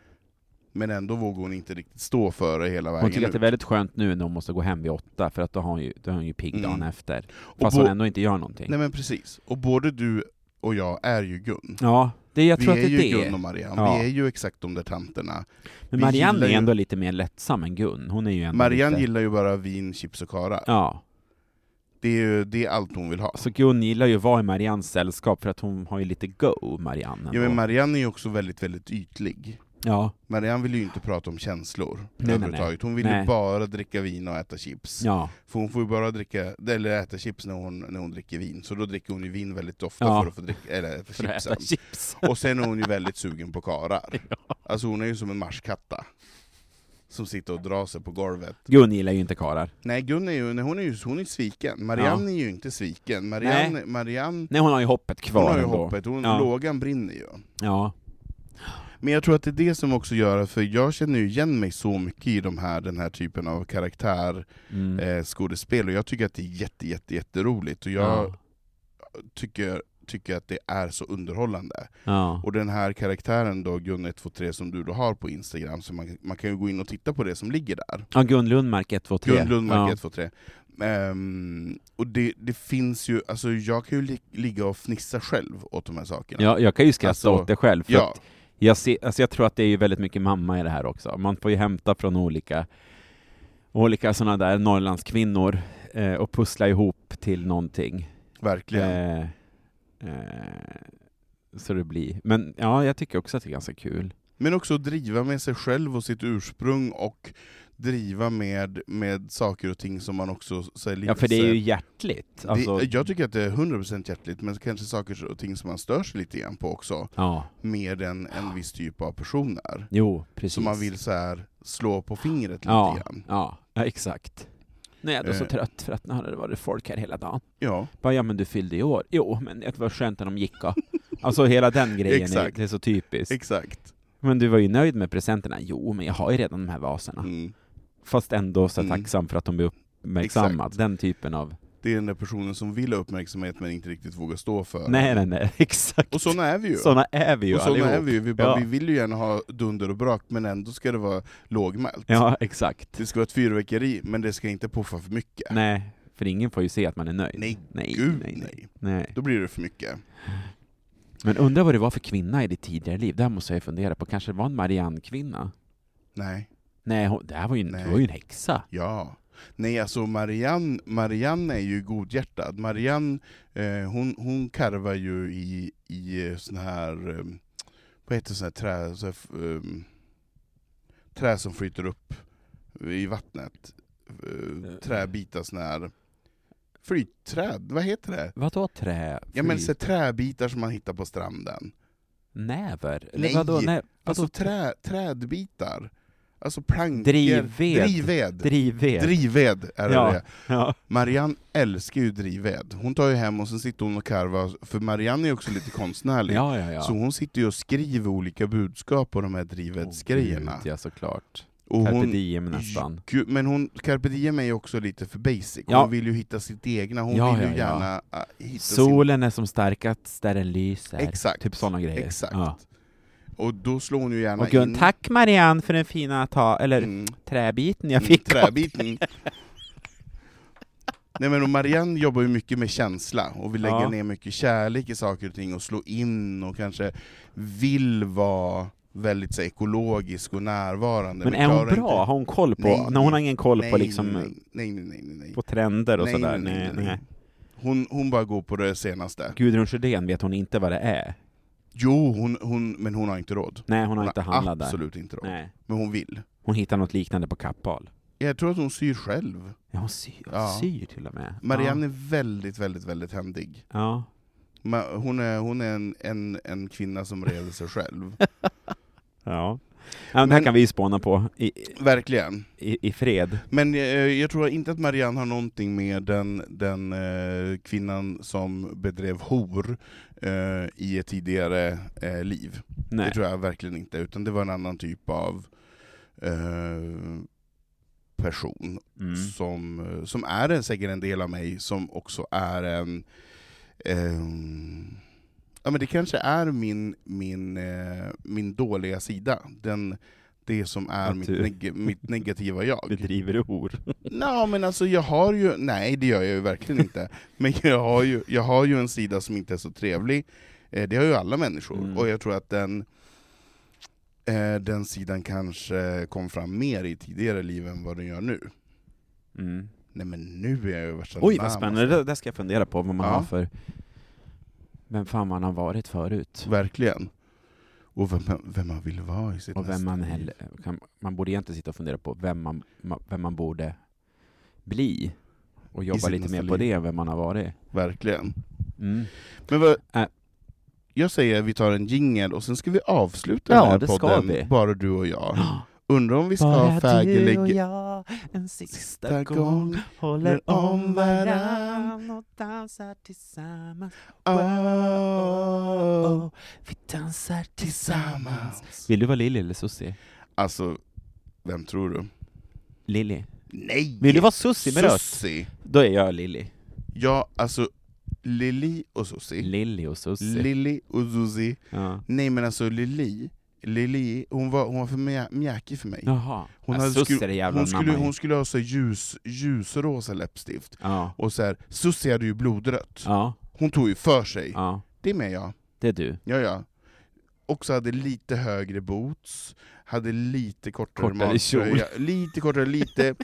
Speaker 2: Men ändå vågar hon inte riktigt stå för det hela
Speaker 3: Hon
Speaker 2: vägen
Speaker 3: tycker att det är
Speaker 2: ut.
Speaker 3: väldigt skönt nu när hon måste gå hem vid åtta, för att då har hon ju, då är hon ju pigg dagen
Speaker 2: Mm.
Speaker 3: efter.
Speaker 2: Och
Speaker 3: Fast
Speaker 2: bo-
Speaker 3: hon ändå inte gör någonting.
Speaker 2: Nej men precis. Och både du och jag är ju Gun.
Speaker 3: Ja, det, jag
Speaker 2: vi
Speaker 3: tror
Speaker 2: är
Speaker 3: att det
Speaker 2: ju
Speaker 3: är
Speaker 2: Gun
Speaker 3: det.
Speaker 2: och Marianne,
Speaker 3: Ja.
Speaker 2: vi är ju exakt de där tanterna.
Speaker 3: Men
Speaker 2: vi
Speaker 3: Marianne
Speaker 2: gillar
Speaker 3: är
Speaker 2: ju-
Speaker 3: ändå lite mer lättsam än Gun. Hon är ju ändå
Speaker 2: Marianne
Speaker 3: lite...
Speaker 2: gillar ju bara vin, chips och karar.
Speaker 3: Ja.
Speaker 2: Det är ju det är allt hon vill ha.
Speaker 3: Så Gun gillar ju att vara i Mariannes sällskap, för att hon har ju lite go, Marianne.
Speaker 2: Ja, men
Speaker 3: ändå.
Speaker 2: Marianne är ju också väldigt, väldigt ytlig.
Speaker 3: ja.
Speaker 2: Marianne vill ju inte prata om känslor
Speaker 3: nej, nej.
Speaker 2: överhuvudtaget. Hon vill ju
Speaker 3: Nej.
Speaker 2: bara dricka vin och äta chips.
Speaker 3: ja.
Speaker 2: För hon får ju bara dricka, eller äta chips när hon, när hon dricker vin, så då dricker hon ju vin väldigt ofta
Speaker 3: Ja.
Speaker 2: för att få dricka, eller äta
Speaker 3: För att
Speaker 2: chipsen.
Speaker 3: äta chips.
Speaker 2: Och sen är hon ju väldigt sugen på karar. Alltså hon är ju som en marskatta. Som sitter och drar sig på golvet.
Speaker 3: Gun gillar ju inte karar.
Speaker 2: Nej, Gun är ju, nej, hon är ju hon är sviken. Marianne är ju inte sviken. Marianne, Marianne
Speaker 3: Nej, hon har ju hoppet kvar
Speaker 2: hon har ju
Speaker 3: ändå.
Speaker 2: hoppet, hon,
Speaker 3: Ja.
Speaker 2: lågan brinner ju.
Speaker 3: Ja.
Speaker 2: Men jag tror att det är det som också gör att, för jag känner ju igen mig så mycket i de här, den här typen av karaktär
Speaker 3: Mm.
Speaker 2: eh, skådespel, och jag tycker att det är jätte, jätte, jätteroligt, och jag
Speaker 3: Ja.
Speaker 2: tycker, tycker att det är så underhållande.
Speaker 3: Ja.
Speaker 2: Och den här karaktären då, Gun123, som du då har på Instagram, så man, man kan ju gå in och titta på det som ligger där.
Speaker 3: ja, Gun Lundmark 1, 2, 3.
Speaker 2: Gun Lundmark
Speaker 3: ja.
Speaker 2: 123. Ehm, och det, det finns ju, alltså jag kan ju li- ligga och fnissa själv åt de här sakerna.
Speaker 3: Ja, jag kan ju skratta
Speaker 2: Alltså,
Speaker 3: åt det själv, för
Speaker 2: Ja,
Speaker 3: att Jag, ser, alltså jag tror att det är ju väldigt mycket mamma i det här också. Man får ju hämta från olika, olika sådana där Norrlandskvinnor eh, och pussla ihop till någonting.
Speaker 2: verkligen.
Speaker 3: Eh, eh, så det blir. Men ja, jag tycker också att det är ganska kul.
Speaker 2: Men också att driva med sig själv och sitt ursprung och driva med, med saker och ting som man också säger lite
Speaker 3: Ja, för det är ju hjärtligt. Alltså,
Speaker 2: det, jag tycker att det är 100% hjärtligt, men kanske saker och ting som man stör sig lite grann på också,
Speaker 3: ja,
Speaker 2: med en, en viss typ av personer.
Speaker 3: jo, precis.
Speaker 2: Som man vill så här slå på fingret lite
Speaker 3: ja,
Speaker 2: grann.
Speaker 3: ja, ja, exakt. Nu är jag då så
Speaker 2: Eh.
Speaker 3: trött för att nu har det varit folk här hela dagen.
Speaker 2: Ja,
Speaker 3: Bara, ja men du fyllde i år. Jo, men det var skönt när de gick. ja. Alltså hela den grejen, är,
Speaker 2: Exakt.
Speaker 3: det är så typiskt.
Speaker 2: exakt.
Speaker 3: Men du var ju nöjd med presenterna? Jo, men jag har ju redan de här vaserna.
Speaker 2: Mm.
Speaker 3: Fast ändå så
Speaker 2: Mm.
Speaker 3: tacksam för att de blir uppmärksamma.
Speaker 2: Exakt.
Speaker 3: Den typen av...
Speaker 2: Det är den där personen som vill ha uppmärksamhet men inte riktigt vågar stå för
Speaker 3: Nej, nej, nej, exakt.
Speaker 2: Och såna är vi ju.
Speaker 3: Såna är vi ju
Speaker 2: och såna
Speaker 3: allihop.
Speaker 2: är vi ju. Vi, bara,
Speaker 3: Ja.
Speaker 2: vi vill ju gärna ha dunder och brak, men ändå ska det vara lågmält.
Speaker 3: Ja, exakt.
Speaker 2: Det ska vara ett fyrverkeri, men det ska inte puffa för mycket.
Speaker 3: Nej, för ingen får ju se att man är nöjd.
Speaker 2: Nej,
Speaker 3: nej,
Speaker 2: gud
Speaker 3: nej, nej.
Speaker 2: nej.
Speaker 3: nej.
Speaker 2: Då blir det för mycket.
Speaker 3: Men undrar vad det var för kvinna i ditt tidigare liv? Det här måste jag ju fundera på. Kanske det var en Marianne-kvinna?
Speaker 2: Nej,
Speaker 3: Nej, hon, det här var ju, en- det
Speaker 2: Nej.
Speaker 3: var ju en häxa.
Speaker 2: ja. Nej, alltså Marianne, Marianne är ju godhjärtad. Marianne, eh, hon, hon karvar ju i, i eh, sån här, eh, vad heter sån här trä, så här, f- ehm, trä som flyter upp i vattnet. Eh, träbitar sån här, flytträd, vad heter det?
Speaker 3: Vadå trä?
Speaker 2: Ja men
Speaker 3: fly-
Speaker 2: så här, träbitar som man hittar på stranden.
Speaker 3: Näver?
Speaker 2: Nej,
Speaker 3: Eller vadå? Nej, vadå?
Speaker 2: Alltså trä, trädbitar. Alltså plankor.
Speaker 3: Drivved.
Speaker 2: Drivved.
Speaker 3: Drivved?
Speaker 2: Drivved är det
Speaker 3: Ja.
Speaker 2: det.
Speaker 3: ja.
Speaker 2: Marianne älskar ju drivved. Hon tar ju hem och sen sitter hon och karvar, för Marianne är också lite konstnärlig.
Speaker 3: ja, ja, ja.
Speaker 2: Så hon sitter ju och skriver olika budskap på de här drivvedsgrejerna.
Speaker 3: Åh, gud, Ja, såklart.
Speaker 2: Och
Speaker 3: Carpe
Speaker 2: hon-
Speaker 3: diem nästan.
Speaker 2: Gud, men hon, Carpe Diem är ju också lite för basic,
Speaker 3: Ja.
Speaker 2: hon vill ju hitta sitt egna, hon
Speaker 3: Ja,
Speaker 2: vill ju
Speaker 3: ja, ja.
Speaker 2: gärna äh, hitta
Speaker 3: Solen är som starkast där den lyser.
Speaker 2: Exakt.
Speaker 3: Typ sådana
Speaker 2: sin...
Speaker 3: grejer.
Speaker 2: Exakt.
Speaker 3: Ja.
Speaker 2: Och då slår hon ju gärna
Speaker 3: Och Gun,
Speaker 2: in...
Speaker 3: tack Marianne för den fina ta eller
Speaker 2: Mm.
Speaker 3: träbiten jag fick. av
Speaker 2: Träbiten. Nej men och Marianne jobbar ju mycket med känsla, och vill lägga
Speaker 3: Ja.
Speaker 2: ner mycket kärlek i saker och ting, och slå in, och kanske vill vara väldigt så, här, ekologisk och närvarande.
Speaker 3: Men är hon
Speaker 2: klarar
Speaker 3: bra? Har hon koll på?
Speaker 2: Nej.
Speaker 3: Nej, hon har ingen koll
Speaker 2: nej,
Speaker 3: på liksom
Speaker 2: Nej, nej, nej, nej, nej.
Speaker 3: på trender och
Speaker 2: Nej,
Speaker 3: sådär?
Speaker 2: nej, nej, nej.
Speaker 3: nej.
Speaker 2: Hon, hon bara går på det senaste.
Speaker 3: Gudrun Sjödén vet hon inte vad det är.
Speaker 2: Jo, hon, hon, men hon har inte råd.
Speaker 3: Nej, hon har inte handlat där.
Speaker 2: absolut inte råd.
Speaker 3: Nej.
Speaker 2: Men hon vill.
Speaker 3: Hon hittar något liknande på Kappahl.
Speaker 2: Jag tror att hon syr själv.
Speaker 3: Ja, hon syr, hon
Speaker 2: Ja.
Speaker 3: syr till och med.
Speaker 2: Marianne är väldigt, väldigt, väldigt händig.
Speaker 3: Ja. ja.
Speaker 2: Ma- Hon är, hon är en, en, en kvinna som reder sig själv.
Speaker 3: Ja, men det här
Speaker 2: Men-
Speaker 3: kan vi ju spåna på i,
Speaker 2: Verkligen.
Speaker 3: i, i fred.
Speaker 2: Men eh, jag tror inte att Marianne har någonting med den, den eh, kvinnan som bedrev hor eh, i ett tidigare eh, liv.
Speaker 3: Nej.
Speaker 2: Det tror jag verkligen inte, utan det var en annan typ av eh, person
Speaker 3: Mm.
Speaker 2: som, eh, som är en, säkert en del av mig, som också är en... ehm, ja men det kanske är min, min, eh, min dåliga sida, den, det som är
Speaker 3: Att
Speaker 2: mitt,
Speaker 3: du-
Speaker 2: neg- mitt negativa jag.
Speaker 3: Bedriver hor.
Speaker 2: Nej men alltså jag har ju, nej det gör jag ju verkligen inte, men jag har ju, jag har ju en sida som inte är så trevlig, eh, det har ju alla människor,
Speaker 3: Mm.
Speaker 2: och jag tror att den eh, den sidan kanske kom fram mer i tidigare liv än vad den gör nu.
Speaker 3: Mm.
Speaker 2: Nej men nu är jag ju värsta
Speaker 3: Oj
Speaker 2: namn, alltså.
Speaker 3: vad spännande, det där ska jag fundera på, vad man
Speaker 2: Ja.
Speaker 3: har för... Vem fan man har varit förut.
Speaker 2: alltså. Verkligen. Och vem, man- vem man vill vara i sitt
Speaker 3: Och vem
Speaker 2: nästa
Speaker 3: man
Speaker 2: liv.
Speaker 3: heller... Kan, man borde egentligen sitta och fundera på vem man, ma- vem man borde bli. Och jobba
Speaker 2: sitt
Speaker 3: lite mer
Speaker 2: nästa
Speaker 3: på
Speaker 2: liv.
Speaker 3: det, än vem man har varit.
Speaker 2: Verkligen.
Speaker 3: Mm.
Speaker 2: Men vad,
Speaker 3: Ä-
Speaker 2: jag säger att vi tar en jingel och sen ska vi avsluta
Speaker 3: Ja,
Speaker 2: den här
Speaker 3: det ska
Speaker 2: podden,
Speaker 3: vi.
Speaker 2: bara du och jag. Undrar om vi ska
Speaker 3: Bara du och
Speaker 2: färglägga...
Speaker 3: jag en
Speaker 2: Nästa
Speaker 3: sista gång
Speaker 2: gång
Speaker 3: håller om
Speaker 2: om
Speaker 3: varann och dansar tillsammans
Speaker 2: Oh, Ah!
Speaker 3: Vi dansar
Speaker 2: tillsammans.
Speaker 3: Vill du vara Lilly eller Susie?
Speaker 2: Alltså, vem tror du?
Speaker 3: Lilly.
Speaker 2: Nej!
Speaker 3: Vill du vara Susie med rött?
Speaker 2: Sussi!
Speaker 3: Då är jag Lilly.
Speaker 2: Ja, alltså, Lili och Sussi.
Speaker 3: Lilly och Susie.
Speaker 2: Lili och Susie.
Speaker 3: ja.
Speaker 2: Nej men alltså Lili, Lili hon, var, hon var för mjä- mjäkig för mig.
Speaker 3: Jaha.
Speaker 2: Hon,
Speaker 3: Ja,
Speaker 2: hade
Speaker 3: Susie
Speaker 2: skulle-
Speaker 3: är jävla
Speaker 2: hon, skulle,
Speaker 3: mamma ju.
Speaker 2: hon skulle ha så ljus, ljusrosa läppstift,
Speaker 3: Ja.
Speaker 2: och så här, Susie hade ju blodrött.
Speaker 3: Ja.
Speaker 2: Hon tog ju för sig.
Speaker 3: ja,
Speaker 2: Det är med jag.
Speaker 3: det är du.
Speaker 2: Ja, ja. Också hade lite högre boots, hade lite kortare,
Speaker 3: Kortare
Speaker 2: magtröja, lite kortare, lite...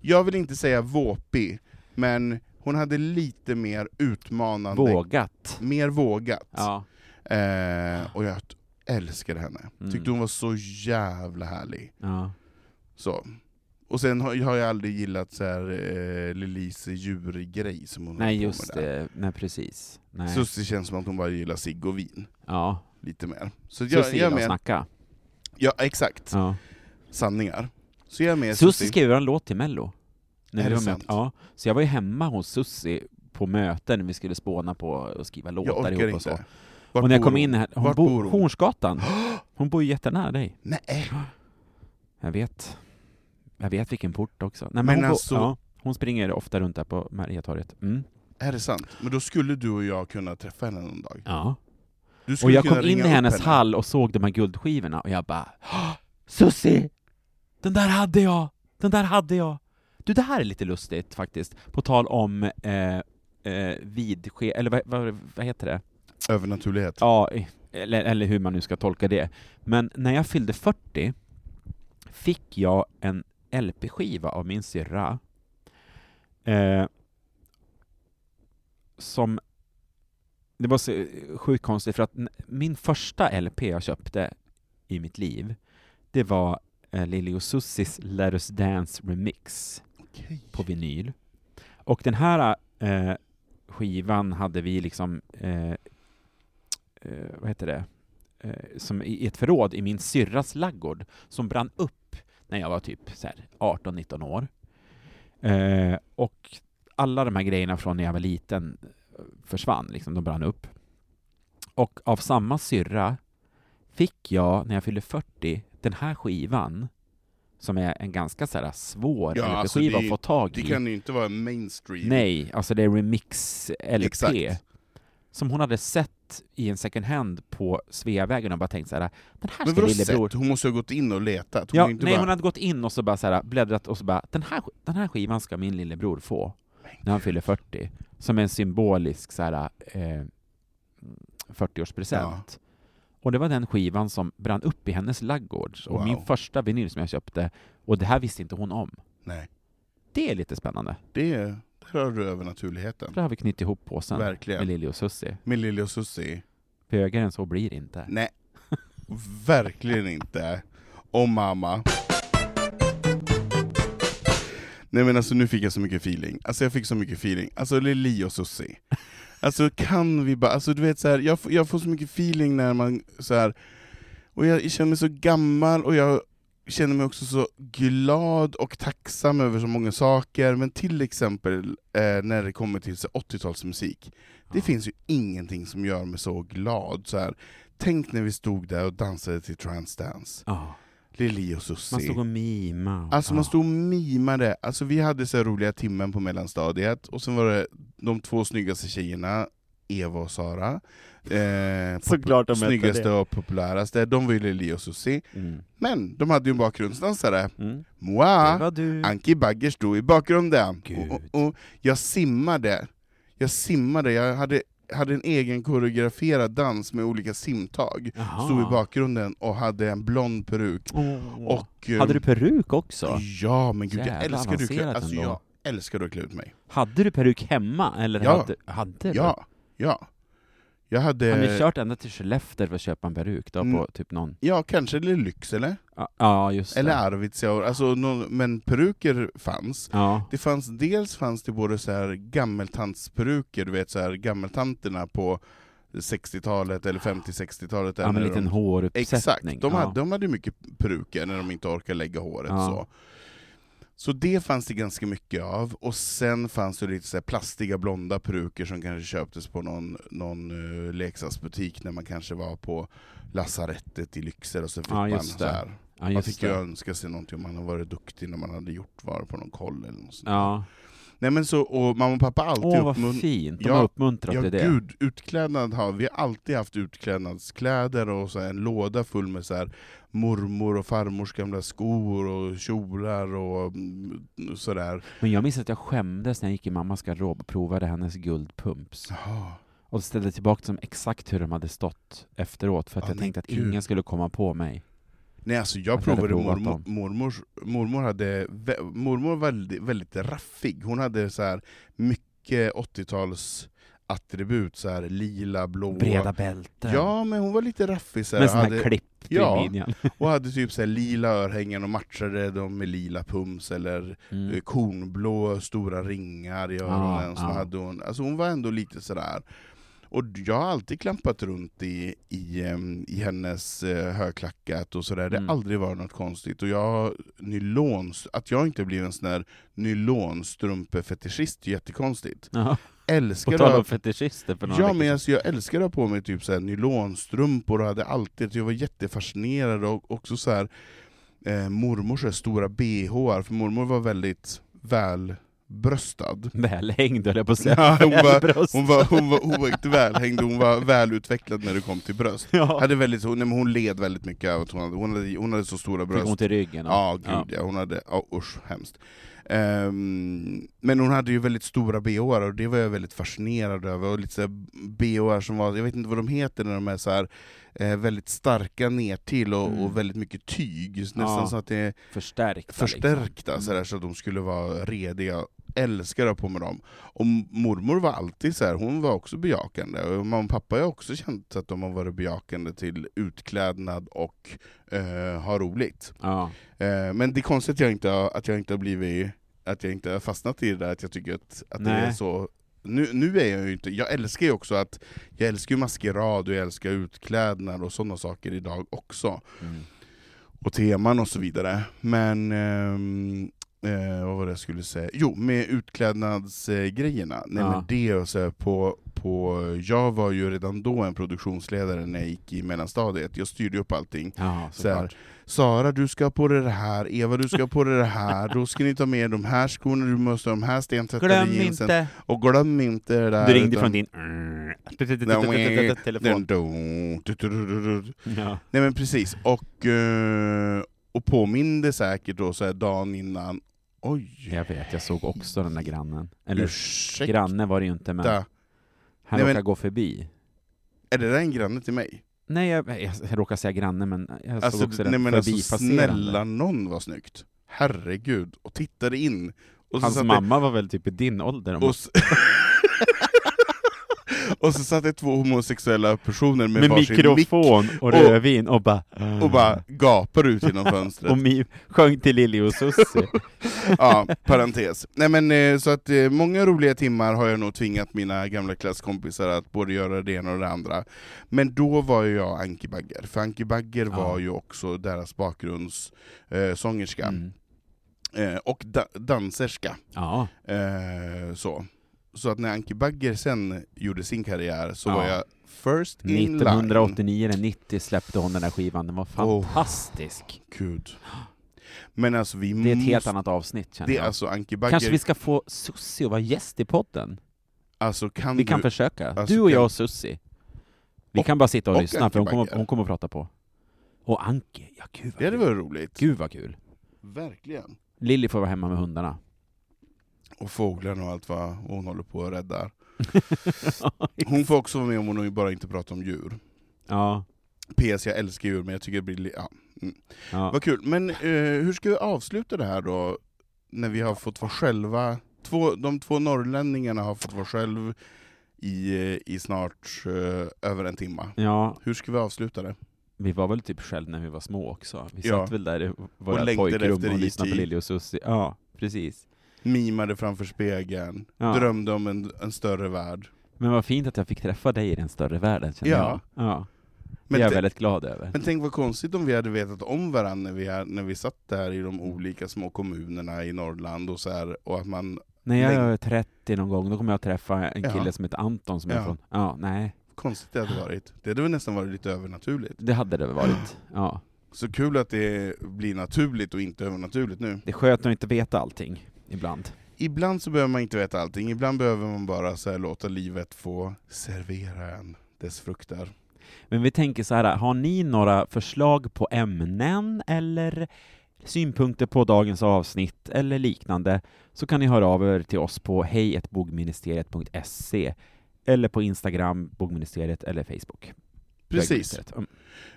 Speaker 2: Jag vill inte säga våpig, men hon hade lite mer utmanande,
Speaker 3: Vågat.
Speaker 2: mer vågat.
Speaker 3: Ja.
Speaker 2: Eh, och jag t- älskade henne.
Speaker 3: Mm.
Speaker 2: Tyckte hon var så jävla härlig.
Speaker 3: ja.
Speaker 2: Så. Och sen har, har jag aldrig gillat så här, eh, Lilis djurgrej som hon höll
Speaker 3: Nej
Speaker 2: på
Speaker 3: just
Speaker 2: med
Speaker 3: det, nej precis.
Speaker 2: där.
Speaker 3: Nej.
Speaker 2: Sussie känns som att hon bara gillar cigg och vin.
Speaker 3: Ja.
Speaker 2: Lite mer. Så jag,
Speaker 3: Susie
Speaker 2: jag är
Speaker 3: gillar att
Speaker 2: med.
Speaker 3: snacka.
Speaker 2: Ja, exakt.
Speaker 3: Ja.
Speaker 2: Sanningar. Så jag är med
Speaker 3: Susie
Speaker 2: Sussie.
Speaker 3: skrev en låt till Mello. När
Speaker 2: Är
Speaker 3: vi
Speaker 2: det
Speaker 3: var med.
Speaker 2: sant?
Speaker 3: Ja. Så jag var ju hemma hos Susie på möten när vi skulle spåna på och skriva
Speaker 2: Jag
Speaker 3: låtar
Speaker 2: orkar
Speaker 3: ihop och så.
Speaker 2: inte. Vart
Speaker 3: Och när jag
Speaker 2: bor
Speaker 3: kom in här, hon
Speaker 2: Vart
Speaker 3: bor,
Speaker 2: bor hon?
Speaker 3: Hornsgatan. Hon bor ju jättenära dig.
Speaker 2: Nej.
Speaker 3: Jag vet. Jag vet vilken port också. Nej, men
Speaker 2: Men
Speaker 3: hon, bor-
Speaker 2: alltså-
Speaker 3: ja, hon springer ofta runt där på Mariatorget. Mm.
Speaker 2: Är det sant? Men då skulle du och jag kunna träffa henne någon dag.
Speaker 3: Ja.
Speaker 2: Du skulle
Speaker 3: Och jag
Speaker 2: kunna
Speaker 3: kom in i
Speaker 2: ringa upp
Speaker 3: hennes
Speaker 2: henne.
Speaker 3: hall och såg de här guldskivorna och jag bara Susie! Den där hade jag! Den där hade jag! Du, det här är lite lustigt faktiskt. På tal om eh, eh, vidske... Eller vad, vad, vad heter det?
Speaker 2: Övernaturlighet.
Speaker 3: Ja, eller, eller hur man nu ska tolka det. Men när jag fyllde 40 fick jag en LP-skiva av min syrra eh, som det var så eh, sjukt konstigt för att n- min första LP jag köpte i mitt liv det var eh, Lili och Sussies Let Us Dance Remix
Speaker 2: Okej.
Speaker 3: på vinyl. Och den här eh, skivan hade vi liksom, eh, eh, vad heter det, eh, som i i ett förråd i min syrras laggård som brann upp när jag var typ så här 18-19 år. Eh, och alla de här grejerna från när jag var liten eh, försvann, liksom, de brann upp. Och av samma syrra fick jag, när jag fyllde 40, den här skivan som är en ganska så här, svår
Speaker 2: Ja, alltså
Speaker 3: LP-skiva
Speaker 2: det-
Speaker 3: att få tag
Speaker 2: Det
Speaker 3: i.
Speaker 2: kan ju inte vara mainstream.
Speaker 3: Nej, alltså det är remix-LP.
Speaker 2: Exakt.
Speaker 3: Som hon hade sett i en second hand på Sveavägen och bara tänkt så här, den här
Speaker 2: Men
Speaker 3: ska
Speaker 2: vadå
Speaker 3: lillebror...
Speaker 2: sett? Hon måste ha gått in och letat. Hon
Speaker 3: Ja,
Speaker 2: har
Speaker 3: nej,
Speaker 2: inte bara...
Speaker 3: hon hade gått in och så bara så här, bläddrat och så bara, den här, sk- den här skivan ska min lillebror få när han fyller 40. Som en symbolisk så här, eh, 40-årspresent. Och det var den skivan som brann upp i hennes laggård. Och
Speaker 2: Wow.
Speaker 3: min första vinyl som jag köpte, och det här visste inte hon om.
Speaker 2: Nej.
Speaker 3: Det är lite spännande.
Speaker 2: Det, där har du övernaturligheten.
Speaker 3: Där har vi knutit ihop påsen med
Speaker 2: Verkligen.
Speaker 3: Lili och Susie.
Speaker 2: Med Lili och Susie.
Speaker 3: Bögare än så blir det inte.
Speaker 2: Nej. Verkligen inte. Och mamma. Nej men alltså nu fick jag så mycket feeling. Alltså jag fick så mycket feeling. Alltså Lili och Susie. Alltså kan vi bara, alltså du vet så här, jag, får- jag får så mycket feeling när man så här. och jag känner mig så gammal och jag känner mig också så glad och tacksam över så många saker, men till exempel eh, när det kommer till så 80-talsmusik, det finns ju ingenting som gör mig så glad. Så här. Tänk när vi stod där och dansade till Trance Dance,
Speaker 3: Ja.
Speaker 2: Lili och
Speaker 3: Man stod
Speaker 2: Susie.
Speaker 3: och mimade. och-
Speaker 2: Alltså
Speaker 3: ja.
Speaker 2: man stod och mimade, alltså vi hade så här roliga timmen på mellanstadiet, och sen var det de två snyggaste tjejerna, Eva och Sara, eh,
Speaker 4: Såklart de hette
Speaker 2: snyggaste
Speaker 4: det.
Speaker 2: och populäraste, de var ju Lili och Susie.
Speaker 3: Mm.
Speaker 2: Men de hade ju en bakgrundsdansare,
Speaker 3: Mm.
Speaker 2: Moa!
Speaker 3: Det var du.
Speaker 2: Anki Bagger stod i bakgrunden.
Speaker 3: Gud.
Speaker 2: Och, och, och, jag simmade. Jag simmade, jag hade, hade en egen koreograferad dans med olika simtag.
Speaker 3: Jaha.
Speaker 2: Stod i bakgrunden och hade en blond peruk.
Speaker 3: Åh.
Speaker 2: Och, eh,
Speaker 3: Hade du peruk också?
Speaker 2: Ja, men gud jag
Speaker 3: Jävla
Speaker 2: älskar du klä,
Speaker 3: avancerat
Speaker 2: alltså,
Speaker 3: ändå.
Speaker 2: jag älskar att klä ut mig.
Speaker 3: Hade du peruk hemma? Eller
Speaker 2: Ja.
Speaker 3: hade, hade du?
Speaker 2: Ja, ja. Jag
Speaker 3: Har ni
Speaker 2: hade...
Speaker 3: kört ända till Skellefteå för att köpa en peruk då,
Speaker 2: Mm.
Speaker 3: på typ någon?
Speaker 2: Ja, kanske eller Lycksele,
Speaker 3: Ja, Ja, just
Speaker 2: eller
Speaker 3: det.
Speaker 2: Arvidsjaur, alltså, någon- men peruker fanns.
Speaker 3: Ja.
Speaker 2: Det fanns, dels fanns det både så här gammeltantsperuker, du vet så här gammeltanterna på 60-talet eller 50-60-talet. där
Speaker 3: ja, med
Speaker 2: när
Speaker 3: en
Speaker 2: de-
Speaker 3: liten håruppsättning.
Speaker 2: Exakt, de
Speaker 3: ja.
Speaker 2: hade, de hade mycket peruker när de inte orkade lägga håret.
Speaker 3: Ja.
Speaker 2: Så. så det fanns det ganska mycket av, och sen fanns det lite så här plastiga blonda peruker som kanske köptes på någon, någon eh, leksaksbutik när man kanske var på lasarettet i Lycksele och så fick
Speaker 3: Ja,
Speaker 2: man så
Speaker 3: just det.
Speaker 2: här.
Speaker 3: ja,
Speaker 2: Man
Speaker 3: just
Speaker 2: fick
Speaker 3: det.
Speaker 2: ju önska sig någonting om man hade varit duktig när man hade gjort var på någon koll eller något sånt. där.
Speaker 3: Ja.
Speaker 2: Nej men så, och mamma och pappa har alltid
Speaker 3: Åh, vad
Speaker 2: uppmun-
Speaker 3: fint. De
Speaker 2: Ja,
Speaker 3: har uppmuntrat
Speaker 2: Ja
Speaker 3: till det.
Speaker 2: gud, utklädnad har vi har alltid haft utklädnadskläder och så här en låda full med så här mormor och farmors gamla skor och kjolar och mm, sådär.
Speaker 3: Men jag minns att jag skämdes när jag gick i mammas garderob och provade hennes guldpumps.
Speaker 2: Jaha.
Speaker 3: Och ställde tillbaka dem exakt hur de hade stått efteråt, för att
Speaker 2: Ja,
Speaker 3: jag
Speaker 2: men
Speaker 3: tänkte att
Speaker 2: gud.
Speaker 3: ingen skulle komma på mig.
Speaker 2: Nej alltså jag,
Speaker 3: Jag hade
Speaker 2: provade
Speaker 3: provat
Speaker 2: mormor,
Speaker 3: dem.
Speaker 2: mormors, mormor hade, vä- mormor var väldigt, väldigt raffig, hon hade så här mycket 80-tals attribut, så här lila, blå.
Speaker 3: Breda bälten.
Speaker 2: Ja men hon var lite raffig så här,
Speaker 3: Med sån här
Speaker 2: hade-
Speaker 3: klipp i
Speaker 2: Ja.
Speaker 3: linjen.
Speaker 2: och hade typ så här lila örhängen och matchade dem med lila pums eller eh,
Speaker 3: Mm.
Speaker 2: kornblå stora ringar i öronen.
Speaker 3: Ja,
Speaker 2: så
Speaker 3: ja.
Speaker 2: hade hon, alltså hon var ändå lite sådär. Och jag har alltid klampat runt i, i, em, i hennes eh, högklackat och sådär. Det har
Speaker 3: Mm.
Speaker 2: aldrig varit något konstigt. Och jag har nylon, att jag inte blev en sån där nylonstrumpefetischist är jättekonstigt.
Speaker 3: Ja. På
Speaker 2: Älskar
Speaker 3: tal
Speaker 2: att
Speaker 3: om fetischister för några
Speaker 2: Ja
Speaker 3: veckor
Speaker 2: men
Speaker 3: sedan.
Speaker 2: alltså, jag älskar att ha på mig typ så här nylonstrumpor och hade alltid, jag var jättefascinerad och också så här eh, mormors så här stora bhar, för mormor var väldigt välbröstad.
Speaker 3: Välhängd höll jag på att säga.
Speaker 2: Ja, hon, var,
Speaker 3: Välbröst.
Speaker 2: hon, var, hon, var, hon var inte välhängd, hon var välutvecklad när det kom till bröst.
Speaker 3: Ja.
Speaker 2: Hade väldigt, hon, nej, men hon led väldigt mycket av att hon hade, hon hade, hon hade så stora
Speaker 3: Fick
Speaker 2: bröst.
Speaker 3: ont i ryggen.
Speaker 2: Ja, gud ja. Hon hade, ja usch, hemskt. Ehm, men hon hade ju väldigt stora bhar och det var jag väldigt fascinerad över. Och lite så här bhar som var, jag vet inte vad de heter när de är så här, eh, väldigt starka ner till och,
Speaker 3: Mm.
Speaker 2: och väldigt mycket tyg. Nästan
Speaker 3: Ja.
Speaker 2: så att det är
Speaker 3: Förstärkta.
Speaker 2: förstärkta
Speaker 3: liksom.
Speaker 2: så, där, så att de skulle vara rediga. Älskar att ha på mig dem. Och mormor var alltid så här, hon var också bejakande. Och mamma och pappa har också känt att de har varit bejakande till utklädnad och eh, ha roligt.
Speaker 3: Ja.
Speaker 2: Eh, Men det är konstigt att jag inte har, att jag inte har blivit, att jag inte har fastnat i det där, att jag tycker att, att det
Speaker 3: Nej.
Speaker 2: är så nu, nu är jag ju inte, jag älskar ju också att, jag älskar ju maskerad och jag älskar utklädnad och sådana saker idag också.
Speaker 3: Mm.
Speaker 2: Och teman och så vidare. Men, ehm, eh, vad var det jag skulle säga? Jo, med utklädnadsgrejerna. Nej
Speaker 3: Ja.
Speaker 2: men det och så här, på, på på... Jag var ju redan då en produktionsledare när jag gick i mellanstadiet. Jag styrde upp allting.
Speaker 3: Ja,
Speaker 2: Så här, Sara, du ska ha på dig det här. Eva, du ska ha på dig det här. Då ska ni ta med de här skorna, du måste ha de här stentvättade
Speaker 3: Glöm
Speaker 2: jeansen.
Speaker 3: inte.
Speaker 2: Och glöm inte det där.
Speaker 3: Du ringde
Speaker 2: utan-
Speaker 3: från din telefon.
Speaker 2: telefon.
Speaker 3: Ja.
Speaker 2: Nej men precis, och, eh, och påminde säkert då så här dagen innan, oj,
Speaker 3: Jag vet, jag såg också den där grannen. Eller
Speaker 2: ursäkta,
Speaker 3: granne var det ju inte, men han
Speaker 2: Nej, men-
Speaker 3: råkade gå förbi.
Speaker 2: är det där en granne till mig?
Speaker 3: Nej, jag, jag, jag råkade säga granne, men jag såg
Speaker 2: Alltså,
Speaker 3: också
Speaker 2: nej,
Speaker 3: den
Speaker 2: men alltså
Speaker 3: förbipasserande.
Speaker 2: snälla någon var snyggt, herregud, och tittade in. Och så
Speaker 3: Hans
Speaker 2: satt det-
Speaker 3: mamma var väl typ i din ålder? Om
Speaker 2: Och, s- och så satt det två homosexuella personer med,
Speaker 3: med
Speaker 2: varsin mick
Speaker 3: mikrofon och rödvin och bara...
Speaker 2: och bara gapar ut genom fönstret.
Speaker 3: och mi, sjöng till Lili och Susie.
Speaker 2: Ja, parentes. Nej men eh, så att eh, många roliga timmar har jag nog tvingat mina gamla klasskompisar att både göra det ena och det andra. Men då var ju jag Anki Bagger, för Anki Bagger
Speaker 3: Ja.
Speaker 2: var ju också deras bakgrundssångerska.
Speaker 3: Mm.
Speaker 2: Eh, och da- danserska.
Speaker 3: Ja,
Speaker 2: Eh, så. så att när Anki Bagger sen gjorde sin karriär så
Speaker 3: Ja.
Speaker 2: var jag first in line.
Speaker 3: 1989 eller 90 släppte hon den där skivan, den var
Speaker 2: Oh.
Speaker 3: fantastisk.
Speaker 2: Gud. Men alltså vi
Speaker 3: Det är ett helt
Speaker 2: måste-
Speaker 3: annat avsnitt känner
Speaker 2: Det är
Speaker 3: jag.
Speaker 2: alltså Anki Bagger,
Speaker 3: Kanske vi ska få Susie att vara gäst i podden?
Speaker 2: alltså kan
Speaker 3: Vi kan
Speaker 2: du...
Speaker 3: försöka.
Speaker 2: alltså,
Speaker 3: du och
Speaker 2: kan-
Speaker 3: jag och Susie. Vi
Speaker 2: Och-
Speaker 3: kan bara sitta och,
Speaker 2: och
Speaker 3: lyssna, för hon
Speaker 2: Anki
Speaker 3: kommer,
Speaker 2: Bagger.
Speaker 3: hon kommer att prata på. Och Anki, ja gud vad
Speaker 2: Det hade
Speaker 3: kul.
Speaker 2: varit roligt.
Speaker 3: Gud vad kul.
Speaker 2: Verkligen.
Speaker 3: Lilly får vara hemma med hundarna.
Speaker 2: och fåglarna och allt vad hon håller på och räddar. Hon får också vara med om hon bara inte pratar om djur.
Speaker 3: ja,
Speaker 2: PS, jag älskar djur men jag tycker det blir... li- Ja.
Speaker 3: ja.
Speaker 2: Vad kul, men eh, hur ska vi avsluta det här då? När vi har fått vara själva, två, de två norrlänningarna har fått vara själv i, eh, i snart eh, över en timma.
Speaker 3: ja,
Speaker 2: Hur ska vi avsluta det?
Speaker 3: vi var väl typ själv när vi var små också. Vi
Speaker 2: Ja.
Speaker 3: satt väl där i våra
Speaker 2: längtade efter
Speaker 3: pojkrum och
Speaker 2: E.T..
Speaker 3: lyssnade på Lilly och Susie. Ja, precis.
Speaker 2: Mimade framför spegeln,
Speaker 3: Ja.
Speaker 2: drömde om en, en större värld.
Speaker 3: Men vad fint att jag fick träffa dig i den större världen, känner
Speaker 2: Ja.
Speaker 3: jag. Ja. Det
Speaker 2: Men
Speaker 3: är jag
Speaker 2: det-
Speaker 3: väldigt glad över.
Speaker 2: Men tänk vad konstigt om vi hade vetat om varandra när vi, är, när vi satt där i de olika små kommunerna i Norrland och så här, och att man
Speaker 3: När jag
Speaker 2: Läng-
Speaker 3: är 30 någon gång, då kommer jag träffa en
Speaker 2: Ja.
Speaker 3: kille som heter Anton som är
Speaker 2: Ja.
Speaker 3: från... Ja, nej.
Speaker 2: Konstigt det hade varit. Det hade väl nästan varit lite övernaturligt.
Speaker 3: Det hade det väl varit. Ja.
Speaker 2: Så kul att det blir naturligt och inte övernaturligt nu.
Speaker 3: Det är skönt att inte veta allting, ibland.
Speaker 2: Ibland så behöver man inte veta allting, ibland behöver man bara så här låta livet få servera en dess frukter.
Speaker 3: Men vi tänker så här, har ni några förslag på ämnen eller synpunkter på dagens avsnitt eller liknande så kan ni höra av er till oss på hejatbogministeriet.se eller på Instagram, bogministeriet eller Facebook.
Speaker 2: Precis.
Speaker 3: Bögministeriet.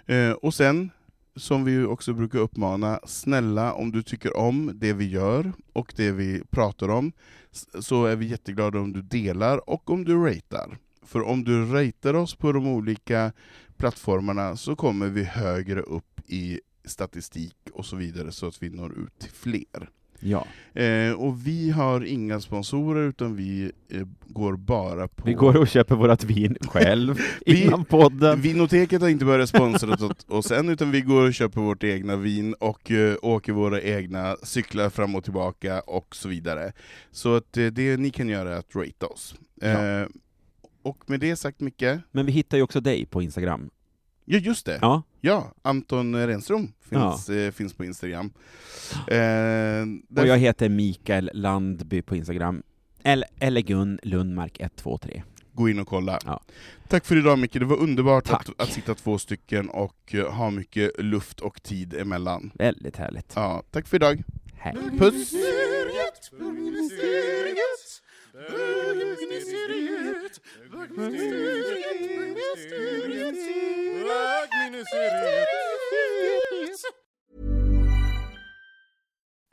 Speaker 3: Mm.
Speaker 2: Eh, och sen, som vi ju också brukar uppmana, snälla om du tycker om det vi gör och det vi pratar om, s- så är vi jätteglada om du delar och om du ratear. För om du ratear oss på de olika plattformarna så kommer vi högre upp i statistik och så vidare, så att vi når ut till fler.
Speaker 3: Ja,
Speaker 2: Eh, och vi har inga sponsorer, utan vi eh, går bara på...
Speaker 3: vi går och köper vårt vin själv
Speaker 2: Vi-
Speaker 3: innan podden.
Speaker 2: Eh, Vinoteket har inte börjat sponsra åt oss än, utan vi går och köper vårt egna vin och eh, åker våra egna cyklar fram och tillbaka och så vidare. Så att eh, det ni kan göra är att rate oss. Eh, och med det sagt Micke, ja
Speaker 3: Men vi hittar ju också dig på Instagram.
Speaker 2: just det, ja,
Speaker 3: Ja,
Speaker 2: Anton Renström finns, eh, finns på Instagram. Eh, där-
Speaker 3: och jag heter Mikael Landby på Instagram. Eller, eller Gun Lundmark 123.
Speaker 2: Gå in och kolla.
Speaker 3: Ja.
Speaker 2: Tack för idag Micke, det var underbart
Speaker 3: Tack.
Speaker 2: att, att sitta två stycken och eh, ha mycket luft och tid emellan.
Speaker 3: Väldigt härligt.
Speaker 2: Ja, tack för idag.
Speaker 3: Hej.
Speaker 2: Puss!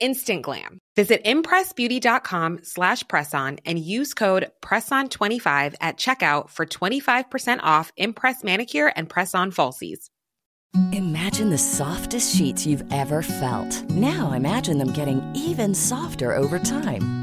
Speaker 4: Instant glam. Visit impressbeauty.com slash presson and use code PRESSON25 at checkout for 25% off Impress Manicure and Press On Falsies.
Speaker 5: Imagine the softest sheets you've ever felt. Now imagine them getting even softer over time.